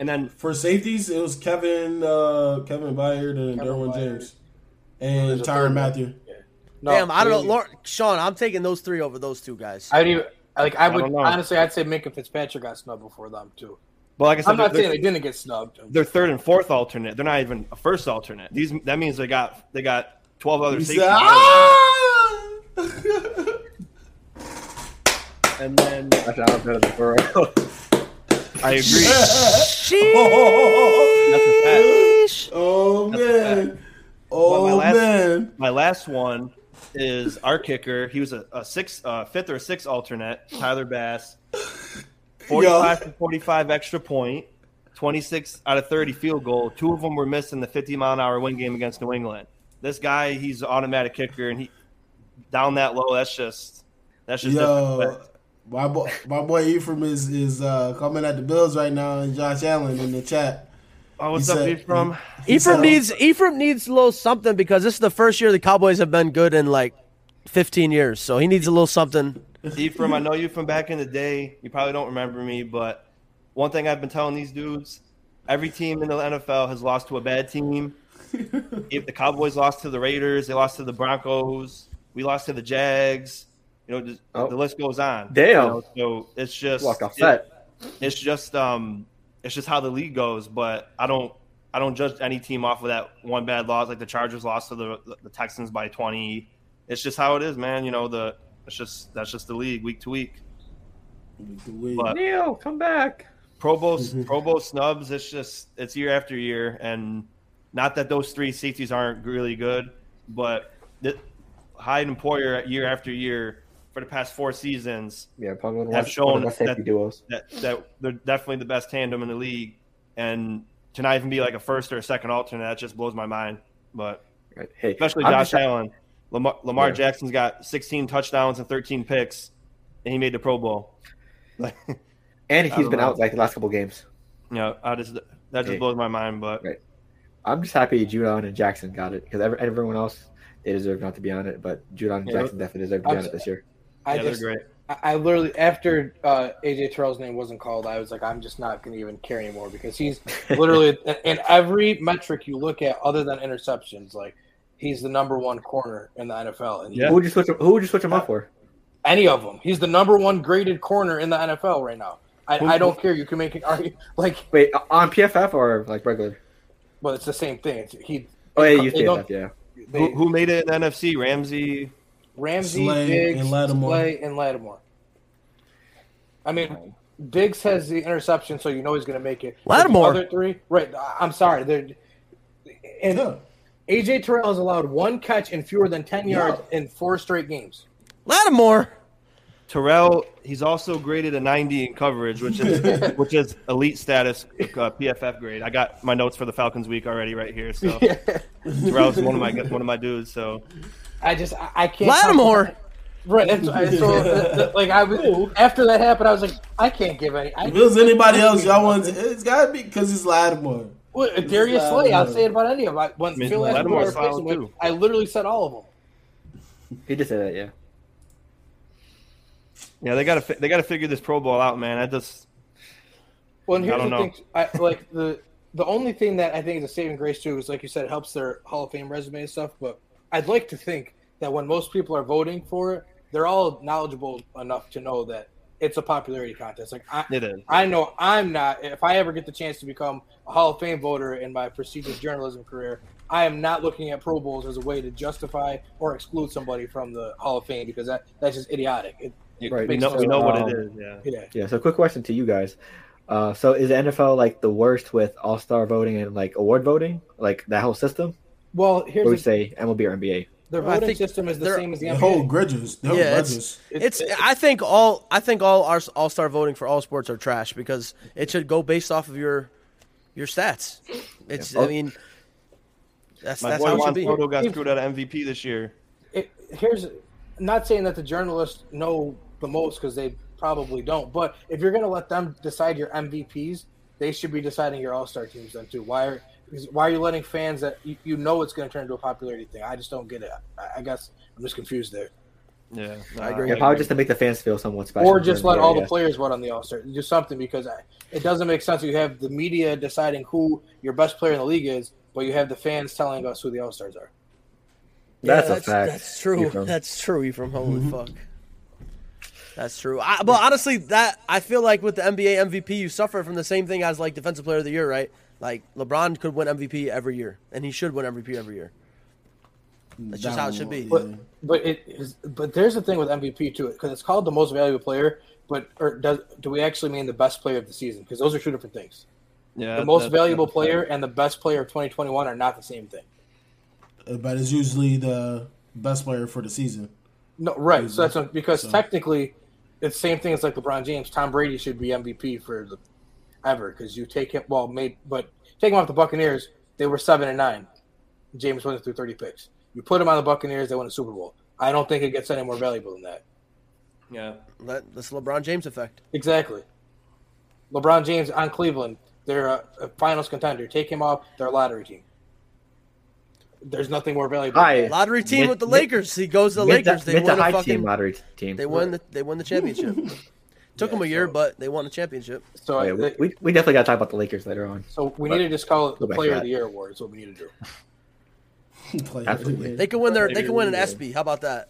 Speaker 5: and then
Speaker 1: For safeties, it was Kevin uh, Kevin Byard and
Speaker 3: Kevin
Speaker 1: Derwin
Speaker 3: Byard.
Speaker 1: James
Speaker 3: There's
Speaker 1: and
Speaker 3: a
Speaker 1: Tyron
Speaker 3: third one.
Speaker 1: Matthew.
Speaker 3: No,
Speaker 4: Damn, I don't know,
Speaker 3: maybe-
Speaker 4: Lord, Sean. I'm taking those three over those two guys.
Speaker 3: I don't even like. I
Speaker 5: I
Speaker 3: would
Speaker 5: don't know.
Speaker 3: honestly, I'd say Minka Fitzpatrick got snubbed before them too.
Speaker 5: but like I said,
Speaker 3: I'm not
Speaker 5: they're,
Speaker 3: saying they didn't get snubbed.
Speaker 5: they're third and fourth alternate. They're not even a first alternate. These that means they got they got twelve other
Speaker 1: He
Speaker 5: safeties,
Speaker 1: said, "Ah!" (laughs)
Speaker 5: and
Speaker 2: (laughs)
Speaker 5: then
Speaker 2: Watch out for the Burrow.
Speaker 5: I agree.
Speaker 1: (laughs)
Speaker 4: Sheesh.
Speaker 5: That's a fact.
Speaker 1: oh man.
Speaker 5: Well, my
Speaker 1: Oh
Speaker 5: last-
Speaker 1: man.
Speaker 5: My last one is our kicker. He was a, a six, uh, fifth or sixth alternate, Tyler Bass. 45 to 45 extra point, 26 out of 30 field goal. Two of them were missed in the 50 mile an hour win game against New England. This guy, he's an automatic kicker, and he down that low. That's just that's just
Speaker 1: Yo,
Speaker 5: different.
Speaker 1: my boy, my boy Ephraim is is uh, coming at the Bills right now, and Josh Allen in the chat.
Speaker 5: Oh, what's
Speaker 1: he
Speaker 5: up,
Speaker 1: said-
Speaker 5: Ephraim?
Speaker 1: He said-
Speaker 4: Ephraim needs Ephraim needs a little something because this is the first year the Cowboys have been good in like 15 years, so he needs a little something.
Speaker 5: Ephraim, I know you from back in the day. You probably don't remember me, but one thing I've been telling these dudes: every team in the NFL has lost to a bad team. if the Cowboys lost to the Raiders, they lost to the Broncos. We lost to the Jags. You know, just,
Speaker 2: Oh.
Speaker 5: the list goes on.
Speaker 2: Damn.
Speaker 5: You know, so it's just
Speaker 2: Walk off
Speaker 5: it-
Speaker 2: set.
Speaker 5: it's just um, it's just how the league goes. But I don't I don't judge any team off of that one bad loss. Like the Chargers lost to the the Texans by twenty. It's just how it is, man. You know the it's just that's just the league week to week.
Speaker 1: The week.
Speaker 5: But-
Speaker 2: Neil, come back.
Speaker 5: Pro Bowl, Pro Bowl snubs. It's just it's year after year, and not that those three safeties aren't really good, but the, Hyde and Poyer year after year for the past four seasons
Speaker 2: Yeah, probably one of the
Speaker 5: Have
Speaker 2: best-
Speaker 5: shown
Speaker 2: one of the best safety
Speaker 5: that-
Speaker 2: duos.
Speaker 5: that that they're definitely the best tandem in the league, and to not even be like a first or a second alternate that just blows my mind. But
Speaker 2: Right. Hey,
Speaker 5: especially
Speaker 2: I'm
Speaker 5: Josh
Speaker 2: just-
Speaker 5: Allen, Lamar, Lamar
Speaker 2: Yeah.
Speaker 5: Jackson's got 16 touchdowns and 13 picks, and he made the Pro Bowl. Like, you
Speaker 2: and
Speaker 5: I
Speaker 2: he's
Speaker 5: don't
Speaker 2: been
Speaker 5: know.
Speaker 2: out like the last couple games.
Speaker 5: know, I just that just
Speaker 2: Hey.
Speaker 5: blows my mind. But
Speaker 2: I'm just happy Judon and Jackson got it because everyone else they deserve not to be on it, but Judon and
Speaker 5: Yeah.
Speaker 2: Jackson definitely deserve to be on it this year.
Speaker 3: I
Speaker 5: yeah,
Speaker 3: just,
Speaker 5: they're great.
Speaker 3: I, I literally after uh, AJ Terrell's name wasn't called, I was like, I'm just not going to even care anymore because
Speaker 5: (laughs)
Speaker 3: he's literally in every metric you look at, other than interceptions, like he's the number one corner in the NFL, and he-
Speaker 5: Yeah.
Speaker 2: Who would you switch? Who would you switch him up for?
Speaker 3: any of them, he's the number one graded corner in the NFL right now. I,
Speaker 5: Who-
Speaker 3: I don't care. You can make an argument, like,
Speaker 2: Wait, on PFF or like regular?
Speaker 3: well, it's the same thing. It's, he,
Speaker 2: Oh yeah,
Speaker 3: They
Speaker 2: you
Speaker 3: don't-
Speaker 2: PFF, yeah.
Speaker 3: they,
Speaker 5: Who, who made it in the NFC? Ramsey.
Speaker 3: Ramsey,
Speaker 1: Slay
Speaker 3: Diggs,
Speaker 1: and Lattimore.
Speaker 3: Slay, and Lattimore. I mean, Diggs has the interception, so you know he's going to make it. But the
Speaker 4: Lattimore.
Speaker 3: other three, right? I- I'm sorry, they're and
Speaker 1: Yeah.
Speaker 3: AJ Terrell has allowed one catch and fewer than ten yards in four straight games.
Speaker 4: Lattimore.
Speaker 5: Terrell, he's also graded a 90 in coverage, which is
Speaker 2: (laughs)
Speaker 5: which is elite status uh, PFF grade. I got my notes for the Falcons week already right
Speaker 2: (laughs)
Speaker 5: here. So Terrell's one of my one of my dudes. So
Speaker 3: I just I, I can't.
Speaker 4: Lattimore.
Speaker 3: right? That's, I, so uh, like I was after that happened, I was like, I can't give any. I,
Speaker 1: If it was anybody else, y'all want to, it's got to be because it's Lattimore.
Speaker 3: Well, Darius
Speaker 1: is
Speaker 3: Slay, I'll
Speaker 1: Lattimore.
Speaker 3: say it about any of them. I, when
Speaker 5: I mean,
Speaker 3: Phil asked me who I
Speaker 5: Lattimore's
Speaker 3: replaced him
Speaker 5: solid,
Speaker 3: with,
Speaker 5: too.
Speaker 3: I literally said all of them.
Speaker 2: He did say that, yeah.
Speaker 5: yeah, they got to they got to figure this Pro Bowl out, man. I just
Speaker 3: Well, and
Speaker 5: I
Speaker 3: here's
Speaker 5: don't
Speaker 3: the
Speaker 5: know.
Speaker 3: thing: I, like the the only thing that I think is a saving grace too is, like you said, it helps their Hall of Fame resume and stuff. But I'd like to think that when most people are voting for it, they're all knowledgeable enough to know that it's a popularity contest. Like I,
Speaker 5: it is.
Speaker 3: I know I'm not. If I ever get the chance to become a Hall of Fame voter in my prestigious journalism career, I am not looking at Pro Bowls as a way to justify or exclude somebody from the Hall of Fame because that that's just idiotic. It,
Speaker 5: You-
Speaker 2: Right.
Speaker 5: We know, we know what it is. Yeah.
Speaker 3: yeah.
Speaker 2: Yeah. So, quick question to you guys: Uh, so is the NFL like the worst with All Star voting and like award voting, like that whole system?
Speaker 3: Well,
Speaker 2: Or we
Speaker 3: here's the,
Speaker 2: say MLB or NBA?
Speaker 3: their
Speaker 4: Well, I
Speaker 3: voting
Speaker 4: think
Speaker 3: system is the
Speaker 4: they're-
Speaker 3: same as the
Speaker 1: The
Speaker 3: NBA.
Speaker 1: whole grudges. The whole
Speaker 4: Yeah, it's-
Speaker 1: grudges.
Speaker 4: It's. I think all. I think all our all star voting for all sports are trash because it should go based off of your your stats. It's. I mean, that's
Speaker 5: My
Speaker 4: that's
Speaker 5: boy
Speaker 4: how it should
Speaker 5: Juan
Speaker 4: be.
Speaker 5: Soto got screwed out of MVP this year.
Speaker 3: it, here's I'm not saying that the journalists know the most because they probably don't, but if you're going to let them decide your MVPs, they should be deciding your All Star teams then too. Why are because why are you letting fans that you, you know it's going to turn into a popularity thing? I just don't get it. I, I guess I'm just confused there.
Speaker 5: Yeah,
Speaker 4: I agree.
Speaker 2: Yeah, probably just to make the fans feel somewhat special.
Speaker 3: Or just let
Speaker 2: Yeah,
Speaker 3: all the
Speaker 2: yeah.
Speaker 3: players vote on the All Star. Do something because I, it doesn't make sense. You have the media deciding who your best player in the league is, but you have the fans telling us who the All Stars are.
Speaker 2: That's
Speaker 4: Yeah,
Speaker 2: a fact.
Speaker 4: That's true.
Speaker 2: Ephraim.
Speaker 4: That's true. Ephraim. Holy fuck. That's true. I, but honestly, that I feel like with the NBA MVP, you suffer from the same thing as like Defensive Player of the Year, right? Like LeBron could win MVP every year, and he should win MVP every year. That's just how it should be.
Speaker 3: But but it is. But there's the thing with MVP too, because it's called the most valuable player. But or does do we actually mean the best player of the season? Because those are two different things.
Speaker 5: Yeah,
Speaker 3: The most
Speaker 5: that's-
Speaker 3: valuable
Speaker 5: that's-
Speaker 3: player and the best player of 2021 are not the same thing.
Speaker 1: uh, But it's usually the best player for the season. (laughs)
Speaker 3: No, right. So that's what, because
Speaker 1: So-
Speaker 3: technically, it's the same thing as like LeBron James. Tom Brady should be MVP for the ever because you take him. Well, maybe, but take him off the Buccaneers. They were seven and nine. James went through 30 picks. You put him on the Buccaneers, they won a Super Bowl. I don't think it gets any more valuable than that.
Speaker 5: Yeah,
Speaker 4: That, that's LeBron James effect.
Speaker 3: Exactly. LeBron James on Cleveland, they're a, a finals contender. Take him off their lottery team. There's nothing more valuable.
Speaker 2: Hi.
Speaker 4: Lottery team
Speaker 2: Mid-
Speaker 4: with the
Speaker 2: mid-
Speaker 4: Lakers. He goes to the
Speaker 2: mid to-
Speaker 4: Lakers. They
Speaker 2: mid to
Speaker 4: won a
Speaker 2: high
Speaker 4: fucking.
Speaker 2: team, moderate team.
Speaker 4: They won. The, they won the championship. Took
Speaker 3: Yeah,
Speaker 4: them a year,
Speaker 3: so-
Speaker 4: but they won the championship.
Speaker 3: So, I,
Speaker 2: Yeah, we, we- we definitely got to talk about the Lakers later on.
Speaker 3: so we need to just call it
Speaker 2: Go
Speaker 3: the
Speaker 2: back to
Speaker 3: Player of
Speaker 2: that.
Speaker 3: the Year award. Is what we need to do.
Speaker 1: Player.
Speaker 2: (laughs) Absolutely.
Speaker 4: They could win their. They could win an SB. How about that?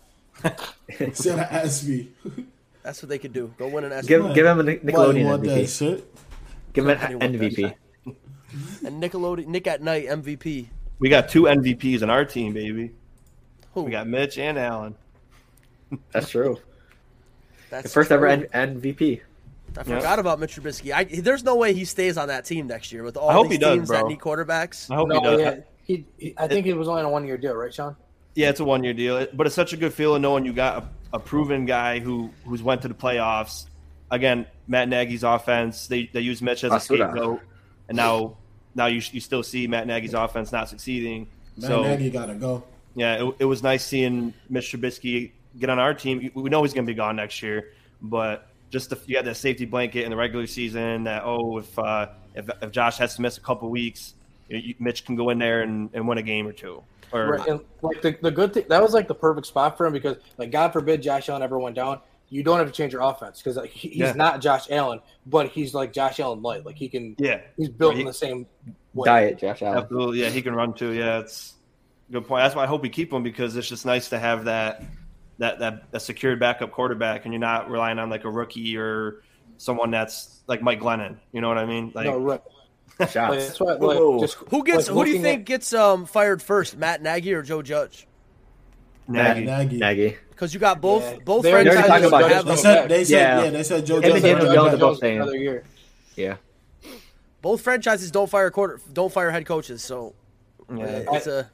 Speaker 1: Instead of SB.
Speaker 4: That's what they could do. Go win an SB.
Speaker 2: Give give him a Nic-
Speaker 1: Why you want
Speaker 2: Nickelodeon
Speaker 1: that
Speaker 2: MVP.
Speaker 1: shit?
Speaker 2: Give him
Speaker 4: Nobody
Speaker 2: an
Speaker 4: want that
Speaker 2: MVP.
Speaker 4: shit. and Nickelodeon Nick at Night MVP.
Speaker 5: we got two MVPs on our team, baby.
Speaker 4: Who?
Speaker 5: We got Mitch and Allen.
Speaker 3: (laughs)
Speaker 2: That's true.
Speaker 4: That's
Speaker 2: The first ever
Speaker 4: true.
Speaker 2: N- MVP.
Speaker 4: I forgot about Mitch Trubisky. I, there's no way he stays on that team next year with all
Speaker 5: I hope
Speaker 4: these
Speaker 5: he does,
Speaker 4: teams that
Speaker 5: bro.
Speaker 4: need quarterbacks.
Speaker 5: I hope he
Speaker 3: No,
Speaker 5: does.
Speaker 3: yeah, he, he, I think it was only on a one-year deal, right, Sean?
Speaker 5: Yeah, it's a one year deal, It- but it's such a good feeling knowing you got a, a proven guy who who's went to the playoffs. Again, Matt Nagy's offense they they use Mitch as a
Speaker 2: Basura.
Speaker 5: scapegoat, and now now you you still see Matt Nagy's offense not succeeding.
Speaker 1: Man,
Speaker 5: so
Speaker 1: Nagy gotta go.
Speaker 5: yeah, it, it was nice seeing Mitch Trubisky get on our team. We know he's going to be gone next year, but just the, you had that safety blanket in the regular season. That oh, if uh, if, if Josh has to miss a couple weeks, you, you- Mitch can go in there and, and win a game or two. Or
Speaker 3: Right. And like the, the good thing that was like the perfect spot for him because like God forbid Josh Allen ever went down, you don't have to change your offense because like, he, he's
Speaker 5: Yeah.
Speaker 3: not Josh Allen, but he's like Josh Allen light. Like he can,
Speaker 5: yeah,
Speaker 3: he's built
Speaker 5: Right.
Speaker 3: in the same way.
Speaker 2: Diet, Josh Allen.
Speaker 5: Absolutely, yeah, he can run too. Yeah, it's a good point. That's why I hope we keep him because it's just nice to have that that that a secured backup quarterback, and you're not relying on like a rookie or someone that's like Mike Glennon. You know what I mean? Like,
Speaker 3: no, right. Like,
Speaker 2: Shots.
Speaker 3: that's why, like,
Speaker 2: Whoa.
Speaker 3: just
Speaker 4: Who gets?
Speaker 3: like,
Speaker 4: who do
Speaker 3: looking
Speaker 4: you
Speaker 3: at-
Speaker 4: think gets um, fired first, Matt Nagy or Joe Judge?
Speaker 5: Nagy.
Speaker 1: Nagy.
Speaker 2: Nagy.
Speaker 4: because you got both
Speaker 3: Yeah.
Speaker 4: both
Speaker 3: They already
Speaker 4: franchises
Speaker 2: talked about
Speaker 4: that
Speaker 2: it.
Speaker 4: have
Speaker 1: They
Speaker 4: them.
Speaker 1: said. They said.
Speaker 2: Yeah.
Speaker 1: Yeah, they said Joe.
Speaker 2: Him and
Speaker 1: Judge-
Speaker 2: Daniel
Speaker 1: Judge-
Speaker 2: Jones are
Speaker 1: Judge-
Speaker 2: both saying-
Speaker 3: another year.
Speaker 2: Yeah.
Speaker 4: both franchises don't fire quarter don't fire head coaches. So uh,
Speaker 5: Yeah.
Speaker 4: it's a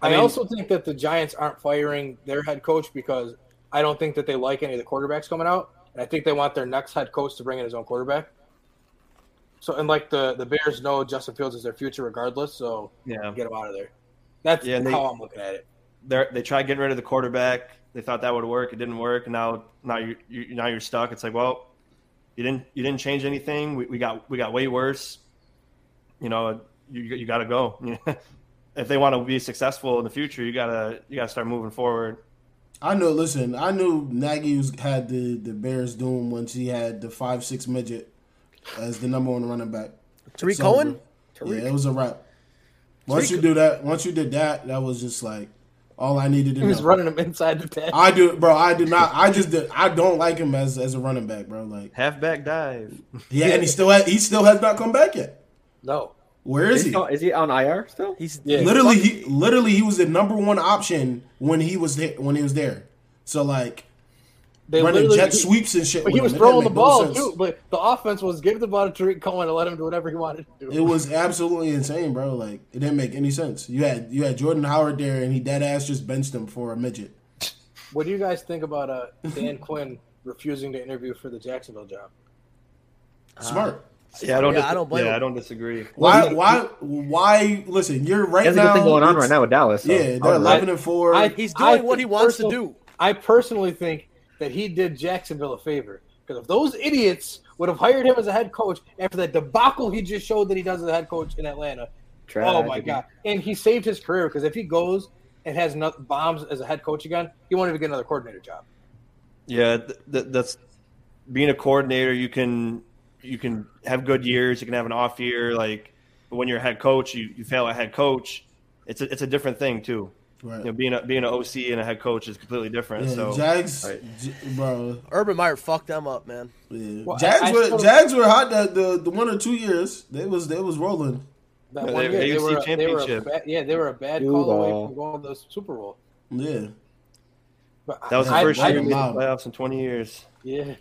Speaker 3: I,
Speaker 5: mean-
Speaker 3: also think that the Giants aren't firing their head coach because I don't think that they like any of the quarterbacks coming out, and I think they want their next head coach to bring in his own quarterback. So and like the the Bears know Justin Fields is their future regardless, so
Speaker 5: yeah.
Speaker 3: get him out of there. That's
Speaker 5: Yeah, and they-
Speaker 3: how I'm looking at it.
Speaker 5: they they tried getting rid of the quarterback. They thought that would work. It didn't work. And now now you you now you're stuck. It's like well, you didn't you didn't change anything. We, we got we got way worse. You know you you got to go. (laughs) if they want to be successful in the future, you gotta you gotta start moving forward.
Speaker 1: I knew. Listen, I knew Nagy was, had the the Bears doom once he had the five six midget as the number one running back.
Speaker 4: Tariq
Speaker 1: So,
Speaker 4: Cohen.
Speaker 1: Yeah, it was a wrap. Once you do that, once you did that, that was just like all I needed to
Speaker 3: He was
Speaker 1: know.
Speaker 3: running him inside the
Speaker 1: (laughs)
Speaker 3: ten.
Speaker 1: I do, bro. I do not. I just did. I don't like him as as a running back, bro. Like,
Speaker 5: Halfback dive.
Speaker 1: yeah, and he still ha- he still has not come back yet.
Speaker 3: No,
Speaker 1: Where is
Speaker 2: Is
Speaker 1: he?
Speaker 2: he, on- is he on IR still?
Speaker 4: He's
Speaker 3: Yeah.
Speaker 1: Literally, he literally he was the number one option when he was there, when he was there. So like,
Speaker 3: They
Speaker 1: running
Speaker 3: literally-
Speaker 1: jet sweeps and shit.
Speaker 3: But
Speaker 1: with
Speaker 3: he
Speaker 1: him.
Speaker 3: was
Speaker 1: It didn't
Speaker 3: throwing the
Speaker 1: make no
Speaker 3: ball
Speaker 1: sense.
Speaker 3: too. But the offense was give the ball to Tariq Cohen and let him do whatever he wanted to do.
Speaker 1: It was absolutely insane, bro. Like it didn't make any sense. You had you had Jordan Howard there, and he dead ass just benched him for a midget.
Speaker 3: What do you guys think about uh, Dan Quinn refusing to interview for the Jacksonville job? Ah.
Speaker 1: Smart.
Speaker 5: Yeah, I don't.
Speaker 4: Yeah,
Speaker 5: dis-
Speaker 4: I don't blame
Speaker 5: yeah,
Speaker 4: him.
Speaker 5: I don't disagree.
Speaker 1: Why? Why? Why? Listen, you're right
Speaker 2: There's a
Speaker 1: now.
Speaker 2: good thing going on
Speaker 1: it's-
Speaker 2: right now with Dallas. so
Speaker 1: Yeah,
Speaker 2: I
Speaker 1: they're
Speaker 2: don't know.
Speaker 1: eleven and four.
Speaker 3: I-
Speaker 4: He's doing what
Speaker 3: think
Speaker 4: he wants to
Speaker 3: personal-
Speaker 4: do.
Speaker 3: I personally think that he did Jacksonville a favor because if those idiots would have hired him as a head coach after that debacle he just showed that he does as a head coach in Atlanta, oh my
Speaker 2: Tragedy.
Speaker 3: god! And he saved his career because if he goes and has no- bombs as a head coach again, he won't even get another coordinator job.
Speaker 5: Yeah, th- th- that's being a coordinator. You can you can have good years. You can have an off year. Like, but when you're a head coach, you, you fail at head coach. It's a, it's a different thing too.
Speaker 1: Right.
Speaker 5: You know, being a, being an OC and a head coach is completely different.
Speaker 1: Yeah,
Speaker 5: so
Speaker 1: Jags,
Speaker 5: Right.
Speaker 1: J- bro.
Speaker 4: Urban Meyer fucked them up, man.
Speaker 1: Yeah.
Speaker 3: Well, I-
Speaker 1: Jags
Speaker 3: I
Speaker 1: were
Speaker 3: still-
Speaker 1: Jags were hot that the, the one or two years they was they was rolling.
Speaker 3: That
Speaker 5: No,
Speaker 3: one
Speaker 5: they-
Speaker 3: year, they, were, a- they
Speaker 5: AFC
Speaker 3: were a
Speaker 5: championship.
Speaker 3: bad, yeah, they were a bad
Speaker 2: Dude,
Speaker 3: call
Speaker 2: uh,
Speaker 3: away from going to the Super Bowl.
Speaker 1: Yeah,
Speaker 3: But I-
Speaker 5: that was the
Speaker 3: I-
Speaker 5: first
Speaker 3: I-
Speaker 5: year we made the
Speaker 1: Wow.
Speaker 5: playoffs in 20 years.
Speaker 3: Yeah,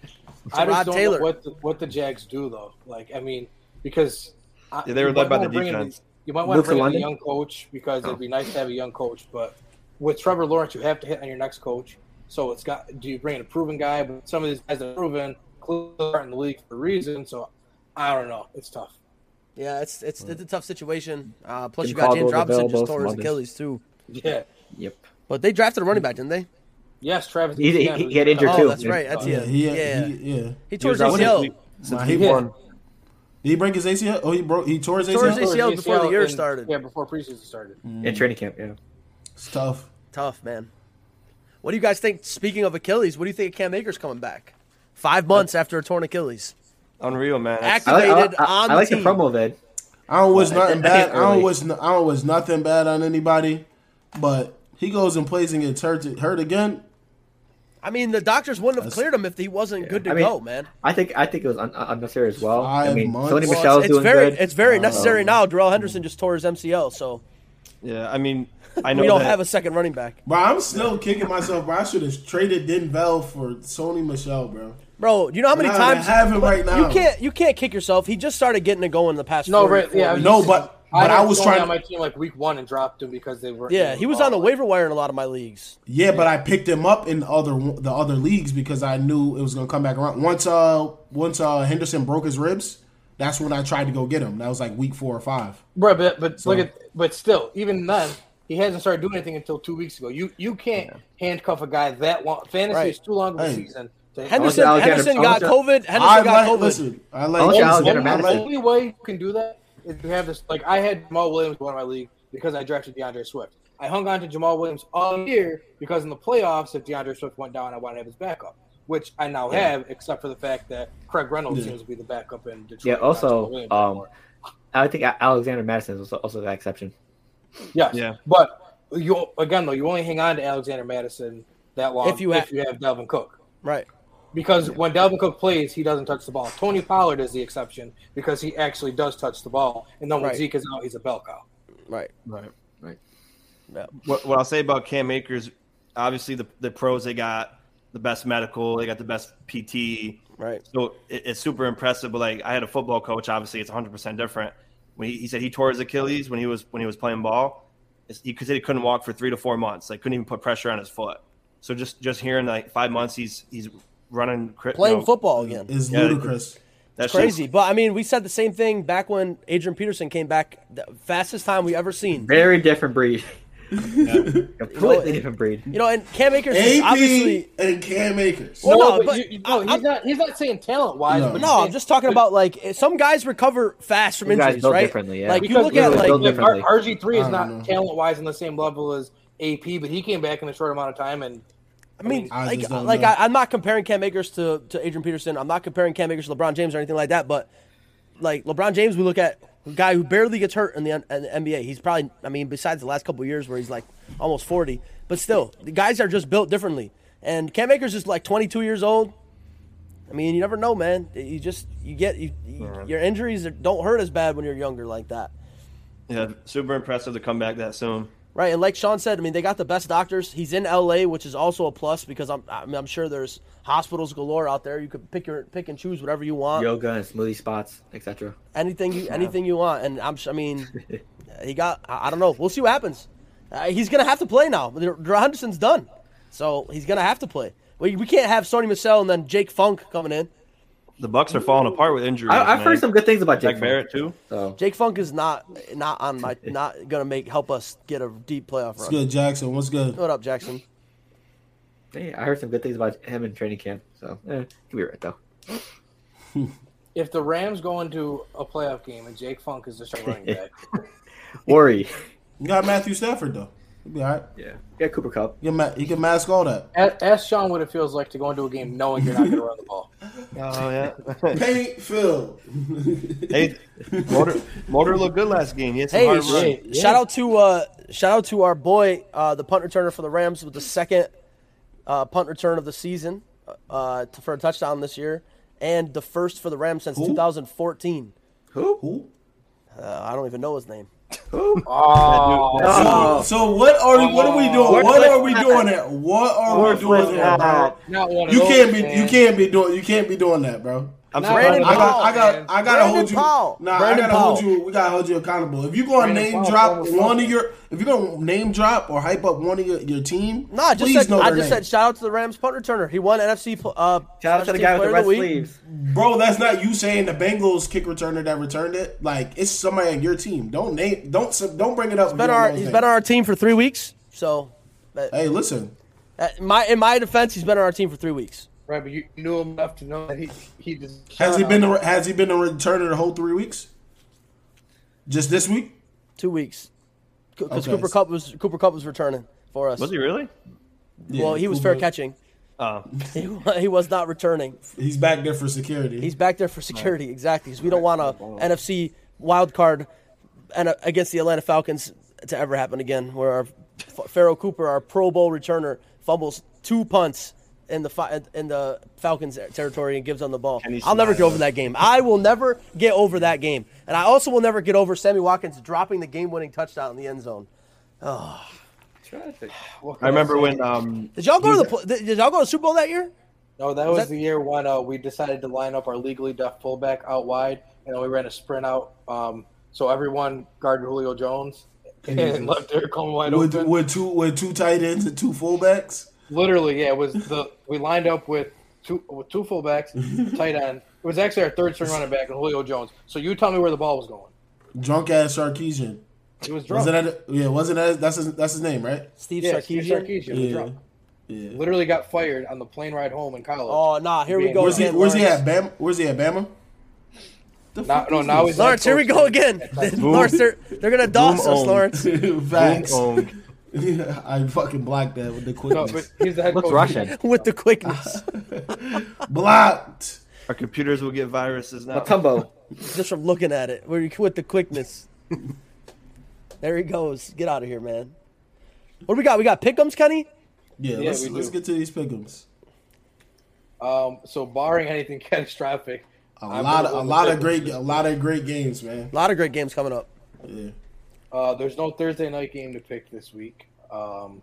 Speaker 3: I just
Speaker 4: Rod
Speaker 3: don't
Speaker 4: Taylor.
Speaker 3: know what the, what the Jags do though. Like, I mean, because I,
Speaker 5: Yeah, they were
Speaker 3: you
Speaker 5: led
Speaker 3: might
Speaker 5: by the
Speaker 3: wanna bring in-
Speaker 5: defense.
Speaker 3: you might want
Speaker 2: Move
Speaker 3: to bring
Speaker 2: to
Speaker 3: in a
Speaker 2: London? Oh.
Speaker 3: young coach because
Speaker 5: No.
Speaker 3: it'd be nice to have a young coach. But with Trevor Lawrence, you have to hit on your next coach. So it's got do you bring in a proven guy? But some of these guys that are proven clearly aren't in the league for a reason. So I don't know. It's tough.
Speaker 4: Yeah, it's it's it's a tough situation. Uh, plus,
Speaker 2: Jim
Speaker 4: you got James
Speaker 2: Caldwell's
Speaker 4: Robinson just
Speaker 2: available
Speaker 4: tore
Speaker 2: from
Speaker 4: his
Speaker 2: others.
Speaker 4: Achilles too.
Speaker 3: Yeah.
Speaker 2: Yep.
Speaker 4: But they drafted a running back, didn't they?
Speaker 3: Yes, Travis.
Speaker 2: He- he-
Speaker 3: Etienne,
Speaker 2: he
Speaker 3: who's
Speaker 2: had
Speaker 3: been-
Speaker 2: injured,
Speaker 4: oh,
Speaker 2: too.
Speaker 4: that's right. That's
Speaker 1: yeah,
Speaker 4: yeah.
Speaker 1: he,
Speaker 4: Yeah,
Speaker 1: yeah.
Speaker 4: he,
Speaker 1: He, yeah.
Speaker 4: tore his
Speaker 5: He was out
Speaker 4: ACL.
Speaker 5: since week- since
Speaker 1: Nah, he
Speaker 5: week
Speaker 3: won.
Speaker 5: one.
Speaker 1: Did he break his ACL? Oh, he broke. He tore his
Speaker 4: Tore his
Speaker 1: ACL.
Speaker 4: ACL before the year
Speaker 3: in-
Speaker 4: started.
Speaker 3: Yeah, before preseason started.
Speaker 2: In training camp, yeah.
Speaker 1: It's tough.
Speaker 4: Tough, man. What do you guys think? Speaking of Achilles, what do you think of Cam Akers coming back? Five months after a torn Achilles.
Speaker 5: Unreal, man. That's-
Speaker 4: Active-
Speaker 2: I like,
Speaker 4: Activated
Speaker 2: I,
Speaker 4: on
Speaker 2: I, I
Speaker 4: the
Speaker 2: like the
Speaker 4: team.
Speaker 2: promo vid.
Speaker 1: I don't wish
Speaker 2: Well, I-
Speaker 1: nothing
Speaker 2: I
Speaker 1: bad.
Speaker 2: think
Speaker 1: I don't
Speaker 2: early.
Speaker 1: wish. no- I don't wish nothing bad on anybody. But he goes and plays and gets hurt hurt again.
Speaker 4: I mean, the doctors wouldn't have
Speaker 1: That's-
Speaker 4: cleared him if he wasn't good to
Speaker 2: I mean,
Speaker 4: go, man.
Speaker 2: I think I think it was un- un- unnecessary as well. I
Speaker 1: Five
Speaker 2: mean,
Speaker 1: months. Well,
Speaker 2: Sony
Speaker 4: Well,
Speaker 2: Michelle's
Speaker 4: it's, it's
Speaker 2: doing
Speaker 4: very
Speaker 2: good. Um,
Speaker 4: it's very necessary now. Darrell Henderson just tore his MCL, so
Speaker 5: yeah, I mean, I know
Speaker 4: we don't
Speaker 5: that-
Speaker 4: have a second running back,
Speaker 1: Bro, I'm still kicking myself. Bro, I should have traded Denvell for Sony Michelle, bro.
Speaker 4: bro. You know how many
Speaker 1: Nah, they
Speaker 4: times
Speaker 1: have him right now.
Speaker 4: You can't you can't kick yourself. He just started getting it going the past.
Speaker 3: No,
Speaker 4: 40,
Speaker 3: right? Yeah, I was
Speaker 1: No,
Speaker 3: just-
Speaker 1: but but
Speaker 3: had
Speaker 1: I was
Speaker 3: Sony
Speaker 1: trying.
Speaker 3: on my team like week one and dropped him because they were.
Speaker 4: Yeah,
Speaker 3: they
Speaker 4: he
Speaker 3: were
Speaker 4: was on the
Speaker 3: awful.
Speaker 4: waiver wire in a lot of my leagues.
Speaker 1: Yeah, but I picked him up in other the other leagues because I knew it was gonna come back around. Once uh once uh Henderson broke his ribs, that's when I tried to go get him. That was like week four or five.
Speaker 3: Right, but but
Speaker 1: So-
Speaker 3: look at but still, even then, he hasn't started doing anything until two weeks ago. You you can't handcuff a guy that long. Fantasy
Speaker 4: Right.
Speaker 3: is too long of a
Speaker 1: Hey.
Speaker 3: season. To
Speaker 4: Henderson
Speaker 2: Alexander-
Speaker 4: Henderson got
Speaker 2: Alexander-
Speaker 4: COVID. Henderson
Speaker 1: I
Speaker 4: got
Speaker 1: like
Speaker 4: COVID.
Speaker 1: listen. I like.
Speaker 2: I like
Speaker 1: listen,
Speaker 2: Alexander
Speaker 1: I
Speaker 3: the
Speaker 1: like-
Speaker 2: Madison.
Speaker 3: only way you can do that is to have this. Like I had Jamal Williams in one of my league because I drafted DeAndre Swift. I hung on to Jamal Williams all year because in the playoffs, if DeAndre Swift went down, I wanted to have his backup, which I now have, except for the fact that Craig Reynolds
Speaker 1: Yeah.
Speaker 3: seems to be the backup in Detroit.
Speaker 2: Yeah.
Speaker 3: not Jamal
Speaker 2: Also,
Speaker 3: Williams
Speaker 2: um,
Speaker 3: anymore.
Speaker 2: I think A- Alexander Madison was also the exception.
Speaker 3: Yes.
Speaker 5: Yeah.
Speaker 3: But you again though, you only hang on to Alexander Madison that long
Speaker 4: If you have-
Speaker 3: Delvin Cook.
Speaker 4: Right.
Speaker 3: Because when Delvin Cook plays, he doesn't touch the ball. Tony Pollard is the exception because he actually does touch the ball. And then when
Speaker 4: Right.
Speaker 3: Zeke is out, he's a bell cow.
Speaker 4: Right.
Speaker 5: Right.
Speaker 2: Right.
Speaker 4: Yeah.
Speaker 5: What, what I'll say about Cam Akers, obviously the, the pros they got the best medical, they got the best PT,
Speaker 4: Right.
Speaker 5: so it, it's super impressive. But like I had a football coach, obviously it's 100 percent different. When he, he said he tore his Achilles when he was when he was playing ball, because he, 'cause he couldn't walk for three to four months. Like couldn't even put pressure on his foot. So just just hearing like five months, he's he's running cri- you
Speaker 4: Playing
Speaker 5: know,
Speaker 4: football again.
Speaker 1: is
Speaker 5: Yeah,
Speaker 1: ludicrous.
Speaker 5: That's
Speaker 4: Crazy. But I mean, we said the same thing back when Adrian Peterson came back. The fastest time we ever seen.
Speaker 2: Very different (laughs) breed. (laughs) Completely
Speaker 4: it-
Speaker 2: different breed.
Speaker 4: You know, and Cam Akers is
Speaker 1: AP
Speaker 4: obviously.
Speaker 1: and Cam Akers.
Speaker 4: Well, no,
Speaker 3: no, but,
Speaker 4: but
Speaker 3: you, you-
Speaker 4: I-
Speaker 3: no, he's
Speaker 4: I'm-
Speaker 3: not he's not saying talent wise,
Speaker 1: No.
Speaker 3: but
Speaker 4: No, I'm just talking about like some guys recover fast from
Speaker 2: Some guys
Speaker 4: injuries,
Speaker 2: build
Speaker 4: right?
Speaker 2: differently, yeah.
Speaker 4: Like you
Speaker 3: because
Speaker 4: look at
Speaker 2: literally
Speaker 4: like
Speaker 2: build
Speaker 3: like,
Speaker 2: differently.
Speaker 3: RG three
Speaker 1: I
Speaker 3: is
Speaker 1: don't know.
Speaker 3: not talent wise on the same level as AP, but he came back in a short amount of time and
Speaker 4: I mean,
Speaker 1: I
Speaker 4: like,
Speaker 1: just don't
Speaker 4: like
Speaker 1: know.
Speaker 4: I, I'm not comparing Cam Akers to, to Adrian Peterson. I'm not comparing Cam Akers to LeBron James or anything like that. But like LeBron James, we look at a guy who barely gets hurt in the, N- in the NBA. He's probably, I mean, besides the last couple of years where he's like almost 40, but still, the guys are just built differently. And Cam Akers is like 22 years old. I mean, you never know, man. You just you get you, you, your injuries don't hurt as bad when you're younger like that.
Speaker 5: yeah, super impressive to come back that soon.
Speaker 4: right? And like Sean said, I mean, they got the best doctors. He's in LA, which is also a plus because I'm I mean, I'm sure there's hospitals galore out there. You could pick your pick and choose whatever you want,
Speaker 2: yoga and smoothie spots, etc.
Speaker 4: anything you anything you want. And I'm su- I mean, he got I I don't know. We'll see what happens. Uh, he's gonna have to play now. Drew Henderson's done, so he's gonna have to play. We, we can't have Sony Michel and then Jake Funk coming in.
Speaker 5: The Bucks are falling apart with injuries.
Speaker 2: I, I've
Speaker 5: man.
Speaker 2: heard some good things about Jake
Speaker 5: Jack
Speaker 2: Funk,
Speaker 5: Barrett too.
Speaker 2: So
Speaker 4: Jake Funk is not not on my not gonna make help us get a deep playoff
Speaker 1: What's
Speaker 4: run.
Speaker 1: good, Jackson? What's good?
Speaker 4: What up, Jackson?
Speaker 2: hey, I heard some good things about him in training camp. So eh, he'll be right though.
Speaker 3: If the Rams go into a playoff game and Jake Funk is the starting running (laughs) back,
Speaker 2: Worry.
Speaker 1: You got Matthew Stafford though. He'll be all right.
Speaker 2: Yeah. Yeah, Cooper Cup.
Speaker 1: You can, ma- you can mask all that.
Speaker 3: a- ask Sean what it feels like to go into a game knowing you're not going to run the (laughs) ball.
Speaker 2: (laughs)
Speaker 5: Oh yeah.
Speaker 1: Paint (laughs) Phil.
Speaker 5: hey, motor motor looked good last game. He had some
Speaker 4: Hey,
Speaker 5: hard
Speaker 4: sh-
Speaker 5: runs.
Speaker 3: yeah.
Speaker 4: shout out to uh, shout out to our boy, uh, the punt returner for the Rams with the second uh, punt return of the season uh, to, for a touchdown this year, and the first for the Rams since
Speaker 1: Who?
Speaker 4: 2014.
Speaker 2: Who?
Speaker 1: Who?
Speaker 4: Uh, I don't even know his name.
Speaker 2: Who?
Speaker 3: Oh,
Speaker 5: That
Speaker 4: Uh,
Speaker 1: So, so what are what are we doing? What are we doing here? What are we doing here, bro?
Speaker 3: not one of
Speaker 1: You
Speaker 3: those,
Speaker 1: can't be
Speaker 3: man.
Speaker 1: you can't be doing you can't be doing that, bro.
Speaker 5: I'm
Speaker 3: Nah,
Speaker 5: surprised.
Speaker 4: Brandon
Speaker 1: I got, I
Speaker 3: man.
Speaker 1: got, I gotta
Speaker 4: Brandon
Speaker 1: hold you.
Speaker 4: Powell.
Speaker 1: Nah,
Speaker 4: Brandon
Speaker 1: I gotta hold
Speaker 4: Powell.
Speaker 1: you. We gotta hold you accountable. If you gonna
Speaker 3: Brandon
Speaker 1: name
Speaker 3: Powell,
Speaker 1: drop
Speaker 3: Brandon
Speaker 1: one of
Speaker 3: Powell.
Speaker 1: your, if you gonna name drop or hype up one of your, your team,
Speaker 4: No, I just
Speaker 1: please
Speaker 4: said
Speaker 1: know
Speaker 4: I
Speaker 1: their
Speaker 4: just
Speaker 1: name.
Speaker 4: said shout out to the Rams punt returner. He won NFC. pl- Uh,
Speaker 2: Shout out to the
Speaker 4: NFC
Speaker 2: guy
Speaker 4: Player
Speaker 2: with the
Speaker 4: of
Speaker 2: red
Speaker 4: Week.
Speaker 2: sleeves.
Speaker 1: bro. That's not you saying the Bengals kick returner that returned it. Like it's somebody on your team. Don't name, don't, s- don't bring it up.
Speaker 4: Been our, he's been on our team for three weeks. So, but,
Speaker 1: Hey, listen,
Speaker 4: uh, my in my defense, he's been on our team for three weeks.
Speaker 3: Right, but you knew him enough to know that he he does.
Speaker 1: has he been, a, has he been a returner the whole three weeks? Just this week?
Speaker 4: Two weeks, because
Speaker 1: Okay.
Speaker 4: Cooper Cup was Cooper Cup was returning for us.
Speaker 5: Was he really?
Speaker 1: Yeah,
Speaker 4: well, he was
Speaker 1: cool,
Speaker 4: fair
Speaker 1: bro.
Speaker 4: catching.
Speaker 5: Oh,
Speaker 4: (laughs) He, wa- he was not returning.
Speaker 1: He's back there for security.
Speaker 4: He's back there for security, exactly, because we don't want a NFC wild card and a- against the Atlanta Falcons to ever happen again, where our F- Pharaoh Cooper, our Pro Bowl returner, fumbles two punts in the fi- in the Falcons territory and gives them the ball.
Speaker 5: Kenny
Speaker 4: I'll never get
Speaker 5: Snyder.
Speaker 4: over that game. I will never get over that game, and I also will never get over Sammy Watkins dropping the game-winning touchdown in the end zone.
Speaker 2: Tragic.
Speaker 5: I remember when um
Speaker 4: Did y'all go to the pl- did did y'all go to the Super Bowl that year?
Speaker 3: No, that was
Speaker 4: that-
Speaker 3: the year when uh, we decided to line up our legally deaf fullback out wide, and then we ran a sprint out. Um, so everyone guarded Julio Jones and left Derek Coleman wide
Speaker 1: with,
Speaker 3: open.
Speaker 1: with two with two tight ends and two fullbacks.
Speaker 3: Literally, yeah, it was the we lined up with two with two (laughs) fullbacks, tight end. It was actually our third string running back and Julio Jones. So you tell me where the ball was going.
Speaker 1: Drunk ass Sarkeesian.
Speaker 3: It was drunk.
Speaker 1: Wasn't that? Yeah, wasn't that? That's his, that's his name, right?
Speaker 4: Steve
Speaker 3: yeah, Steve
Speaker 4: Sarkisian.
Speaker 3: Sarkisian was
Speaker 1: Yeah.
Speaker 3: drunk.
Speaker 1: yeah.
Speaker 3: Literally got fired on the plane ride home in college.
Speaker 4: Oh nah, here we go.
Speaker 1: Where's he?
Speaker 4: again,
Speaker 1: Where's he
Speaker 4: Lawrence.
Speaker 1: at? Bam? Where's he at?
Speaker 3: (laughs)
Speaker 1: Bama? The
Speaker 3: Now-
Speaker 1: fuck
Speaker 3: no,
Speaker 1: is
Speaker 3: now he's-
Speaker 4: Lawrence, here we go again. (laughs) Lawrence, they're, they're gonna doss us,
Speaker 1: (laughs)
Speaker 5: owned.
Speaker 4: Lawrence.
Speaker 1: this? facts.
Speaker 5: owned.
Speaker 1: (laughs) Yeah, I fucking blocked that with the
Speaker 3: Oh, No, but
Speaker 1: quickness.
Speaker 3: he's the head
Speaker 2: Looks
Speaker 3: coach.
Speaker 2: Russian.
Speaker 4: With the quickness, (laughs)
Speaker 1: blocked.
Speaker 5: our computers will get viruses now.
Speaker 2: Matumbo.
Speaker 4: just from looking at it, Where you- with the quickness. there he goes. Get out of here, man. What do we got? We got Pickums, Kenny.
Speaker 1: Yeah,
Speaker 3: Yeah,
Speaker 1: let's
Speaker 3: we
Speaker 1: let's
Speaker 3: do.
Speaker 1: get to these pickums.
Speaker 3: Um, so barring anything (laughs) catastrophic,
Speaker 1: A lot
Speaker 3: I'm gonna
Speaker 1: of
Speaker 3: go
Speaker 1: a
Speaker 3: with
Speaker 1: lot of
Speaker 3: Pickums.
Speaker 1: great a lot of great games, man.
Speaker 4: A lot of great games coming up.
Speaker 1: Yeah.
Speaker 3: Uh, there's no Thursday night game to pick this week. Um,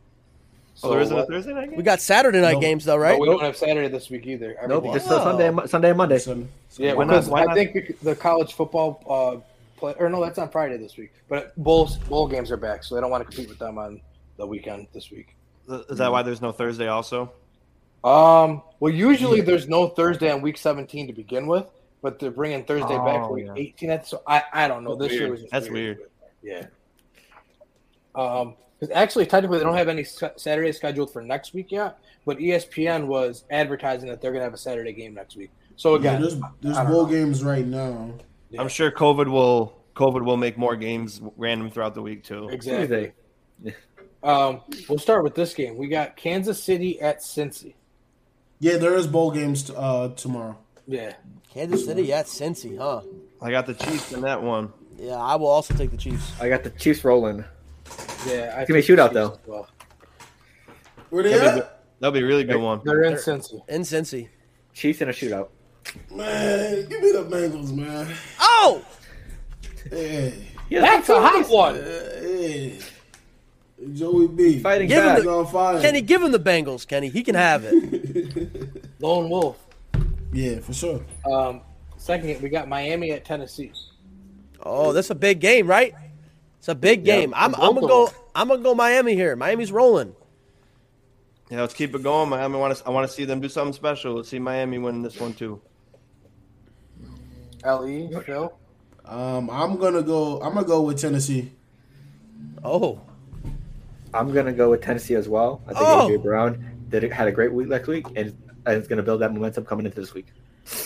Speaker 3: so
Speaker 5: Oh, there isn't a
Speaker 3: what-
Speaker 5: Thursday night game.
Speaker 4: We got Saturday night
Speaker 1: No.
Speaker 4: games though,
Speaker 3: but
Speaker 4: right?
Speaker 3: we don't have Saturday this week either.
Speaker 2: Nope,
Speaker 3: Everything-
Speaker 2: just
Speaker 4: Wow.
Speaker 2: uh, Sunday, and Mo- Sunday and Monday.
Speaker 1: Son-
Speaker 3: yeah,
Speaker 5: why not-
Speaker 3: because
Speaker 5: why
Speaker 3: I
Speaker 5: not-
Speaker 3: think bec- the college football uh, play, or no, that's on Friday this week. But bowl bowl games are back, so they don't want to compete with them on the weekend this week.
Speaker 5: Is that why there's no Thursday also?
Speaker 3: Um, well, usually there's no Thursday on week 17 to begin with, but they're bringing Thursday back
Speaker 5: Oh,
Speaker 3: for week
Speaker 5: yeah.
Speaker 3: 18. That's so I I don't know.
Speaker 5: That's
Speaker 3: this year
Speaker 5: weird.
Speaker 3: was just
Speaker 5: That's
Speaker 3: Yeah. Um, 'cause actually, technically, they don't have any sc- Saturday scheduled for next week yet, but E ESPN was advertising that they're going to have a Saturday game next week. So
Speaker 1: Yeah,
Speaker 3: again,
Speaker 1: there's there's
Speaker 3: I don't
Speaker 1: bowl
Speaker 3: know.
Speaker 1: games right now.
Speaker 3: Yeah.
Speaker 5: I'm sure COVID will COVID will make more games random throughout the week too.
Speaker 3: exactly.
Speaker 2: Tuesday.
Speaker 3: Um, we'll start with this game. We got Kansas City at Cincy.
Speaker 1: Yeah, there is bowl games uh, tomorrow.
Speaker 3: Yeah.
Speaker 4: Kansas City at Cincy, huh?
Speaker 5: I got the Chiefs in that one.
Speaker 4: Yeah, I will also take the Chiefs.
Speaker 2: I got the Chiefs rolling.
Speaker 3: Yeah. I
Speaker 2: Give me a
Speaker 3: think
Speaker 2: shootout,
Speaker 3: the Chiefs
Speaker 2: though.
Speaker 3: as well.
Speaker 1: Where they
Speaker 5: That'd be,
Speaker 1: at?
Speaker 5: that'd be a really good one.
Speaker 3: They're in Cincy.
Speaker 4: In Cincy.
Speaker 2: Chiefs in a shootout.
Speaker 1: Man, give me the Bengals, man.
Speaker 4: Oh,
Speaker 1: Hey,
Speaker 2: Yeah,
Speaker 3: That's a hot one.
Speaker 1: hey, hey. Uh, Joey B.
Speaker 2: Fighting
Speaker 4: Give him
Speaker 2: back.
Speaker 1: He's on fire.
Speaker 4: Kenny, give him the Bengals, Kenny. He can have it.
Speaker 3: Lone Wolf.
Speaker 1: (laughs) Yeah, for sure.
Speaker 3: Um, second, we got Miami at Tennessee.
Speaker 4: Oh, that's a big game, right? It's a big game. I'm, I'm gonna go. I'm gonna go Miami here. Miami's rolling.
Speaker 5: Yeah, let's keep it going. Miami want to. I want to see them do something special. Let's see Miami win this one too.
Speaker 3: Le E, Phil.
Speaker 1: Um, I'm gonna go. I'm gonna go with Tennessee.
Speaker 4: Oh,
Speaker 2: I'm gonna go with Tennessee as well. I think
Speaker 4: Oh.
Speaker 2: AJ Brown did had a great week last week, and, and it's gonna build that momentum coming into this week.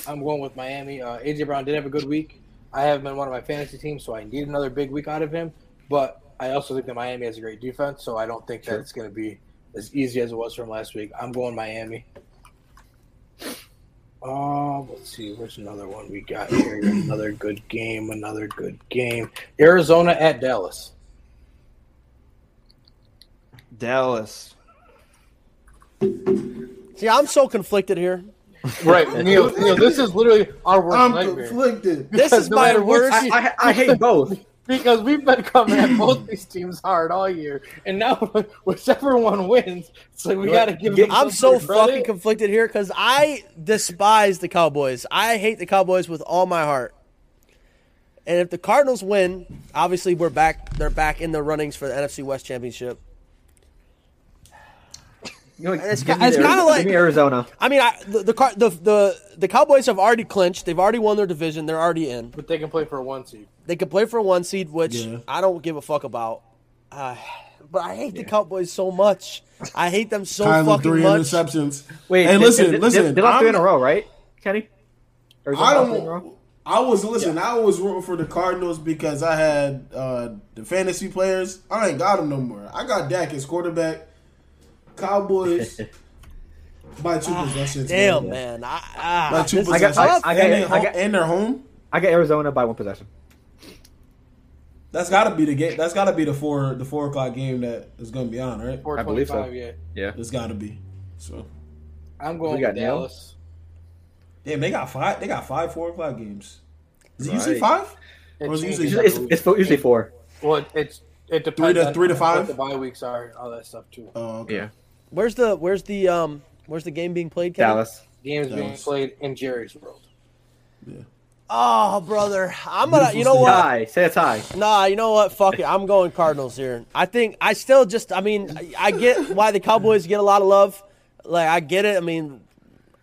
Speaker 3: I'm going with Miami. Uh, AJ Brown did have a good week. I have him in one of my fantasy teams, so I need another big week out of him. But I also think that Miami has a great defense, so I don't think that it's going to be as easy as it was from last week. I'm going Miami. Uh, let's see. Where's another one we got here? Another good game. Another good game. Arizona at Dallas.
Speaker 5: Dallas.
Speaker 4: see, I'm so conflicted here.
Speaker 3: Right, Neil. Neil, this is literally our worst
Speaker 1: I'm
Speaker 3: nightmare.
Speaker 1: conflicted.
Speaker 4: This is
Speaker 3: No
Speaker 4: my
Speaker 3: matter what
Speaker 4: worst.
Speaker 3: I-
Speaker 2: I, I hate both.
Speaker 3: because we've been coming at both these teams hard all year, and now (laughs) whichever one wins, it's like we got to give. them
Speaker 4: I'm
Speaker 3: some
Speaker 4: so
Speaker 3: credit.
Speaker 4: fucking conflicted here because I despise the Cowboys. I hate the Cowboys with all my heart. And if the Cardinals win, obviously we're back. They're back in the runnings for the NFC West championship.
Speaker 2: You know,
Speaker 4: It's
Speaker 2: give
Speaker 4: ki-
Speaker 2: me
Speaker 4: it's
Speaker 2: the-
Speaker 4: kinda
Speaker 2: give
Speaker 4: like-
Speaker 2: me Arizona.
Speaker 4: I mean, I, the, the Car- the the the Cowboys have already clinched. They've already won their division. They're already in.
Speaker 3: but they can play for one seed.
Speaker 4: They could play for one seed, which
Speaker 1: Yeah.
Speaker 4: I don't give a fuck about. (sighs) Uh, but I hate the Cowboys so much. I hate them so
Speaker 1: Kyler
Speaker 4: fucking
Speaker 1: three
Speaker 4: much.
Speaker 1: interceptions.
Speaker 2: Wait,
Speaker 1: hey,
Speaker 2: they-
Speaker 1: listen,
Speaker 2: they- they-
Speaker 1: listen.
Speaker 2: They lost three in a
Speaker 1: I'm-
Speaker 2: row, right, Kenny? Arizona
Speaker 1: I
Speaker 2: lost three in a row?
Speaker 1: don't. I was listen. I was rooting for the Cardinals because I had uh, the fantasy players. I ain't got them no more. I got Dak as quarterback.
Speaker 2: (laughs)
Speaker 1: Cowboys by two possessions.
Speaker 4: Damn, man. I, ah,
Speaker 1: By two
Speaker 4: this is
Speaker 2: I got-
Speaker 1: possessions.
Speaker 4: tough.
Speaker 2: I got-
Speaker 1: and, they
Speaker 2: I got-
Speaker 1: home- and they're home.
Speaker 2: I got Arizona by one possession.
Speaker 1: That's gotta be the game. That's gotta be the four the four o'clock game that is gonna be on, right?
Speaker 3: Four
Speaker 2: I believe so.
Speaker 3: twenty-five. Yeah,
Speaker 2: Yeah.
Speaker 1: It's gotta be. So
Speaker 3: I'm going
Speaker 2: We got
Speaker 3: with
Speaker 2: Neil.
Speaker 3: Dallas.
Speaker 1: damn, they got five. They got five four o'clock games. Is it usually
Speaker 2: Right.
Speaker 1: five? Or is it
Speaker 3: changes.
Speaker 1: usually-
Speaker 2: It's, it's usually four.
Speaker 3: well, it's it depends.
Speaker 1: Three to-
Speaker 3: on
Speaker 1: three to
Speaker 3: what
Speaker 1: five?
Speaker 3: The bye weeks are and all that stuff too.
Speaker 1: Oh, okay.
Speaker 4: Where's the where's the um where's the game being played? Kenny?
Speaker 2: Dallas.
Speaker 3: Games being
Speaker 1: Dallas.
Speaker 3: played in Jerry's world.
Speaker 4: Oh, brother, I'm gonna. You know
Speaker 1: Beautiful
Speaker 4: what?
Speaker 2: Tie. Say it's high.
Speaker 4: Nah, you know what? Fuck it. I'm going Cardinals here. I think I still just. I mean, I- I get why the Cowboys get a lot of love. Like I get it. I mean,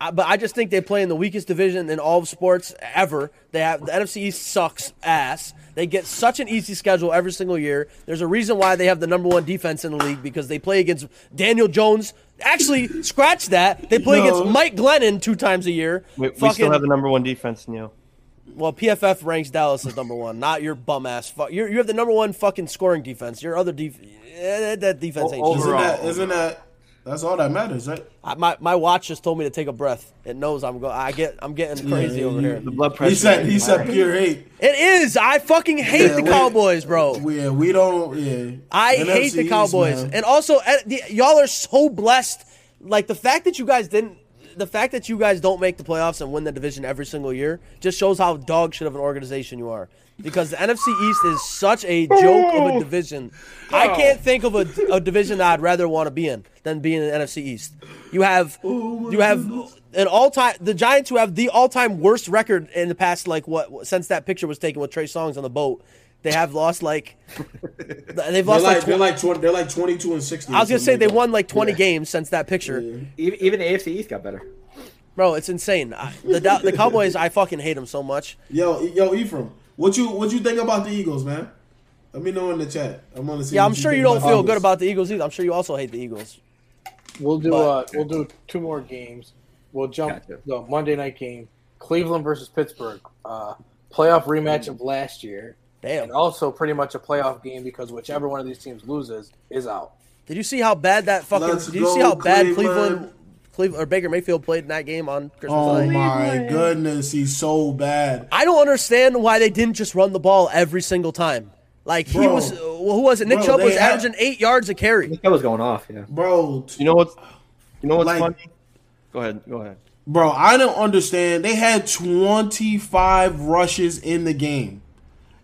Speaker 4: I, but I just think they play in the weakest division in all of sports ever. They have the NFC East sucks ass. They get such an easy schedule every single year. There's a reason why they have the number one defense in the league because they play against Daniel Jones. Actually, scratch that. They play
Speaker 1: No.
Speaker 4: against Mike Glennon two times a year.
Speaker 5: We, we still have the number one defense, Neil.
Speaker 4: Well, PFF ranks Dallas as number one, not your bum ass. Fuck, you you have the number one fucking scoring defense. Your other def- eh, that defense ain't shit.
Speaker 1: Isn't
Speaker 5: Overall.
Speaker 1: that isn't that that's all that matters, right?
Speaker 4: I- my my watch just told me to take a breath. It knows I'm going. I get I'm getting crazy
Speaker 1: Yeah,
Speaker 4: over
Speaker 1: you-
Speaker 4: here.
Speaker 5: The blood pressure.
Speaker 1: He said he said pure hate.
Speaker 4: It is. I fucking hate
Speaker 1: Yeah,
Speaker 4: the
Speaker 1: we-
Speaker 4: Cowboys, bro.
Speaker 1: We, yeah, we don't. Yeah,
Speaker 4: I
Speaker 1: NFC
Speaker 4: hate the
Speaker 1: East,
Speaker 4: Cowboys.
Speaker 1: man.
Speaker 4: and also, eh, the, y'all are so blessed. Like the fact that you guys didn't. The fact that you guys don't make the playoffs and win the division every single year just shows how dog shit of an organization you are. Because the NFC East is such a joke of a division. I can't think of a, a division that I'd rather want to be in than being in the NFC East. You have you have an all time the Giants who have the all time worst record in the past like what since that picture was taken with Trey Songz on the boat. They have lost like they've
Speaker 1: they're
Speaker 4: lost
Speaker 1: like
Speaker 4: like
Speaker 1: they're like 20, they're like twenty two and sixty.
Speaker 4: I was gonna
Speaker 1: or
Speaker 4: say
Speaker 1: something
Speaker 4: they
Speaker 1: like
Speaker 4: won like 20 games since that picture,
Speaker 2: Even, even the AFC East got better.
Speaker 4: bro. It's insane. I, the Dow- the Cowboys, I fucking hate them so much.
Speaker 1: that. Yo, E, yo, Ephraim, what you what you think about the Eagles, man? Let me know in the chat. I want to see.
Speaker 4: Yeah,
Speaker 1: what
Speaker 4: I'm sure
Speaker 1: think
Speaker 4: you don't
Speaker 1: about
Speaker 4: feel
Speaker 1: Eagles.
Speaker 4: good about the Eagles either. I'm sure you also hate the Eagles.
Speaker 3: We'll do uh,
Speaker 4: But-
Speaker 3: we'll do two more games. We'll jump
Speaker 2: Gotcha.
Speaker 3: the Monday night game, Cleveland versus Pittsburgh, uh, playoff rematch of last year,
Speaker 4: Damn.
Speaker 3: and also pretty much a playoff game because whichever one of these teams loses is out.
Speaker 4: Did you see how bad that fucking?
Speaker 1: Let's
Speaker 4: did you see
Speaker 1: go,
Speaker 4: how bad Cleveland,
Speaker 1: Cleveland.
Speaker 4: Cleveland or Baker Mayfield played in that game on Christmas
Speaker 1: Oh
Speaker 4: night?
Speaker 1: my goodness, he's so bad.
Speaker 4: I don't understand why they didn't just run the ball every single time. Like he
Speaker 1: Bro.
Speaker 4: was, uh, who was it? Nick
Speaker 1: Bro,
Speaker 4: Chubb
Speaker 1: they
Speaker 4: was
Speaker 1: had-
Speaker 4: averaging eight yards a carry.
Speaker 2: That was going off. Yeah.
Speaker 1: Bro, t-
Speaker 5: You know what's you know what's
Speaker 1: Like-
Speaker 5: funny? Go ahead. Go ahead.
Speaker 1: bro, I don't understand. They had 25 rushes in the game.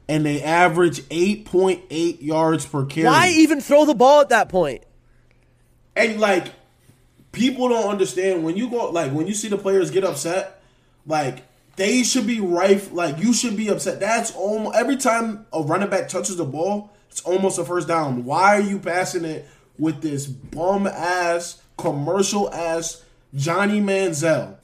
Speaker 1: and they average 8.8 yards per carry.
Speaker 4: Why even throw the ball at that point?
Speaker 1: And like people don't understand when you go like when you see the players get upset, like they should be rife. Like you should be upset. That's almost every time a running back touches the ball, it's almost a first down. Why are you passing it with this bum ass commercial ass Johnny Manziel?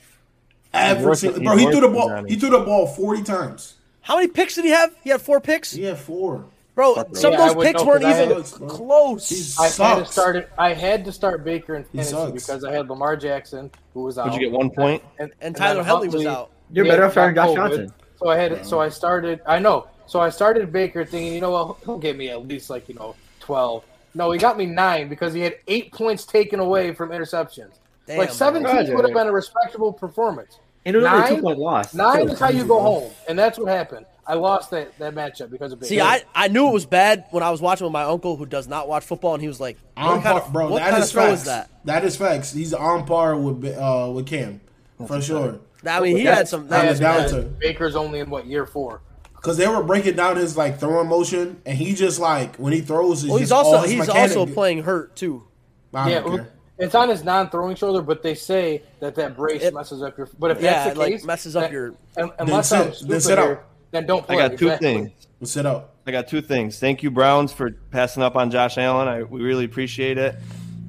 Speaker 1: Every
Speaker 5: worse-
Speaker 1: single,
Speaker 5: he's
Speaker 1: bro, he
Speaker 5: worse
Speaker 1: threw the
Speaker 5: than
Speaker 1: ball.
Speaker 5: Johnny.
Speaker 1: He threw the ball forty times.
Speaker 4: How many picks did he have? He had four picks,
Speaker 1: He had four.
Speaker 4: bro. Some
Speaker 3: Yeah, I
Speaker 4: of those
Speaker 3: would
Speaker 4: picks
Speaker 3: know,
Speaker 4: weren't
Speaker 3: 'cause I
Speaker 4: even
Speaker 1: had-
Speaker 4: close.
Speaker 1: He's-
Speaker 3: I had to
Speaker 1: Sucks.
Speaker 3: start. it- I had to start Baker in fantasy
Speaker 1: sucks.
Speaker 3: because I had Lamar Jackson, who was out.
Speaker 5: Would you get one point?
Speaker 3: and,
Speaker 4: and
Speaker 3: then
Speaker 4: Tyler Huntley was
Speaker 3: Huntley-
Speaker 4: out.
Speaker 2: You're
Speaker 3: Yeah,
Speaker 2: better off having Josh
Speaker 3: got COVID.
Speaker 2: Johnson.
Speaker 3: So I had. So I started. I know. So I started Baker thinking, you know what, he'll get me at least like you know twelve. No, he got me nine because he had eight points taken away from interceptions.
Speaker 4: Damn,
Speaker 3: like
Speaker 4: man.
Speaker 3: seventeen
Speaker 2: Roger.
Speaker 3: would have been a respectable performance.
Speaker 2: And it was only a
Speaker 3: Nine?
Speaker 2: two point loss.
Speaker 3: Nine
Speaker 2: too.
Speaker 3: is how you go home, and that's what happened. I lost that, that matchup because of Baker.
Speaker 4: See, I, I knew it was bad when I was watching with my uncle who does not watch football, and he was like, "What
Speaker 1: on
Speaker 4: kind
Speaker 1: par,
Speaker 4: of,
Speaker 1: bro.
Speaker 4: what
Speaker 1: That
Speaker 4: kind
Speaker 1: is
Speaker 4: of throw
Speaker 1: facts.
Speaker 4: is that?"
Speaker 1: That is facts. He's on par with uh, with Cam for sure.
Speaker 4: I mean, he
Speaker 3: That's-
Speaker 4: had some.
Speaker 1: that
Speaker 4: That
Speaker 1: was
Speaker 4: was
Speaker 1: down
Speaker 4: bad.
Speaker 1: to-
Speaker 3: Baker's only in what year four?
Speaker 1: Because they were breaking down his like throwing motion, and he just like when he throws, it's
Speaker 4: Well, he's
Speaker 1: just all
Speaker 4: also
Speaker 1: his
Speaker 4: he's
Speaker 1: mechanic-
Speaker 4: also playing hurt too.
Speaker 1: I
Speaker 3: Yeah,
Speaker 1: don't care.
Speaker 3: it's on his non-throwing shoulder, but they say that that brace
Speaker 4: It-
Speaker 3: messes up your. But if
Speaker 4: Yeah,
Speaker 3: that's
Speaker 4: it,
Speaker 3: the
Speaker 4: like,
Speaker 3: case,
Speaker 4: messes up
Speaker 3: that-
Speaker 4: your-
Speaker 3: un- unless
Speaker 1: sit-
Speaker 3: I'm
Speaker 1: then
Speaker 3: stupid
Speaker 1: sit out.
Speaker 3: here, then don't
Speaker 5: I
Speaker 3: play.
Speaker 5: got two
Speaker 3: exactly.
Speaker 5: things.
Speaker 1: Let's sit up.
Speaker 5: I got two things. Thank you, Browns, for passing up on Josh Allen. I we really appreciate it.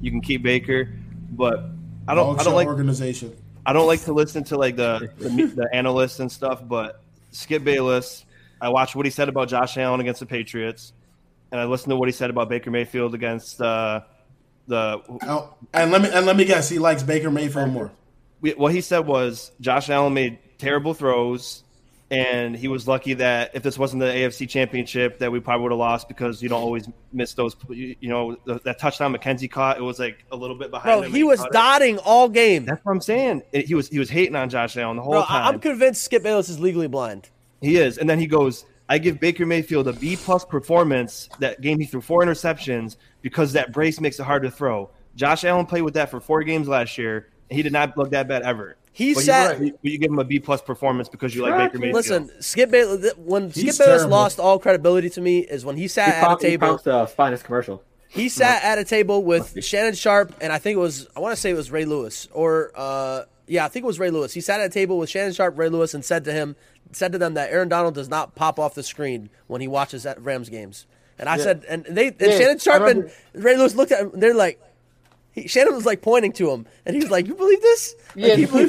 Speaker 5: You can keep Baker, but I don't.
Speaker 1: Dog
Speaker 5: I don't
Speaker 1: shit
Speaker 5: like.
Speaker 1: organization.
Speaker 5: I don't like to listen to like the the, me- the analysts and stuff. But Skip Bayless, I watched what he said about Josh Allen against the Patriots, and I listened to what he said about Baker Mayfield against uh, the
Speaker 1: Oh, and let me and let me guess, he likes Baker Mayfield more.
Speaker 5: we- what he said was Josh Allen made terrible throws, and he was lucky that if this wasn't the AFC Championship, that we probably would have lost because you don't always miss those. You you know the, that touchdown McKenzie caught, it was like a little bit behind.
Speaker 4: Bro,
Speaker 5: him
Speaker 4: he
Speaker 5: and
Speaker 4: was
Speaker 5: caught it.
Speaker 4: dotting all game.
Speaker 5: That's what I'm saying. It- he was he was hating on Josh Allen the whole
Speaker 4: Bro, I-
Speaker 5: time.
Speaker 4: I'm convinced Skip Bayless is legally blind.
Speaker 5: he is, and then he goes. I give Baker Mayfield a B plus performance that game he threw four interceptions because that brace makes it hard to throw. Josh Allen played with that for four games last year, and he did not look that bad ever.
Speaker 4: He
Speaker 5: But
Speaker 4: sat.
Speaker 5: you, you give him a B plus performance because you like Baker Mayfield.
Speaker 4: Listen, Skip Bayless. th- When Skip
Speaker 1: He's
Speaker 4: Bayless
Speaker 1: terrible.
Speaker 4: lost all credibility to me is when he
Speaker 2: He
Speaker 4: sat at a
Speaker 2: popped, he
Speaker 4: table.
Speaker 2: popped the finest commercial.
Speaker 4: He sat at a table with Shannon Sharp and I think it was I want to say it was Ray Lewis or uh, yeah I think it was Ray Lewis. He sat at a table with Shannon Sharp, Ray Lewis, and said to him said to them that Aaron Donald does not pop off the screen when he watches at Rams games. And I said and they and
Speaker 3: Yeah,
Speaker 4: Shannon Sharp
Speaker 3: I remember-
Speaker 4: and Ray Lewis looked at him. They're like he, Shannon was like pointing to him and he was like, "You believe this? Like,
Speaker 3: Yeah,
Speaker 4: (laughs) you believe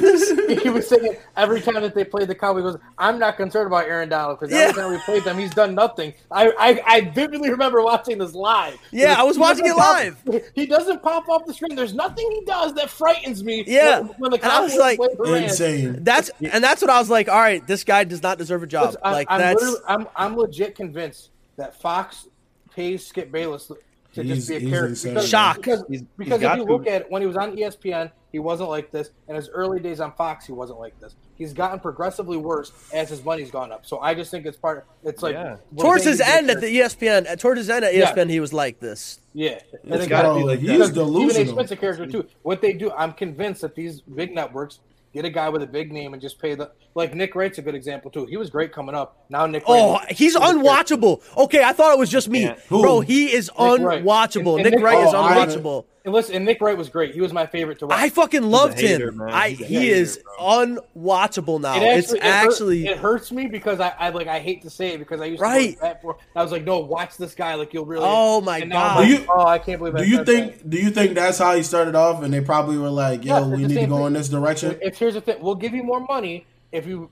Speaker 3: (laughs)
Speaker 4: this?"
Speaker 3: he was saying every time that they played the Cowboys, he goes, "I'm not concerned about Aaron Donald because
Speaker 4: Yeah.
Speaker 3: every time we played them, he's done nothing." I, I, I vividly remember watching this live.
Speaker 4: Yeah, I was
Speaker 3: He
Speaker 4: watching
Speaker 3: doesn't
Speaker 4: it live.
Speaker 3: pop- (laughs) he doesn't pop off the screen. There's nothing he does that frightens me.
Speaker 4: Yeah,
Speaker 3: when, when the
Speaker 4: and I was
Speaker 3: Cowboys
Speaker 4: like-
Speaker 3: play the Rams.
Speaker 1: Insane.
Speaker 4: That's and that's what I was like. All right, this guy does not deserve a job.
Speaker 3: Listen, I,
Speaker 4: like
Speaker 3: I'm,
Speaker 4: that's
Speaker 3: literally, I'm, I'm legit convinced that Fox pays Skip Bayless to
Speaker 1: He's-
Speaker 3: just be a
Speaker 1: he's
Speaker 3: character.
Speaker 1: insane.
Speaker 3: Because,
Speaker 4: Shock.
Speaker 3: Because,
Speaker 5: He's- he's
Speaker 3: because
Speaker 5: got
Speaker 3: if you
Speaker 5: to.
Speaker 3: look at it, when he was on E ESPN, he wasn't like this. In his early days on Fox, he wasn't like this. He's gotten progressively worse as his money's gone up. So I just think it's part. It's like
Speaker 5: Yeah.
Speaker 3: we're
Speaker 4: towards his
Speaker 3: saying
Speaker 4: end
Speaker 3: he's
Speaker 4: at the E ESPN. At, towards his end at E
Speaker 3: Yeah.
Speaker 4: ESPN, he was like this.
Speaker 3: yeah. And
Speaker 5: It's
Speaker 3: it
Speaker 5: gotta
Speaker 3: got-
Speaker 5: be
Speaker 1: Bro,
Speaker 5: like that.
Speaker 1: he's
Speaker 3: even an
Speaker 1: delusional.
Speaker 3: expensive character too. What they do, I'm convinced that these big networks get a guy with a big name and just pay the like Nick Wright's a good example too. He was great coming up. Now Nick.
Speaker 4: Oh,
Speaker 3: Wright-
Speaker 4: he's unwatchable. Okay, I thought it was just me.
Speaker 5: Yeah.
Speaker 1: Who?
Speaker 4: Bro, he is
Speaker 3: Wright.
Speaker 4: unwatchable.
Speaker 3: And- and
Speaker 4: Nick
Speaker 3: Nick-
Speaker 4: Wright is
Speaker 1: Oh, I-
Speaker 4: unwatchable.
Speaker 3: And listen, and Nick Wright was great. He was my favorite to watch.
Speaker 4: I, fucking loved
Speaker 5: hater,
Speaker 4: him.
Speaker 5: man.
Speaker 4: I
Speaker 5: He's a
Speaker 4: he
Speaker 5: hater,
Speaker 4: is unwatchable now.
Speaker 3: It
Speaker 4: oh, it's
Speaker 3: it hurt-
Speaker 4: actually
Speaker 3: it hurts me because I, I like I hate to say it because I used to
Speaker 4: Right.
Speaker 3: watch that for, I was like, no, watch this guy, like you'll really.
Speaker 4: Oh, my
Speaker 3: And now I'm
Speaker 4: God.
Speaker 1: Do
Speaker 3: like,
Speaker 1: you-
Speaker 3: oh, I can't believe. I
Speaker 1: Do you
Speaker 3: said
Speaker 1: think? Do you think that's how he started off? And they probably were like, "Yo,
Speaker 3: Yeah,
Speaker 1: we
Speaker 3: it's the
Speaker 1: need to
Speaker 3: same
Speaker 1: go
Speaker 3: thing.
Speaker 1: in this direction."
Speaker 3: that. It's here's the thing: we'll give you more money if you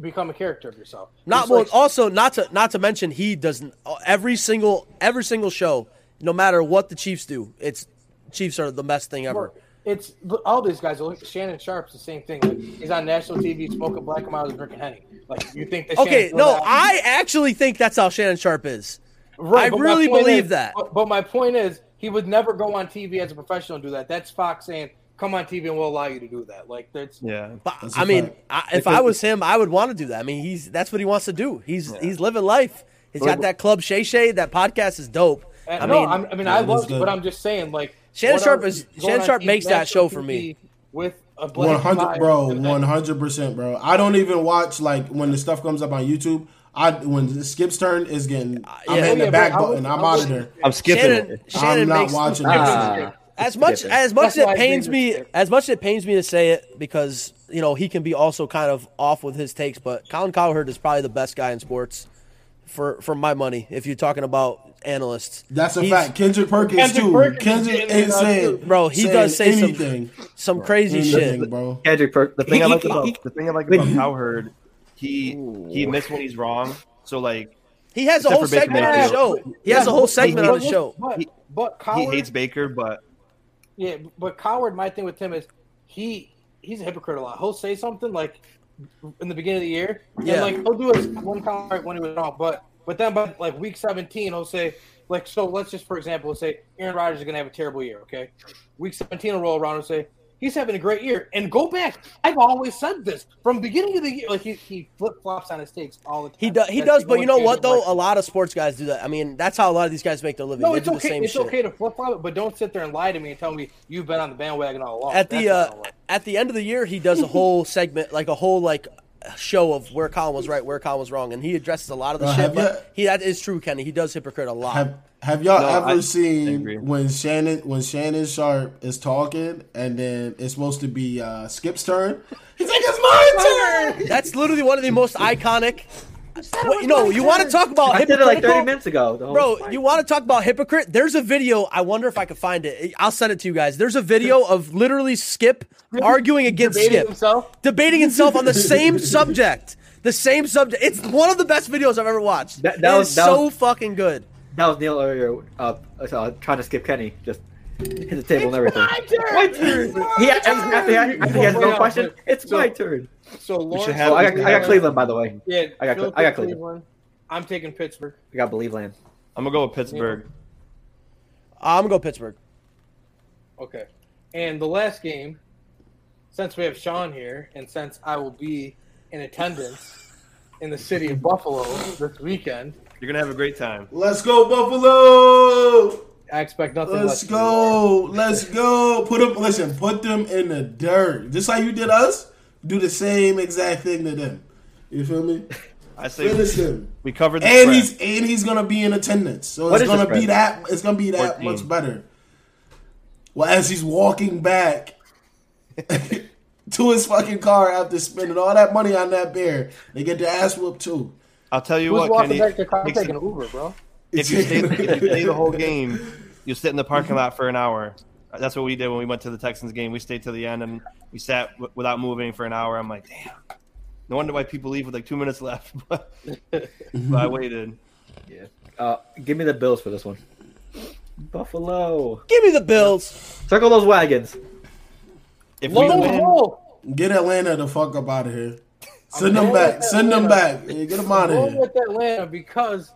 Speaker 3: become a character of yourself.
Speaker 4: not
Speaker 3: It's
Speaker 4: well,
Speaker 3: like-
Speaker 4: also not to not to mention he doesn't every single every single show, no matter what the Chiefs do, it's Chiefs are the best thing ever.
Speaker 3: Look, It's look, all these guys. Look, Shannon Sharp's the same thing. Like, he's on national TV smoking black and miles and drinking henny. Like you think that?
Speaker 4: Okay,
Speaker 3: Shannon's
Speaker 4: no,
Speaker 3: not-
Speaker 4: I actually think that's how Shannon Sharp is. I
Speaker 3: but my
Speaker 4: really
Speaker 3: point
Speaker 4: believe
Speaker 3: is-
Speaker 4: that.
Speaker 3: But, but my point is, he would never go on TV as a professional and do that. That's Fox saying, "Come on TV, and we'll allow you to do that." Like that's
Speaker 5: Yeah,
Speaker 4: But
Speaker 1: That's a
Speaker 4: I mean,
Speaker 1: fact.
Speaker 4: I, if I was him, I would want to do that. I mean, he's that's what he wants to do. He's he's living life. He's got that club Shay Shay. That podcast is dope.
Speaker 3: And
Speaker 4: I
Speaker 3: Uh, eh, no,
Speaker 4: mean,
Speaker 3: I'm, I mean,
Speaker 1: yeah,
Speaker 3: I
Speaker 1: it is
Speaker 3: love
Speaker 1: good.
Speaker 3: it, but I'm just saying, like
Speaker 4: Shannon
Speaker 3: what
Speaker 4: Sharp
Speaker 3: else
Speaker 4: is-
Speaker 3: going
Speaker 4: Shannon
Speaker 3: on
Speaker 4: Sharp
Speaker 3: TV
Speaker 4: makes that show for
Speaker 3: national
Speaker 4: me.
Speaker 3: TV with a blank
Speaker 1: One hundred,
Speaker 3: mind
Speaker 1: bro.
Speaker 3: and
Speaker 1: One hundred percent, bro. I don't even watch like when the stuff comes up on YouTube. I when it's Skip's turn is getting, I'm
Speaker 4: yeah.
Speaker 1: hitting
Speaker 3: Oh,
Speaker 1: the
Speaker 3: yeah,
Speaker 1: back
Speaker 3: bro, I was-
Speaker 1: button. I'm
Speaker 3: I
Speaker 1: out
Speaker 3: was-
Speaker 1: of there.
Speaker 5: I'm skipping
Speaker 4: Shannon,
Speaker 5: it.
Speaker 4: Shannon
Speaker 1: I'm not
Speaker 4: makes,
Speaker 1: watching
Speaker 2: Ah.
Speaker 1: this.
Speaker 4: as much
Speaker 2: Skipping.
Speaker 4: as much
Speaker 3: That's
Speaker 4: as
Speaker 3: why
Speaker 4: it
Speaker 3: I
Speaker 4: pains
Speaker 3: made
Speaker 4: me
Speaker 3: this-
Speaker 4: as much as it pains me to say it because you know he can be also kind of off with his takes, but Colin Cowherd is probably the best guy in sports for for my money. If you're talking about analysts,
Speaker 1: That's a
Speaker 4: He's-
Speaker 1: fact. Kendrick Perkins
Speaker 3: Kendrick
Speaker 1: too.
Speaker 3: Perkins
Speaker 1: Kendrick
Speaker 3: is getting
Speaker 1: ain't
Speaker 3: it out,
Speaker 1: saying,
Speaker 3: too.
Speaker 4: Bro, he
Speaker 1: saying
Speaker 4: does say some-
Speaker 1: anything,
Speaker 4: Some crazy
Speaker 1: anything,
Speaker 4: shit.
Speaker 1: bro.
Speaker 2: Kendrick Perk.
Speaker 5: The thing I
Speaker 2: He-
Speaker 5: like
Speaker 2: he-
Speaker 5: about
Speaker 2: he-
Speaker 5: the thing I like about Cowherd, he he admits when he's wrong. So like
Speaker 4: He has a
Speaker 5: Except
Speaker 4: whole
Speaker 5: for Baker
Speaker 4: segment on the show.
Speaker 5: Mayfield.
Speaker 4: He has a whole segment on
Speaker 5: but-
Speaker 4: the show.
Speaker 3: But,
Speaker 5: He-
Speaker 3: but Coward,
Speaker 5: he hates Baker, but
Speaker 3: yeah, but Coward. My thing with him is he he's a hypocrite a lot. He'll say something like in the beginning of the year,
Speaker 4: Yeah.
Speaker 3: and like he'll do his one comment when he was wrong, but but then by like week seventeen, he'll say like so. Let's just for example, let's say Aaron Rodgers is going to have a terrible year. Okay, week seventeen will roll around and say. He's having a great year, and go back. I've always said this from beginning of the year. Like he, he flip flops on his takes all the time.
Speaker 4: He does. He
Speaker 3: That's
Speaker 4: does.
Speaker 3: the
Speaker 4: But you
Speaker 3: only
Speaker 4: know
Speaker 3: thing I
Speaker 4: what
Speaker 3: don't
Speaker 4: though?
Speaker 3: like.
Speaker 4: A lot of sports guys do that. I mean, that's how a lot of these guys make their living.
Speaker 3: No,
Speaker 4: they
Speaker 3: it's
Speaker 4: do the
Speaker 3: okay.
Speaker 4: same
Speaker 3: It's
Speaker 4: shit.
Speaker 3: okay to flip flop it, but don't sit there and lie to me and tell me you've been on the bandwagon all along.
Speaker 4: at
Speaker 3: That's
Speaker 4: the
Speaker 3: what I
Speaker 4: uh,
Speaker 3: don't like.
Speaker 4: at the end of the year,
Speaker 3: (laughs)
Speaker 4: he does a whole segment, like a whole like show of where Colin was right, where Colin was wrong, and he addresses a lot of the
Speaker 1: Uh,
Speaker 4: shit.
Speaker 1: have
Speaker 4: But
Speaker 1: ya-
Speaker 4: he that is true, Kenny. He does hypocrite a lot.
Speaker 1: Have Have y'all
Speaker 5: No,
Speaker 1: ever
Speaker 5: I- I agree.
Speaker 1: seen when Shannon when Shannon Sharp is talking and then it's supposed to be uh, Skip's turn? He's like, "It's my turn."
Speaker 4: That's literally one of the
Speaker 2: (laughs)
Speaker 4: most iconic. But, you know, you want to talk about
Speaker 2: I did it like
Speaker 4: hypocritical?
Speaker 2: 30 minutes ago. the whole
Speaker 4: Bro,
Speaker 2: fight.
Speaker 4: you want to talk about hypocrite? There's a video. I wonder if I can find it. I'll send it to you guys. There's a video of literally Skip arguing against
Speaker 3: Debating
Speaker 4: Skip.
Speaker 3: himself.
Speaker 4: debating himself on the same subject. The same subject. It's one of the best videos I've ever watched.
Speaker 2: That- that
Speaker 4: it
Speaker 2: was-
Speaker 4: is
Speaker 2: that
Speaker 4: so
Speaker 2: was-
Speaker 4: fucking good.
Speaker 2: That was Neil earlier, uh, uh, trying to skip Kenny, just hit the table and everything.
Speaker 3: My turn.
Speaker 2: He after, after, after he has no question, it's
Speaker 3: So-
Speaker 2: my turn.
Speaker 3: So Lawrence,
Speaker 5: should have-
Speaker 2: Oh, I got, I got Cleveland, by the way.
Speaker 3: Yeah,
Speaker 2: I got
Speaker 3: Phil
Speaker 2: Cle- I got
Speaker 3: took
Speaker 2: Cleveland.
Speaker 3: I'm taking Pittsburgh.
Speaker 2: I got Believe Land.
Speaker 5: I'm gonna go with Pittsburgh.
Speaker 4: I'm gonna go Pittsburgh.
Speaker 3: Okay. And the last game, since we have Sean here, and since I will be in attendance in the city of Buffalo this weekend,
Speaker 5: You're gonna have a great time.
Speaker 1: Let's go, Buffalo.
Speaker 3: I expect nothing less.
Speaker 1: Let's
Speaker 3: from
Speaker 1: go. Let's go. Put them. Listen. Put them in the dirt. Just like you did us. Do the same exact thing to them. You feel
Speaker 5: (laughs)
Speaker 1: me?
Speaker 5: I say
Speaker 1: Finish them.
Speaker 5: we covered the
Speaker 1: And
Speaker 5: spread.
Speaker 1: he's and he's gonna be in attendance, so
Speaker 2: What
Speaker 1: it's
Speaker 2: is the
Speaker 1: gonna be
Speaker 2: spread?
Speaker 1: that it's gonna be that
Speaker 5: 14.
Speaker 1: much better. Well, as he's walking back (laughs) to his fucking car after spending all that money on that beer, they get their ass whooped too.
Speaker 5: I'll tell you
Speaker 3: Who's
Speaker 5: what,
Speaker 3: walking
Speaker 5: Kenny.
Speaker 3: back to car? I'm
Speaker 5: Nixon,
Speaker 3: taking Uber, bro.
Speaker 5: if you stay if you stay the whole game, you sit in the parking lot for an hour. That's what we did when we went to the Texans game. We stayed till the end and we sat w- without moving for an hour. I'm like, damn. No wonder why people leave with like two minutes left. (laughs) but I waited.
Speaker 2: Yeah. Uh, give me the Bills for this one. Buffalo.
Speaker 4: Give me the Bills.
Speaker 2: Circle those wagons.
Speaker 5: If we
Speaker 3: Low
Speaker 5: win,
Speaker 3: roll.
Speaker 1: (laughs) Get Atlanta the fuck up out of here. Send
Speaker 3: I'm
Speaker 1: them back.
Speaker 3: going
Speaker 1: Send them
Speaker 3: with
Speaker 1: back. Get them out
Speaker 3: Roll
Speaker 1: of here.
Speaker 3: with Atlanta because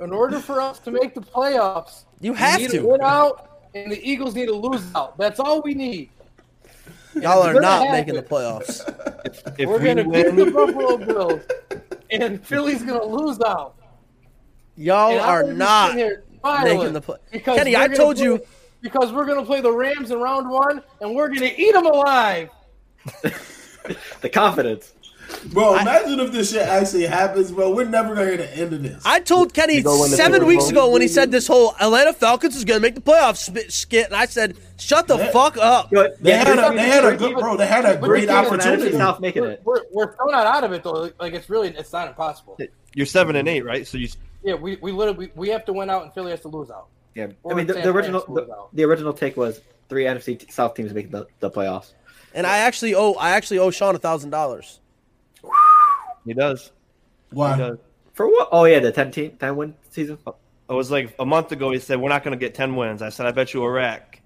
Speaker 3: in order for us to make the playoffs,
Speaker 4: You have
Speaker 3: we need
Speaker 4: to.
Speaker 3: win out, and the Eagles need to lose out. That's all we need.
Speaker 4: Y'all are
Speaker 3: We're
Speaker 4: not
Speaker 3: gonna
Speaker 4: making the
Speaker 3: have
Speaker 4: playoffs.
Speaker 5: if
Speaker 3: We're
Speaker 5: we
Speaker 3: gonna beat the
Speaker 5: win,
Speaker 3: Buffalo Bills, and Philly's gonna lose out.
Speaker 4: Y'all
Speaker 3: And I'm
Speaker 4: are
Speaker 3: gonna be
Speaker 4: not.
Speaker 3: sitting here smiling
Speaker 4: making the play-
Speaker 3: because
Speaker 4: Kenny,
Speaker 3: we're
Speaker 4: I
Speaker 3: gonna
Speaker 4: told
Speaker 3: play-
Speaker 4: you-
Speaker 3: because we're gonna play the Rams in round one, and we're gonna eat them alive.
Speaker 2: The confidence.
Speaker 1: Bro, imagine if this shit actually happens, bro. We're never gonna hear the end of this.
Speaker 4: I told Kenny
Speaker 5: go win the
Speaker 4: seven
Speaker 5: Super
Speaker 4: weeks
Speaker 5: Bowl.
Speaker 4: ago when he said this whole Atlanta Falcons is gonna make the playoffs spit skit, and I said, "Shut the
Speaker 1: Yeah.
Speaker 4: fuck up."
Speaker 2: You know,
Speaker 1: They
Speaker 2: yeah,
Speaker 1: had
Speaker 2: there's-
Speaker 1: a they had a good bro, they had a
Speaker 3: But
Speaker 1: great
Speaker 3: the thing is, man,
Speaker 2: there's
Speaker 1: opportunity.
Speaker 2: South making
Speaker 3: We're,
Speaker 2: it.
Speaker 3: we're, we're still not out of it though. Like it's really, it's not impossible.
Speaker 5: you're seven and eight, right? So you
Speaker 3: Yeah, we, we literally we, we have to win out, and Philly has to lose out.
Speaker 2: Yeah. I
Speaker 3: Or
Speaker 2: mean, the,
Speaker 3: San
Speaker 2: the original
Speaker 3: Francisco's
Speaker 2: the,
Speaker 3: out.
Speaker 2: the original take was three NFC t- South teams making the, the playoffs.
Speaker 4: And I actually owe I actually owe Sean a thousand dollars.
Speaker 5: he does. He
Speaker 1: Why?
Speaker 5: does.
Speaker 2: For what? Oh yeah, the 10 team 10 win season.
Speaker 5: It was like a month ago. He said we're not going to get ten wins. I said I bet you a rack.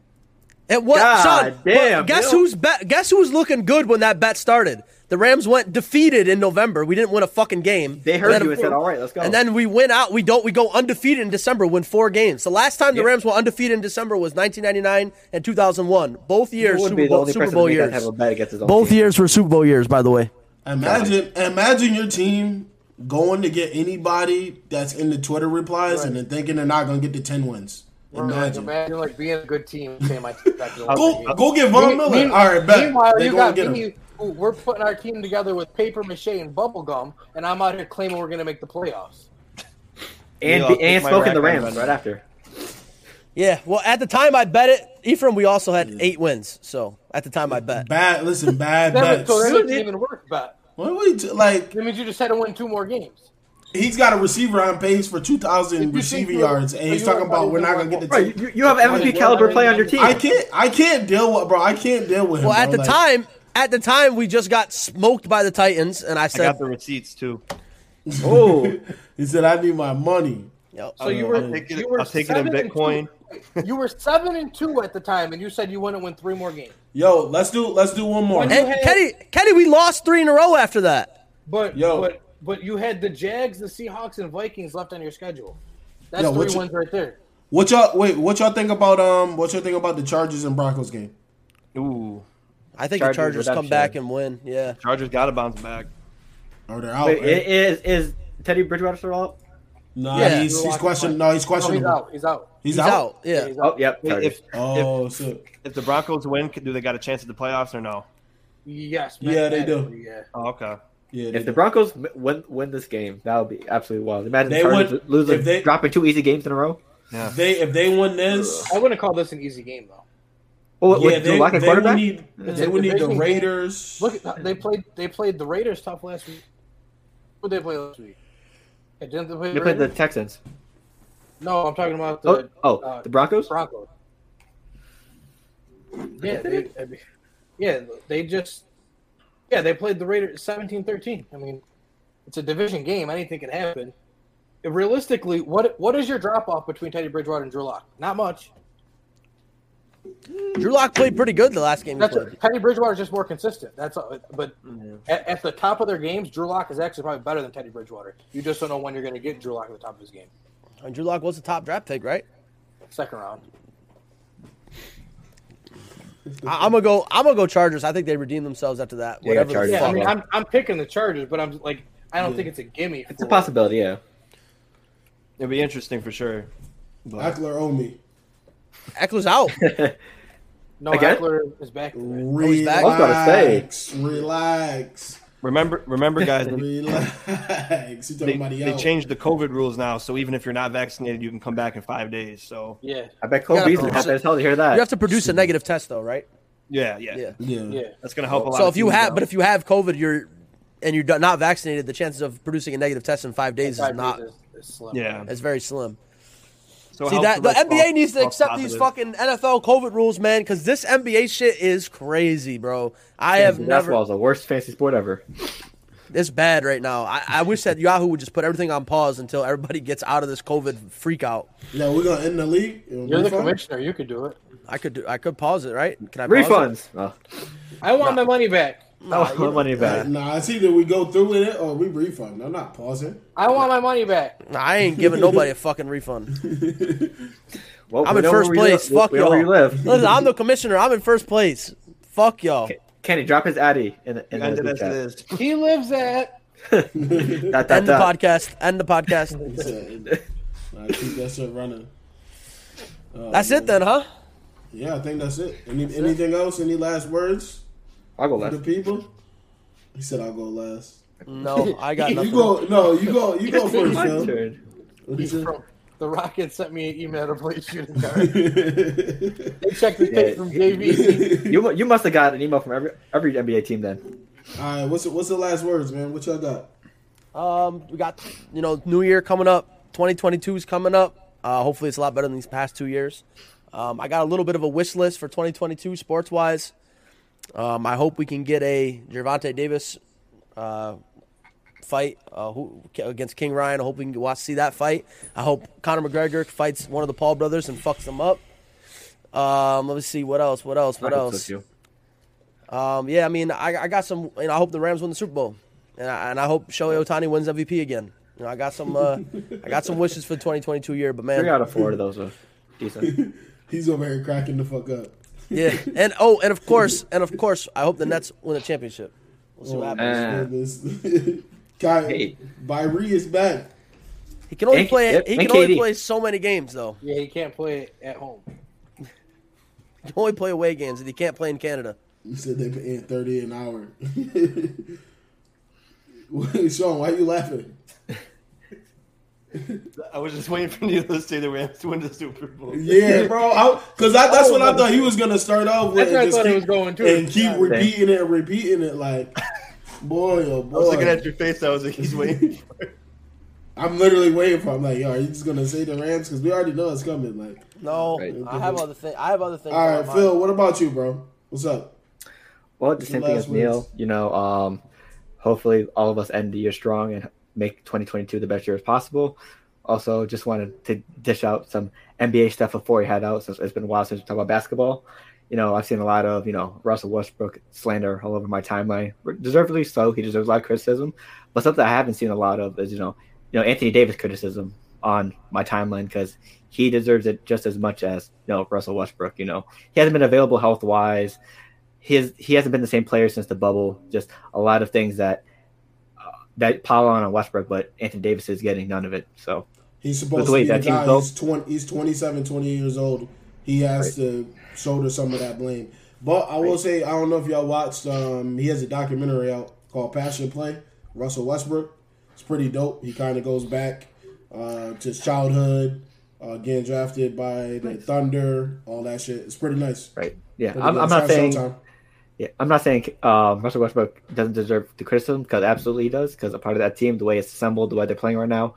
Speaker 4: It was
Speaker 2: God
Speaker 4: Sean, but
Speaker 2: damn,
Speaker 4: guess
Speaker 2: Bill.
Speaker 4: who's bet? Guess who was looking good when that bet started? The Rams went defeated in November. We didn't win a fucking game.
Speaker 2: They heard
Speaker 4: then-
Speaker 2: you and said, "All right, let's go."
Speaker 4: And then we win out. We don't. We go undefeated in December. Win four games. The last time the
Speaker 2: Yeah.
Speaker 4: Rams were undefeated in December was 1999 and 2001. Both years
Speaker 2: would
Speaker 4: Super
Speaker 2: be the
Speaker 4: Bowl,
Speaker 2: only
Speaker 4: Super
Speaker 2: person
Speaker 4: Bowl
Speaker 2: to make that
Speaker 4: years.
Speaker 2: type of bet against his own
Speaker 4: Both
Speaker 2: team.
Speaker 4: years were Super Bowl years, by the way.
Speaker 1: Imagine, imagine your team going to get anybody that's in the Twitter replies and then thinking they're not gonna get the ten wins.
Speaker 3: Like,
Speaker 1: Imagine.
Speaker 3: imagine like being a good team, saying my team's not gonna
Speaker 1: Go,
Speaker 3: win.
Speaker 1: go get Von Miller.
Speaker 3: Mean-
Speaker 1: All right, bet.
Speaker 3: Meanwhile,
Speaker 1: They
Speaker 3: you
Speaker 1: gonna
Speaker 3: got
Speaker 1: get
Speaker 3: Vinny,
Speaker 1: him.
Speaker 3: Ooh, we're putting our team together with paper mache and bubble gum, and I'm out here claiming we're going to make the playoffs.
Speaker 2: and
Speaker 5: Yeah,
Speaker 2: be-
Speaker 5: I'll
Speaker 2: and
Speaker 5: take my
Speaker 2: smoking the
Speaker 5: rack on
Speaker 2: Rams
Speaker 5: that.
Speaker 2: right after.
Speaker 4: Yeah. Well, at the time I bet it, Ephraim, we also had
Speaker 2: Mm.
Speaker 4: eight wins. So at the time I bet.
Speaker 1: Bad, listen, bad
Speaker 3: That
Speaker 1: bets.
Speaker 3: was so that
Speaker 1: What
Speaker 3: didn't even work, but
Speaker 1: are we t- like?
Speaker 3: that means you just had to win two more games.
Speaker 1: He's got a receiver on pace for two thousand
Speaker 3: think
Speaker 1: receiving
Speaker 3: you're-
Speaker 1: yards, and
Speaker 3: so
Speaker 1: he's
Speaker 3: you
Speaker 1: talking
Speaker 3: want
Speaker 1: about
Speaker 3: money
Speaker 1: we're
Speaker 3: to
Speaker 1: not
Speaker 3: win
Speaker 1: gonna get the.
Speaker 3: more.
Speaker 1: T-
Speaker 2: Right, you, you have MVP caliber play on your team.
Speaker 1: I can't, I can't deal with bro. I can't deal with him.
Speaker 4: Well, at
Speaker 1: bro.
Speaker 4: the
Speaker 1: Like,
Speaker 4: time, at the time we just got smoked by the Titans, and I
Speaker 5: I
Speaker 4: said,
Speaker 5: got the receipts too.
Speaker 2: (laughs) (laughs) Oh,
Speaker 1: he said, "I need my money."
Speaker 4: Yo,
Speaker 3: So you
Speaker 5: I'll
Speaker 3: were,
Speaker 5: take it-
Speaker 3: you were
Speaker 5: I'll take it in
Speaker 3: seven and
Speaker 5: Bitcoin.
Speaker 3: two. You were seven and two at the time, and you said you wouldn't win three more games.
Speaker 1: Yo, let's do, let's do one more.
Speaker 3: Hey.
Speaker 4: and Kenny, Kenny, we lost three in a row after that.
Speaker 3: But
Speaker 1: Yo.
Speaker 3: but but you had the Jags, the Seahawks, and Vikings left on your schedule. That's
Speaker 1: Yo, what
Speaker 3: three
Speaker 1: you-
Speaker 3: wins right there.
Speaker 1: What y'all wait? What y'all think about um? What y'all think about the Chargers and Broncos game?
Speaker 5: Ooh,
Speaker 4: I think
Speaker 2: Chargers
Speaker 4: the Chargers come
Speaker 2: redemption.
Speaker 4: back and win. Yeah.
Speaker 5: Chargers got to bounce back.
Speaker 1: Or Oh, they're out?
Speaker 2: Wait, i-
Speaker 1: right?
Speaker 2: is is Teddy Bridgewater still out?
Speaker 1: nah,
Speaker 4: yeah.
Speaker 1: he's he's questioned. No, he's
Speaker 3: No, he's
Speaker 1: questionable.
Speaker 3: out. He's out.
Speaker 1: he's,
Speaker 4: He's
Speaker 1: out.
Speaker 4: out. Yeah.
Speaker 3: he's
Speaker 2: Oh,
Speaker 3: out.
Speaker 2: yep. Chargers.
Speaker 5: If, if
Speaker 1: Oh, shit.
Speaker 5: if the Broncos win, do they got a chance at the playoffs or no?
Speaker 3: Yes.
Speaker 1: Yeah, they do.
Speaker 3: mathematically, Yeah.
Speaker 5: Oh, okay.
Speaker 1: yeah.
Speaker 2: If
Speaker 1: they
Speaker 2: the
Speaker 1: do.
Speaker 2: Broncos m- win win this game, that would be absolutely wild. Imagine
Speaker 1: They
Speaker 2: the Chargers
Speaker 1: would-
Speaker 2: losing,
Speaker 1: if they-
Speaker 2: dropping two easy games in a row.
Speaker 5: Yeah.
Speaker 1: If they if they win this,
Speaker 3: I wouldn't call this an easy game though.
Speaker 2: Oh,
Speaker 1: yeah,
Speaker 2: with Drew
Speaker 1: they,
Speaker 2: Lock at
Speaker 1: they would
Speaker 2: quarterback.
Speaker 1: need
Speaker 3: It's
Speaker 1: they
Speaker 3: a
Speaker 1: would need the
Speaker 3: division game.
Speaker 1: Raiders.
Speaker 3: Look, at, they played. They played the Raiders tough last week. Who they play last week? Hey, Didn't they play?
Speaker 2: they
Speaker 3: The
Speaker 2: played the
Speaker 3: Raiders?
Speaker 2: Texans.
Speaker 3: No, I'm talking about the
Speaker 2: Oh, oh,
Speaker 3: uh,
Speaker 2: the Broncos.
Speaker 3: Broncos. Yeah, they, I mean, yeah, they just, yeah, they played the Raiders 17-13. I mean, it's a division game; anything can happen. Realistically, what what is your drop off between Teddy Bridgewater and Drew Lock? Not much.
Speaker 4: Drew Lock played pretty good the last game he
Speaker 3: That's
Speaker 4: played.
Speaker 3: Teddy Bridgewater is just more consistent. That's all, but at, at the top of their games, Drew Lock is actually probably better than Teddy Bridgewater. You just don't know when you're going to get Drew Lock at the top of his game.
Speaker 4: And Drew Lock was the top draft pick, right?
Speaker 3: Second round.
Speaker 4: I, I'm gonna go. I'm gonna go Chargers. I think they redeemed themselves after that.
Speaker 2: Yeah,
Speaker 4: Whatever.
Speaker 2: Chargers.
Speaker 4: the
Speaker 3: Yeah, I
Speaker 4: fuck.
Speaker 3: mean,
Speaker 2: Yeah.
Speaker 3: I'm, I'm picking the Chargers, but I'm like, I don't think it's a gimme.
Speaker 2: It's a
Speaker 3: for-
Speaker 2: possibility. Yeah.
Speaker 5: It'd be interesting for sure. But
Speaker 1: Eckler owe me.
Speaker 4: Eckler's out.
Speaker 3: No,
Speaker 2: Again?
Speaker 3: Eckler is back. today.
Speaker 1: Relax.
Speaker 4: he's back?
Speaker 1: I
Speaker 4: I
Speaker 2: was about to say.
Speaker 1: Relax.
Speaker 5: remember, remember,
Speaker 4: (laughs)
Speaker 5: guys, they,
Speaker 1: Relax. (laughs) You talking about the
Speaker 5: they
Speaker 1: out.
Speaker 5: changed the COVID rules now, so even if you're not vaccinated, you can come back in five days. So
Speaker 3: Yeah,
Speaker 2: I bet
Speaker 4: Yeah,
Speaker 2: Cole Beasley
Speaker 4: bro.
Speaker 2: happy as hell to hear that.
Speaker 4: You have to produce a negative test though, right?
Speaker 5: yeah, yeah,
Speaker 4: Yeah.
Speaker 1: Yeah.
Speaker 3: yeah.
Speaker 5: that's gonna help a lot.
Speaker 4: So
Speaker 5: of
Speaker 4: if you
Speaker 5: teams
Speaker 4: have,
Speaker 5: out.
Speaker 4: but if you have COVID, you're and you're do- not vaccinated, the chances of producing a negative test in five days
Speaker 3: Five
Speaker 4: is not.
Speaker 3: days is- is slim.
Speaker 5: yeah,
Speaker 4: It's very slim.
Speaker 5: so it
Speaker 4: See
Speaker 5: helps
Speaker 4: that
Speaker 5: with,
Speaker 4: the
Speaker 5: like,
Speaker 4: NBA
Speaker 5: false-
Speaker 4: needs to
Speaker 5: false
Speaker 4: accept these fucking
Speaker 5: positives.
Speaker 4: NFL COVID rules, man, because this NBA shit is crazy, bro. I have never.
Speaker 2: Basketball is the worst fantasy sport ever.
Speaker 4: It's bad right now. I, I wish that Yahoo would just put everything on pause until everybody gets out of this COVID freak out.
Speaker 1: Yeah, we're gonna end the league. and
Speaker 3: You're the
Speaker 1: refund?
Speaker 3: commissioner. You could do it.
Speaker 4: I could do. I could pause it, right? Can I pause it?
Speaker 2: Refunds. Oh,
Speaker 3: I want my money back.
Speaker 2: no, no Oh, (laughs) money back.
Speaker 1: Nah, it's either we go through with it or we refund. I'm not pausing.
Speaker 3: I want my money back.
Speaker 4: Nah, I ain't giving nobody a fucking refund.
Speaker 2: Well,
Speaker 4: I'm
Speaker 2: we
Speaker 4: in
Speaker 2: know
Speaker 4: first
Speaker 2: where you
Speaker 4: place.
Speaker 2: live-
Speaker 4: Fuck
Speaker 2: we know
Speaker 4: y'all.
Speaker 2: where you live.
Speaker 4: Listen, I'm the commissioner. I'm in first place. Fuck y'all.
Speaker 2: Kenny, drop his addy in the, in the
Speaker 5: And it
Speaker 2: group
Speaker 5: as it
Speaker 2: chat.
Speaker 5: is.
Speaker 3: He lives at.
Speaker 2: Dot, dot,
Speaker 4: End the
Speaker 2: dot.
Speaker 4: podcast. End the podcast.
Speaker 1: I keep that shit running. Uh,
Speaker 4: That's it then, huh?
Speaker 1: Yeah, I think that's it. Any, anything else? Any last words
Speaker 2: I'll go
Speaker 1: for the
Speaker 4: (laughs)
Speaker 2: left.
Speaker 1: people? He said I'll go last.
Speaker 4: No, I
Speaker 1: (laughs)
Speaker 4: got
Speaker 1: You
Speaker 4: nothing.
Speaker 1: go. No, you go. You go first,
Speaker 2: My
Speaker 1: Phil.
Speaker 2: turn.
Speaker 1: What'd you
Speaker 3: He's
Speaker 1: say? (laughs)
Speaker 3: from. The Rockets sent me an email to play shooting guard.
Speaker 1: All
Speaker 3: They checked the
Speaker 2: Yeah.
Speaker 3: tape from
Speaker 1: (laughs)
Speaker 3: JV.
Speaker 2: You you must have got an email from every every NBA team then.
Speaker 1: right, what's the, what's the last words, man? What y'all got?
Speaker 4: Um, we got you know New Year coming up. 2022 is coming up. Uh, hopefully, it's a lot better than these past two years. Um, I got a little bit of a wish list for 2022 sports wise. Um, I hope we can get a Gervonta Davis uh, fight uh, who, against King Ryan. I hope we can watch see that fight. I hope Conor McGregor fights one of the Paul brothers and fucks them up. Um, let me see what else. What else? What
Speaker 2: I hope
Speaker 4: else?
Speaker 2: so, too.
Speaker 4: Um, yeah, I mean, I, I got some. You know, I hope the Rams win the Super Bowl, and I, and I hope Shohei Otani wins MVP again. You know, I got some. Uh, I got some wishes for the 2022 year, but
Speaker 2: Three out
Speaker 4: man,
Speaker 2: of four of those are decent.
Speaker 1: He's over here cracking the fuck up.
Speaker 4: yeah, and oh, and of course, and of course, I hope the Nets win the championship. We'll see
Speaker 1: Oh,
Speaker 4: what happens.
Speaker 2: Uh.
Speaker 1: This- (laughs) Ky-
Speaker 2: Hey.
Speaker 1: Byrie is back.
Speaker 4: He can only
Speaker 2: and-
Speaker 4: play.
Speaker 2: uh, yep,
Speaker 4: he
Speaker 2: and
Speaker 4: can only
Speaker 2: KD.
Speaker 4: play so many games though.
Speaker 3: Yeah, he can't play it at home.
Speaker 4: He can only play away games, and he can't play in Canada.
Speaker 1: You said they're paying thirty an hour. (laughs) Sean, why are you laughing?
Speaker 5: (laughs) I was just waiting for you to say the Rams to win the Super Bowl.
Speaker 1: Yeah, bro. Because that's what I thought he was gonna start off with.
Speaker 3: That's where I
Speaker 1: and just
Speaker 3: thought it
Speaker 1: keep-
Speaker 3: was going too.
Speaker 1: and keep
Speaker 3: God,
Speaker 1: repeating it and repeating it like boy oh
Speaker 5: I was
Speaker 1: boy
Speaker 5: looking at your face. I was like, he's waiting.
Speaker 4: (laughs)
Speaker 5: For it.
Speaker 1: i'm literally waiting for i'm like yo are you just gonna say the rams because we already know it's coming like
Speaker 4: No,
Speaker 2: Right.
Speaker 4: I have other things. I have other things.
Speaker 1: all
Speaker 4: on
Speaker 1: right
Speaker 4: my
Speaker 1: phil what about you bro what's up
Speaker 2: Well, the same thing
Speaker 1: Last
Speaker 2: as Neil.
Speaker 1: words.
Speaker 2: You know, um, hopefully all of us end the year strong and make 2022 the best year as possible. Also, just wanted to dish out some NBA stuff before we head out. Since it's been a while since we talked about basketball. You know, I've seen a lot of you know Russell Westbrook slander all over my timeline. Deservedly so. He deserves a lot of criticism. But something I haven't seen a lot of is you know, you know Anthony Davis criticism on my timeline because he deserves it just as much as you know Russell Westbrook. You know, he hasn't been available health wise he has he hasn't been the same player since the bubble. Just a lot of things that uh, that pile on on Westbrook, but Anthony Davis is getting none of it. So
Speaker 1: he's supposed
Speaker 2: But
Speaker 1: to
Speaker 2: wait,
Speaker 1: be the
Speaker 2: that team's
Speaker 1: guy
Speaker 2: built-
Speaker 1: he's, 20, he's 27 28 years old he has to shoulder some of that blame but i will say i don't know if y'all watched um he has a documentary out called passion play russell westbrook it's pretty dope he kind of goes back uh to his childhood uh, getting drafted by the Thunder, all that shit. It's pretty nice.
Speaker 2: right, yeah,
Speaker 1: Pretty
Speaker 2: I'm,
Speaker 1: good.
Speaker 2: I'm not
Speaker 1: It's on
Speaker 2: saying
Speaker 1: Showtime.
Speaker 2: yeah, I'm not saying um, Russell Westbrook doesn't deserve the criticism because absolutely he does because a part of that team, the way it's assembled, the way they're playing right now,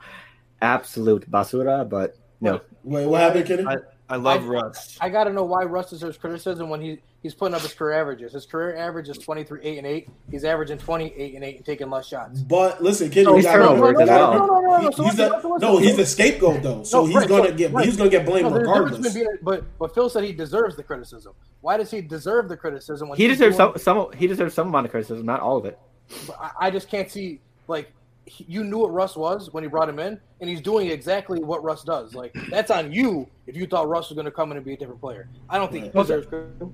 Speaker 2: absolute basura. But no,
Speaker 1: Wait, what happened, Kenny?
Speaker 5: I, I love
Speaker 3: I-
Speaker 5: Russ.
Speaker 3: I got to know why Russ deserves criticism when he he's putting up his career averages. His career average is twenty three eight and eight. He's averaging twenty eight and eight and taking less shots.
Speaker 1: But listen, Kenny,
Speaker 2: No,
Speaker 1: we
Speaker 2: he's
Speaker 1: gotta-
Speaker 2: turnovers
Speaker 1: we
Speaker 2: as
Speaker 1: gotta-
Speaker 2: well.
Speaker 3: No, no, no, no,
Speaker 1: he-
Speaker 3: so
Speaker 1: he's
Speaker 3: listen,
Speaker 1: a-
Speaker 3: listen, listen,
Speaker 1: no, he's
Speaker 3: listen.
Speaker 1: a scapegoat though, so
Speaker 3: No,
Speaker 1: he's
Speaker 3: right,
Speaker 1: gonna
Speaker 3: so-
Speaker 1: get
Speaker 3: right.
Speaker 1: he's gonna get blamed
Speaker 3: No, there's a difference
Speaker 1: regardless.
Speaker 3: between being- but but Phil said he deserves the criticism. Why does he deserve the criticism? When
Speaker 2: he
Speaker 3: he's
Speaker 2: deserves
Speaker 3: doing-
Speaker 2: some some he deserves some amount of criticism, not all of it.
Speaker 3: But I, I just can't see like he- you knew what Russ was when he brought him in, and he's doing exactly what Russ does. Like that's on you if you thought Russ was going to come in and be a different player. I don't think he
Speaker 2: Well,
Speaker 3: deserves criticism.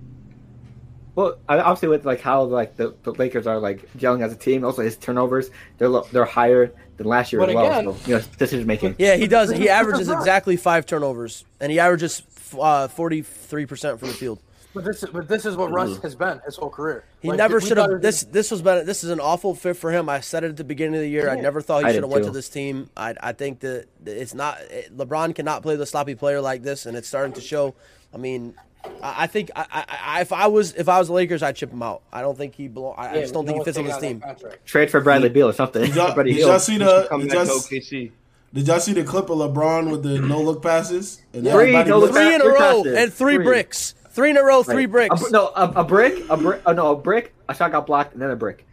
Speaker 2: Well, I- obviously with like how like the, the Lakers are like gelling as a team, also his turnovers they're lo- they're higher than last year
Speaker 3: But
Speaker 2: as well.
Speaker 3: again-
Speaker 2: so, you know, decision making.
Speaker 4: Yeah, he does. He (laughs)
Speaker 3: This is
Speaker 4: averages
Speaker 3: Russ.
Speaker 4: exactly five turnovers, and he averages uh, forty-three percent from the field.
Speaker 3: But this but this is what Russ has been his whole career.
Speaker 4: Mm-hmm. He
Speaker 3: Like,
Speaker 4: never
Speaker 3: we
Speaker 4: should
Speaker 3: thought it
Speaker 4: have.
Speaker 3: was-
Speaker 4: This this was been this is an awful fit for him. I said it at the beginning of the year. I never thought
Speaker 2: I
Speaker 4: he
Speaker 2: did
Speaker 4: should have went to
Speaker 2: too.
Speaker 4: this team. I I think that that it's not it- LeBron cannot play the sloppy player like this, and it's starting to show. I mean, I, I think I, I, I if I was if I was the Lakers, I'd chip him out. I don't think he belong. I, I
Speaker 3: yeah,
Speaker 4: just don't
Speaker 3: no
Speaker 4: think he
Speaker 3: one's
Speaker 4: fits on
Speaker 3: taking
Speaker 4: this
Speaker 3: out that
Speaker 4: team.
Speaker 3: contract.
Speaker 2: trade for Bradley Beal or something.
Speaker 1: Did y'all,
Speaker 2: Everybody
Speaker 1: did
Speaker 2: heal.
Speaker 1: y'all see the
Speaker 5: Come
Speaker 1: did
Speaker 5: back
Speaker 1: y'all,
Speaker 5: to
Speaker 1: s-
Speaker 5: OKC.
Speaker 1: did y'all see the clip of LeBron with (clears throat) the no look passes? And
Speaker 2: Three
Speaker 1: everybody
Speaker 2: no-look
Speaker 1: looked-
Speaker 4: Three in a
Speaker 2: Three
Speaker 4: row
Speaker 2: passes.
Speaker 4: and three,
Speaker 2: Three.
Speaker 4: bricks. Three in a row, three
Speaker 2: Right.
Speaker 4: bricks.
Speaker 2: A, br- no, a, a brick, a brick. Oh, no, a brick. A shot got blocked, and then a brick.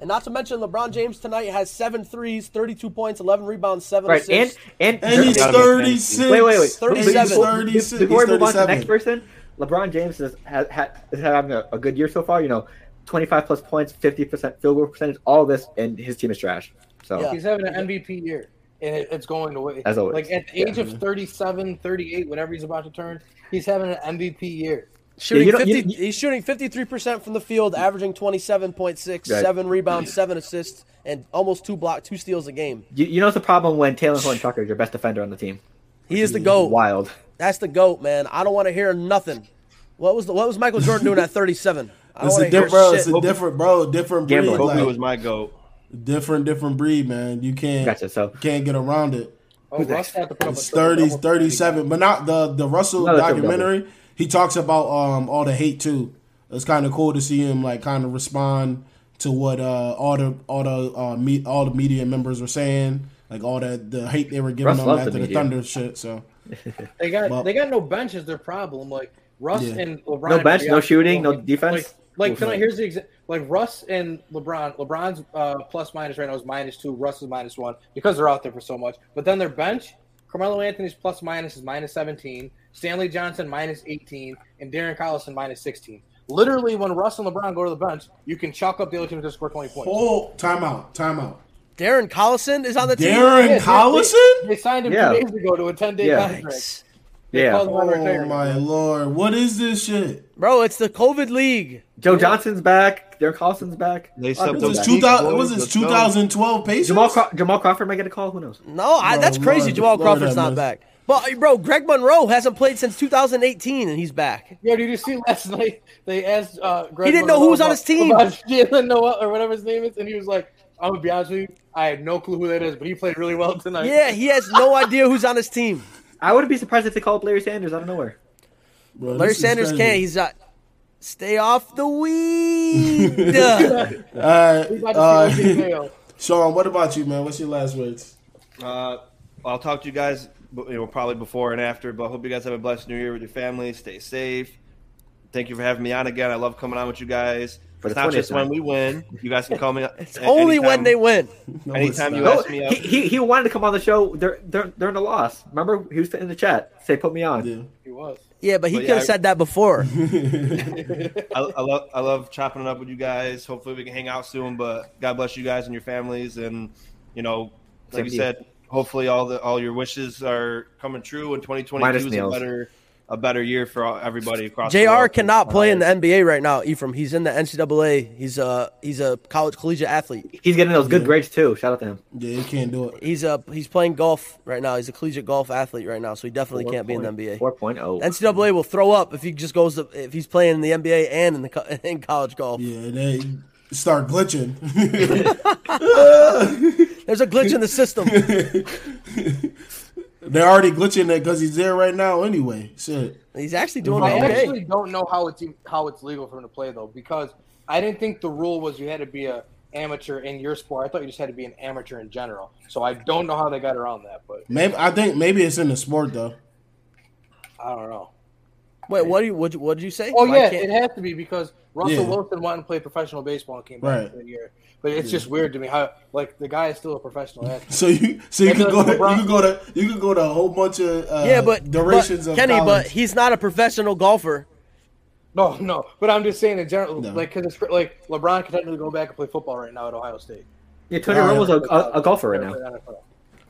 Speaker 4: And not to mention, LeBron James tonight has seven threes, 32 points, 11 rebounds, 7
Speaker 2: Right, and
Speaker 4: assists.
Speaker 2: and,
Speaker 1: and he's
Speaker 5: Forgot about
Speaker 1: thirty
Speaker 5: fantasy.
Speaker 1: six.
Speaker 2: wait, wait, wait.
Speaker 4: Thirty
Speaker 2: Before-
Speaker 4: seven.
Speaker 2: before-
Speaker 1: Thirty six.
Speaker 2: Before we move on to the next
Speaker 1: thirty-seven.
Speaker 2: person, LeBron James is has, ha is having a, a good year so far. You know, twenty five plus points, fifty percent field goal percentage, all this, and his team is trash. So
Speaker 4: Yeah.
Speaker 3: He's having an MVP year, and it, it's going away.
Speaker 2: As always.
Speaker 3: Like at the
Speaker 2: Yeah.
Speaker 3: age of 37, 38, whenever he's about to turn, he's having an MVP year.
Speaker 4: Shooting
Speaker 2: you don't-
Speaker 4: 50,
Speaker 2: you- you-
Speaker 4: he's shooting 53% from the field, averaging 27.6,
Speaker 2: Right.
Speaker 4: 7 rebounds, 7 assists, and almost 2 block, 2 steals a game.
Speaker 2: you, you know it's a problem when Taylor Horn Tucker is your best defender on the team.
Speaker 4: He is the GOAT.
Speaker 2: Wild.
Speaker 4: That's the GOAT, man. I don't want to hear nothing. What was the, what was Michael Jordan doing at 37? I don't
Speaker 1: It's
Speaker 4: want
Speaker 1: a
Speaker 4: to hear
Speaker 1: different, bro. It's
Speaker 4: shit.
Speaker 1: a different, bro. Different breed,
Speaker 2: Gambling.
Speaker 5: Kobe
Speaker 1: like,
Speaker 5: was my goat.
Speaker 1: different, different breed, man. You can't,
Speaker 2: Gotcha. So
Speaker 1: can't get around it.
Speaker 3: Oh,
Speaker 2: Who's
Speaker 3: Russ
Speaker 2: that?
Speaker 3: had to put up a
Speaker 1: It's 30,
Speaker 3: triple-double.
Speaker 1: 37. But not the the Russell
Speaker 2: Another triple
Speaker 1: documentary. He talks about um all the hate too. It's kind of cool to see him like kind of respond to what uh all the all the uh, me, all the media members were saying, like all the the hate they were giving
Speaker 2: Russ
Speaker 1: him
Speaker 2: loves
Speaker 1: after
Speaker 2: the
Speaker 1: the
Speaker 2: media.
Speaker 1: Thunder shit. So
Speaker 3: They got
Speaker 1: Well-
Speaker 3: they got no bench is their problem. Like Russ
Speaker 1: Yeah.
Speaker 3: and LeBron.
Speaker 2: No
Speaker 3: and
Speaker 2: bench, no
Speaker 3: Beyonce,
Speaker 2: shooting, no
Speaker 3: like-
Speaker 2: defense?
Speaker 3: Like,
Speaker 2: Oof.
Speaker 3: like tonight, here's the exa- like Russ and LeBron. LeBron's uh, plus minus right now is minus two. Russ is minus one because they're out there for so much. But then their bench, Carmelo Anthony's plus minus is minus seventeen. Stanley Johnson minus eighteen, and Darren Collison minus sixteen. Literally, when Russ and LeBron go to the bench, you can chalk up the other team to score twenty points.
Speaker 1: oh, timeout, timeout.
Speaker 4: Darren Collison is on the
Speaker 1: Darren
Speaker 3: Yeah, they-
Speaker 1: Collison.
Speaker 3: They, they signed him
Speaker 2: Yeah.
Speaker 3: two days ago to a ten day
Speaker 2: Yeah.
Speaker 4: team.
Speaker 3: contract. They
Speaker 2: yeah,
Speaker 3: called him out of
Speaker 1: Oh
Speaker 3: retirement.
Speaker 1: my lord, what is this shit?
Speaker 4: Bro, it's the COVID league.
Speaker 2: Joe Johnson's back. Derek Collison's back.
Speaker 5: They
Speaker 2: Oh,
Speaker 5: stepped
Speaker 2: this
Speaker 5: up.
Speaker 1: Was
Speaker 2: is
Speaker 1: this
Speaker 5: the
Speaker 1: two
Speaker 5: league,
Speaker 1: thousand?
Speaker 5: boys.
Speaker 1: Was this
Speaker 5: Let's
Speaker 1: two
Speaker 5: go.
Speaker 1: thousand twelve Pacers?
Speaker 2: Jamal Craw- Jamal Crawford might get a call. Who knows?
Speaker 4: No, I,
Speaker 1: Bro,
Speaker 4: that's crazy.
Speaker 1: Lord,
Speaker 4: Jamal
Speaker 1: Lord
Speaker 4: Crawford's not
Speaker 1: have mercy.
Speaker 4: back. But bro, Greg Monroe hasn't played since 2018, and he's back.
Speaker 3: Yeah, did you see last (laughs) night? They asked uh, Greg.
Speaker 4: He didn't know
Speaker 3: Monroe
Speaker 4: who was on
Speaker 3: about-
Speaker 4: his team.
Speaker 3: about Jalen Noel or whatever his name is, and he was like, "I'm gonna be honest with you, I had no clue who that is, but he played really well tonight."
Speaker 4: Yeah, he has no idea who's on his team.
Speaker 2: I would be surprised if they called Larry Sanders out of nowhere.
Speaker 1: Bro, this
Speaker 4: Larry
Speaker 1: is
Speaker 4: Sanders
Speaker 1: crazy.
Speaker 4: can't. He's not. Stay off
Speaker 5: (laughs)
Speaker 4: the weed.
Speaker 1: All right,
Speaker 3: He's about to
Speaker 1: uh, (laughs)
Speaker 3: see OJ fail.
Speaker 1: Sean, what about you, man? What's your last words?
Speaker 5: Uh, I'll talk to you guys, you know, probably before and after. But I hope you guys have a blessed New Year with your family. Stay safe. Thank you for having me on again. I love coming on with you guys.
Speaker 2: For
Speaker 5: it's
Speaker 2: the
Speaker 5: not
Speaker 2: 20th
Speaker 5: just when
Speaker 2: time.
Speaker 5: we win. You guys can
Speaker 4: (laughs)
Speaker 5: call me.
Speaker 4: it's only when they win.
Speaker 1: No,
Speaker 5: Anytime
Speaker 1: it's
Speaker 5: you
Speaker 1: not.
Speaker 2: No,
Speaker 5: ask me out.
Speaker 2: he, he, he wanted to come on the show dur- dur- during the loss. Remember, he was in the chat. Say, put me on.
Speaker 1: Yeah.
Speaker 3: He was.
Speaker 4: Yeah, but he
Speaker 5: But yeah,
Speaker 4: could have
Speaker 5: I-
Speaker 4: said that before.
Speaker 1: (laughs)
Speaker 5: I, I love I love chopping it up with you guys. Hopefully we can hang out soon. But God bless you guys and your families. And you know,
Speaker 2: Same
Speaker 5: like you
Speaker 2: to you.
Speaker 5: said, hopefully all the all your wishes are coming true. And 2022
Speaker 2: Minus
Speaker 5: is a
Speaker 2: Neil's.
Speaker 5: better a better year for all, everybody across. the
Speaker 4: Jr.
Speaker 5: world.
Speaker 4: cannot play in the
Speaker 5: Uh,
Speaker 4: NBA right now. Ephraim, he's in the NCAA. He's a he's a college collegiate athlete.
Speaker 2: He's getting those good grades too. Shout out to him.
Speaker 1: Yeah, you can't do it.
Speaker 4: He's a he's playing golf right now. He's a collegiate golf athlete right now, so he definitely can't be in the NBA.
Speaker 2: 4.0.
Speaker 4: NCAA will throw up if he just goes to, if he's playing in the NBA and in the co- (laughs) in college golf.
Speaker 1: Yeah, they start glitching. (laughs)
Speaker 4: There's a glitch in
Speaker 3: (laughs)
Speaker 4: the system.
Speaker 1: They're already glitching it because he's there right now anyway. Shit.
Speaker 4: he's actually doing
Speaker 1: Right.
Speaker 3: I
Speaker 4: okay.
Speaker 3: actually don't know how it's e- how it's legal for him to play though, because I didn't think the rule was you had to be a amateur in your sport. I thought you just had to be an amateur in general. So I don't know how they got around that, but
Speaker 1: Maybe I think maybe it's in the sport though. (laughs)
Speaker 3: I don't know.
Speaker 4: Wait, what do you what do you- what did you say?
Speaker 3: Oh
Speaker 4: Why
Speaker 3: yeah,
Speaker 4: can't-
Speaker 3: it has to be because Russell
Speaker 1: Yeah.
Speaker 3: Wilson wanted to play professional baseball and came back
Speaker 1: Right.
Speaker 3: that year. But it's just weird to me how like the guy is still a professional athlete.
Speaker 1: So you so you
Speaker 3: Maybe
Speaker 1: can go
Speaker 3: like
Speaker 1: to, you
Speaker 3: LeBron-
Speaker 1: can go to you can go to a whole bunch of uh,
Speaker 4: yeah, but
Speaker 1: durations
Speaker 4: but,
Speaker 1: of
Speaker 4: Kenny,
Speaker 1: college.
Speaker 4: but he's not a professional golfer.
Speaker 3: No, no. But I'm just saying in general,
Speaker 1: No.
Speaker 3: like because it's like LeBron could technically go back and play football right now at Ohio State.
Speaker 2: yeah, Tony
Speaker 1: All right.
Speaker 2: Romo's a, a, a golfer right now.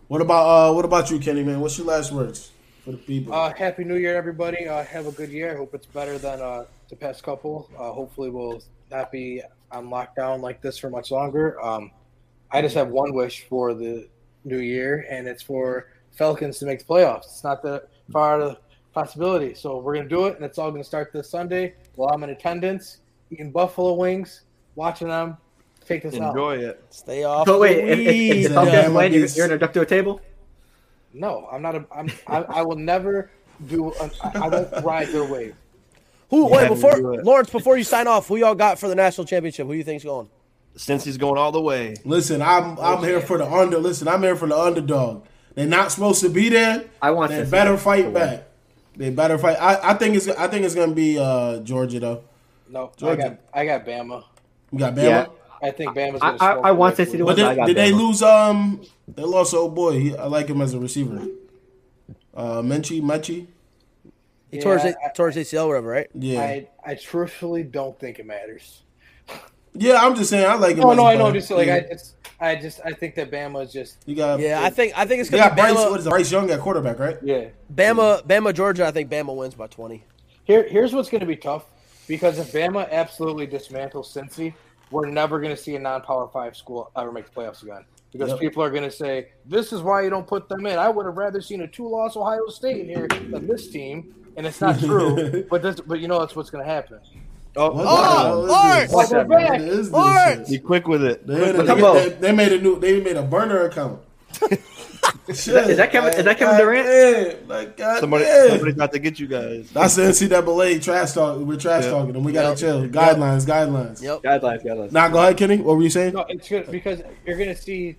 Speaker 1: what about uh, what about you, Kenny man? What's your last words for the people?
Speaker 3: Uh, happy New Year, everybody. Uh, have a good year. I hope it's better than uh, the past couple. Uh, hopefully, we'll not be on lockdown like this for much longer. Um, I just have one wish for the new year, and it's for Falcons to make the playoffs. It's not that far out of the possibility. So we're going to do it, and it's all going to start this Sunday while I'm in attendance, eating buffalo wings, watching them take this out.
Speaker 5: Enjoy it.
Speaker 4: Stay off.
Speaker 2: So wait,
Speaker 4: the
Speaker 2: if, if, if
Speaker 4: weed.
Speaker 2: the Falcons
Speaker 1: Yeah.
Speaker 2: win, you're, you're going to duck to a table?
Speaker 3: No, I'm not. A, I'm, I, I will never do. An, I, I won't ride their wave.
Speaker 4: Who?
Speaker 5: Yeah,
Speaker 4: Wait, before
Speaker 5: do it.
Speaker 4: Lawrence, before you sign off, who y'all got for the national championship? Who you think's going?
Speaker 5: Since he's going all the way,
Speaker 1: listen, I'm I'm here for the under. Listen, I'm here for the underdog. They're not supposed to be there.
Speaker 2: I want
Speaker 1: They
Speaker 2: this.
Speaker 1: better fight back. They better fight. I, I think it's I think it's gonna be uh, Georgia though.
Speaker 3: No, I
Speaker 1: Georgia.
Speaker 3: got. I got Bama.
Speaker 1: We got Bama.
Speaker 2: Yeah.
Speaker 3: I think Bama's. gonna
Speaker 2: I- I-
Speaker 3: smoke
Speaker 2: I want
Speaker 3: them.
Speaker 2: Cincy to
Speaker 1: But
Speaker 2: I
Speaker 1: did,
Speaker 2: got
Speaker 1: did they
Speaker 2: Bama.
Speaker 1: lose? Um, they lost old boy. He, I like him as a receiver. Uh, Menchie, Menchie.
Speaker 4: He
Speaker 3: Yeah,
Speaker 4: tore his,
Speaker 3: I-
Speaker 4: tore his ACL, whatever, right?
Speaker 1: Yeah,
Speaker 3: I, I truthfully don't think it matters.
Speaker 1: yeah. I'm just saying, I like him.
Speaker 3: No,
Speaker 1: as
Speaker 3: Oh, no,
Speaker 1: a
Speaker 3: I know.
Speaker 1: player.
Speaker 3: Just like
Speaker 1: yeah.
Speaker 3: I just, I just, I think that Bama is just.
Speaker 1: you got.
Speaker 4: Yeah, I think I think it's
Speaker 1: they
Speaker 4: gonna
Speaker 1: got
Speaker 4: be
Speaker 1: Bryce. What
Speaker 4: Bama,
Speaker 1: is it, Bryce Young at quarterback, right?
Speaker 3: Yeah.
Speaker 4: Bama, Bama, Georgia. I think Bama wins by twenty.
Speaker 3: Here, here's what's going to be tough because if Bama absolutely dismantles Cincy, we're never going to see a non-power five school ever make the playoffs again. Because
Speaker 1: Yep.
Speaker 3: people are going to say, "This is why you don't put them in." I would have rather seen a two-loss Ohio State in here than this team, and
Speaker 1: (laughs)
Speaker 3: it's not true. but this, but you know that's what's going to happen.
Speaker 5: oh,
Speaker 1: What
Speaker 4: Oh,
Speaker 1: the hell is
Speaker 4: Lawrence!
Speaker 1: this?
Speaker 3: We're
Speaker 1: What
Speaker 3: back.
Speaker 1: is this
Speaker 4: Lawrence!
Speaker 5: be
Speaker 1: shit?
Speaker 5: quick with it.
Speaker 1: They, made a-
Speaker 2: Come on.
Speaker 1: they, they made a new. They made a burner
Speaker 2: (laughs)
Speaker 1: account. is,
Speaker 2: that- is that Kevin- is that Kevin Durant?
Speaker 1: Like, God
Speaker 5: Somebody,
Speaker 1: damn.
Speaker 5: somebody's out to get you guys.
Speaker 1: That's the NCAA trash talk. We're trash
Speaker 5: Yeah.
Speaker 1: talking, and we gotta
Speaker 4: Yep.
Speaker 1: chill. Guidelines, guidelines.
Speaker 4: Yep.
Speaker 2: Guidelines, guidelines.
Speaker 1: Now go ahead, Kenny. What were you saying?
Speaker 3: No, it's good because you're going to see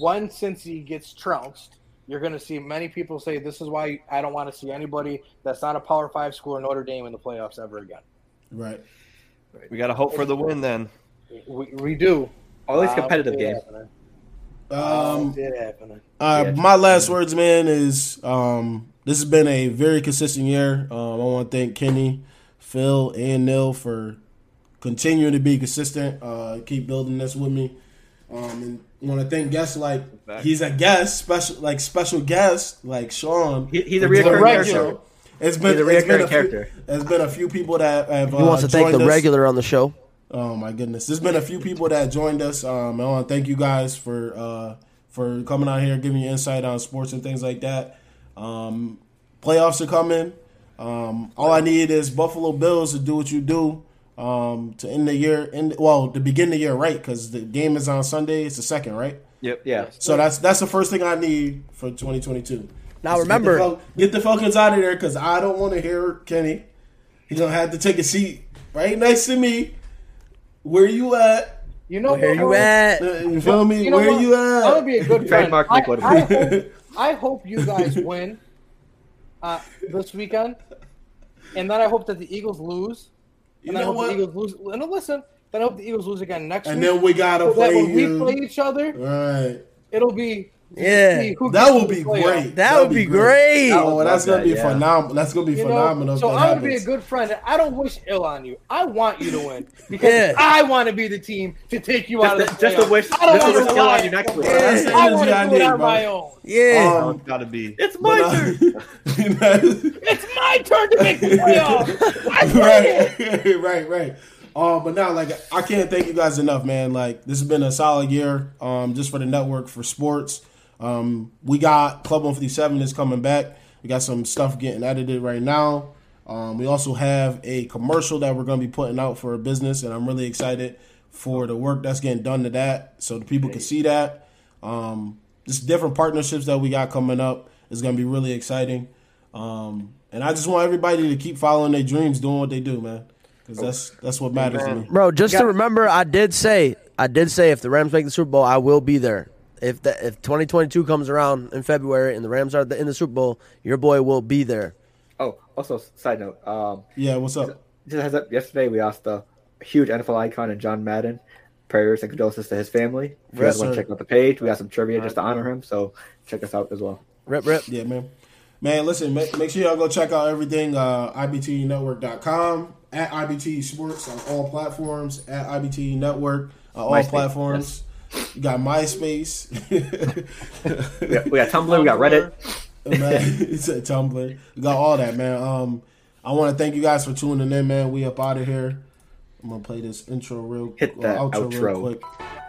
Speaker 3: one Cincy gets trounced. You're going to see many people say this is why I don't want to see anybody that's not a Power Five school or Notre Dame in the playoffs ever again.
Speaker 1: Right.
Speaker 5: We got to hope for the win then.
Speaker 3: We, we do.
Speaker 2: All these
Speaker 3: I
Speaker 2: competitive
Speaker 3: don't see it
Speaker 2: games.
Speaker 3: happening. I
Speaker 4: Oh,
Speaker 3: don't
Speaker 1: Um,
Speaker 3: see Um, it happening.
Speaker 1: Uh,
Speaker 2: Yeah.
Speaker 1: my last words, man, is um, this has been a very consistent year. Um, I want to thank Kenny, Phil, and Neil for continuing to be consistent. Uh, keep building this with me. Um, and want to thank guests like
Speaker 5: Back.
Speaker 1: he's a guest, special like special guest like Sean.
Speaker 2: He- he's a
Speaker 1: For doing
Speaker 2: reoccurring
Speaker 1: the
Speaker 3: character.
Speaker 1: show. It's been
Speaker 2: He's a
Speaker 1: it's been
Speaker 2: reoccurring
Speaker 1: few-
Speaker 2: character.
Speaker 1: There's been a few people that have. uh,
Speaker 4: He wants to thank the regular on the show.
Speaker 1: Oh my goodness! There's been a few people that joined us. Um, I want to thank you guys for uh, for coming out here, giving you insight on sports and things like that. Um, playoffs are coming. Um, all I need is Buffalo Bills to do what you do um, to end the year. End well to begin the year right because the game is on Sunday. It's the second, right?
Speaker 5: Yep.
Speaker 2: Yeah.
Speaker 1: So that's that's the first thing I need for 2022. Just get
Speaker 4: Now
Speaker 1: the
Speaker 4: remember-
Speaker 1: Fal- get the Falcons out of there because I don't want to hear Kenny. He's gonna have to take a seat right next to me. Where you at?
Speaker 3: You know
Speaker 4: Where
Speaker 3: what?
Speaker 4: you at?
Speaker 1: You feel me?
Speaker 3: Eh, You know
Speaker 1: Where
Speaker 3: what?
Speaker 1: you
Speaker 3: That would
Speaker 1: at?
Speaker 3: be
Speaker 1: (laughs)
Speaker 3: a good friend.
Speaker 2: Trademark
Speaker 3: I,
Speaker 2: Nick would-
Speaker 3: I hope, I hope you guys (laughs) win uh, this weekend, and then I hope that the Eagles lose.
Speaker 1: You
Speaker 3: And then I
Speaker 1: know
Speaker 3: hope the
Speaker 1: what?
Speaker 3: Eagles lose. And then listen, then I hope the Eagles lose again next
Speaker 1: And
Speaker 3: week.
Speaker 1: then we gotta
Speaker 3: so that
Speaker 1: play
Speaker 3: when we
Speaker 1: you.
Speaker 3: play each other,
Speaker 1: Right.
Speaker 3: it'll be
Speaker 4: Yeah.
Speaker 3: see who
Speaker 1: That
Speaker 3: gets
Speaker 1: would
Speaker 3: to
Speaker 1: be
Speaker 3: the playoff.
Speaker 1: great.
Speaker 4: That would be great.
Speaker 2: That would
Speaker 1: Oh, that's
Speaker 2: love
Speaker 1: gonna
Speaker 2: that,
Speaker 1: be
Speaker 2: yeah.
Speaker 1: phenomenal. That's gonna be
Speaker 3: You
Speaker 1: phenomenal.
Speaker 3: know,
Speaker 1: if
Speaker 3: so
Speaker 1: that
Speaker 3: I want to be a
Speaker 1: happens.
Speaker 3: good friend. I don't wish ill on you. I want you to
Speaker 4: (laughs)
Speaker 3: win because
Speaker 4: Yeah.
Speaker 3: I want to be the team to take you out of
Speaker 2: Just,
Speaker 3: the
Speaker 2: just a
Speaker 3: playoffs.
Speaker 2: wish.
Speaker 3: I don't
Speaker 2: Just a
Speaker 3: want
Speaker 2: wish
Speaker 3: to
Speaker 2: kill
Speaker 3: rely
Speaker 2: on you next week.
Speaker 4: Yeah.
Speaker 3: I want
Speaker 1: Yeah, I
Speaker 3: to do it
Speaker 1: need,
Speaker 3: on
Speaker 1: bro.
Speaker 3: my own.
Speaker 4: Yeah.
Speaker 5: Oh,
Speaker 1: Um,
Speaker 5: it's gotta be.
Speaker 2: It's my
Speaker 1: uh,
Speaker 2: turn.
Speaker 1: (laughs) but, uh,
Speaker 3: It's my turn
Speaker 1: (laughs)
Speaker 3: to make the playoffs. I right. it.
Speaker 1: right, (laughs) right, right. Um, but now, like, I can't thank you guys enough, man. Like, this has been a solid year, um, just for the network for sports. Um, we got Club One Fifty Seven is coming back. We got some stuff getting edited right now. Um, we also have a commercial that we're going to be putting out for a business, and I'm really excited for the work that's getting done to that, so the people can see that. Um, just different partnerships that we got coming up is going to be really exciting. Um, and I just want everybody to keep following their dreams, doing what they do, man,
Speaker 2: Oh.
Speaker 1: because that's that's what matters to me.
Speaker 4: Bro, just to remember, I did say, I did say, if the Rams make the Super Bowl, I will be there. If the, if 2022 comes around in February and the Rams are the, in the Super Bowl, your boy will be there.
Speaker 2: Oh, also side note. Um,
Speaker 1: Yeah, what's up?
Speaker 2: just as up yesterday, we lost a huge NFL icon in John Madden. Prayers and condolences to his family. If you
Speaker 1: Yes,
Speaker 2: guys want
Speaker 1: sir.
Speaker 2: to check out the page, we got some trivia just to honor him. So check us out as well.
Speaker 4: Rip, rip.
Speaker 1: Yeah, man. Man, listen, make, make sure y'all go check out everything uh, IBTNetwork.com, at IBT Sports on all platforms, at IBT Network on all
Speaker 2: MySpace,
Speaker 1: platforms. You got MySpace. (laughs)
Speaker 2: We got, we got Tumblr, we got Reddit.
Speaker 1: (laughs) man. It's a Tumblr. We got all that, man. Um, I want to thank you guys for tuning in, man. We up out of here. I'm gonna play this intro real
Speaker 2: Hit that
Speaker 1: or
Speaker 2: outro.
Speaker 1: real quick.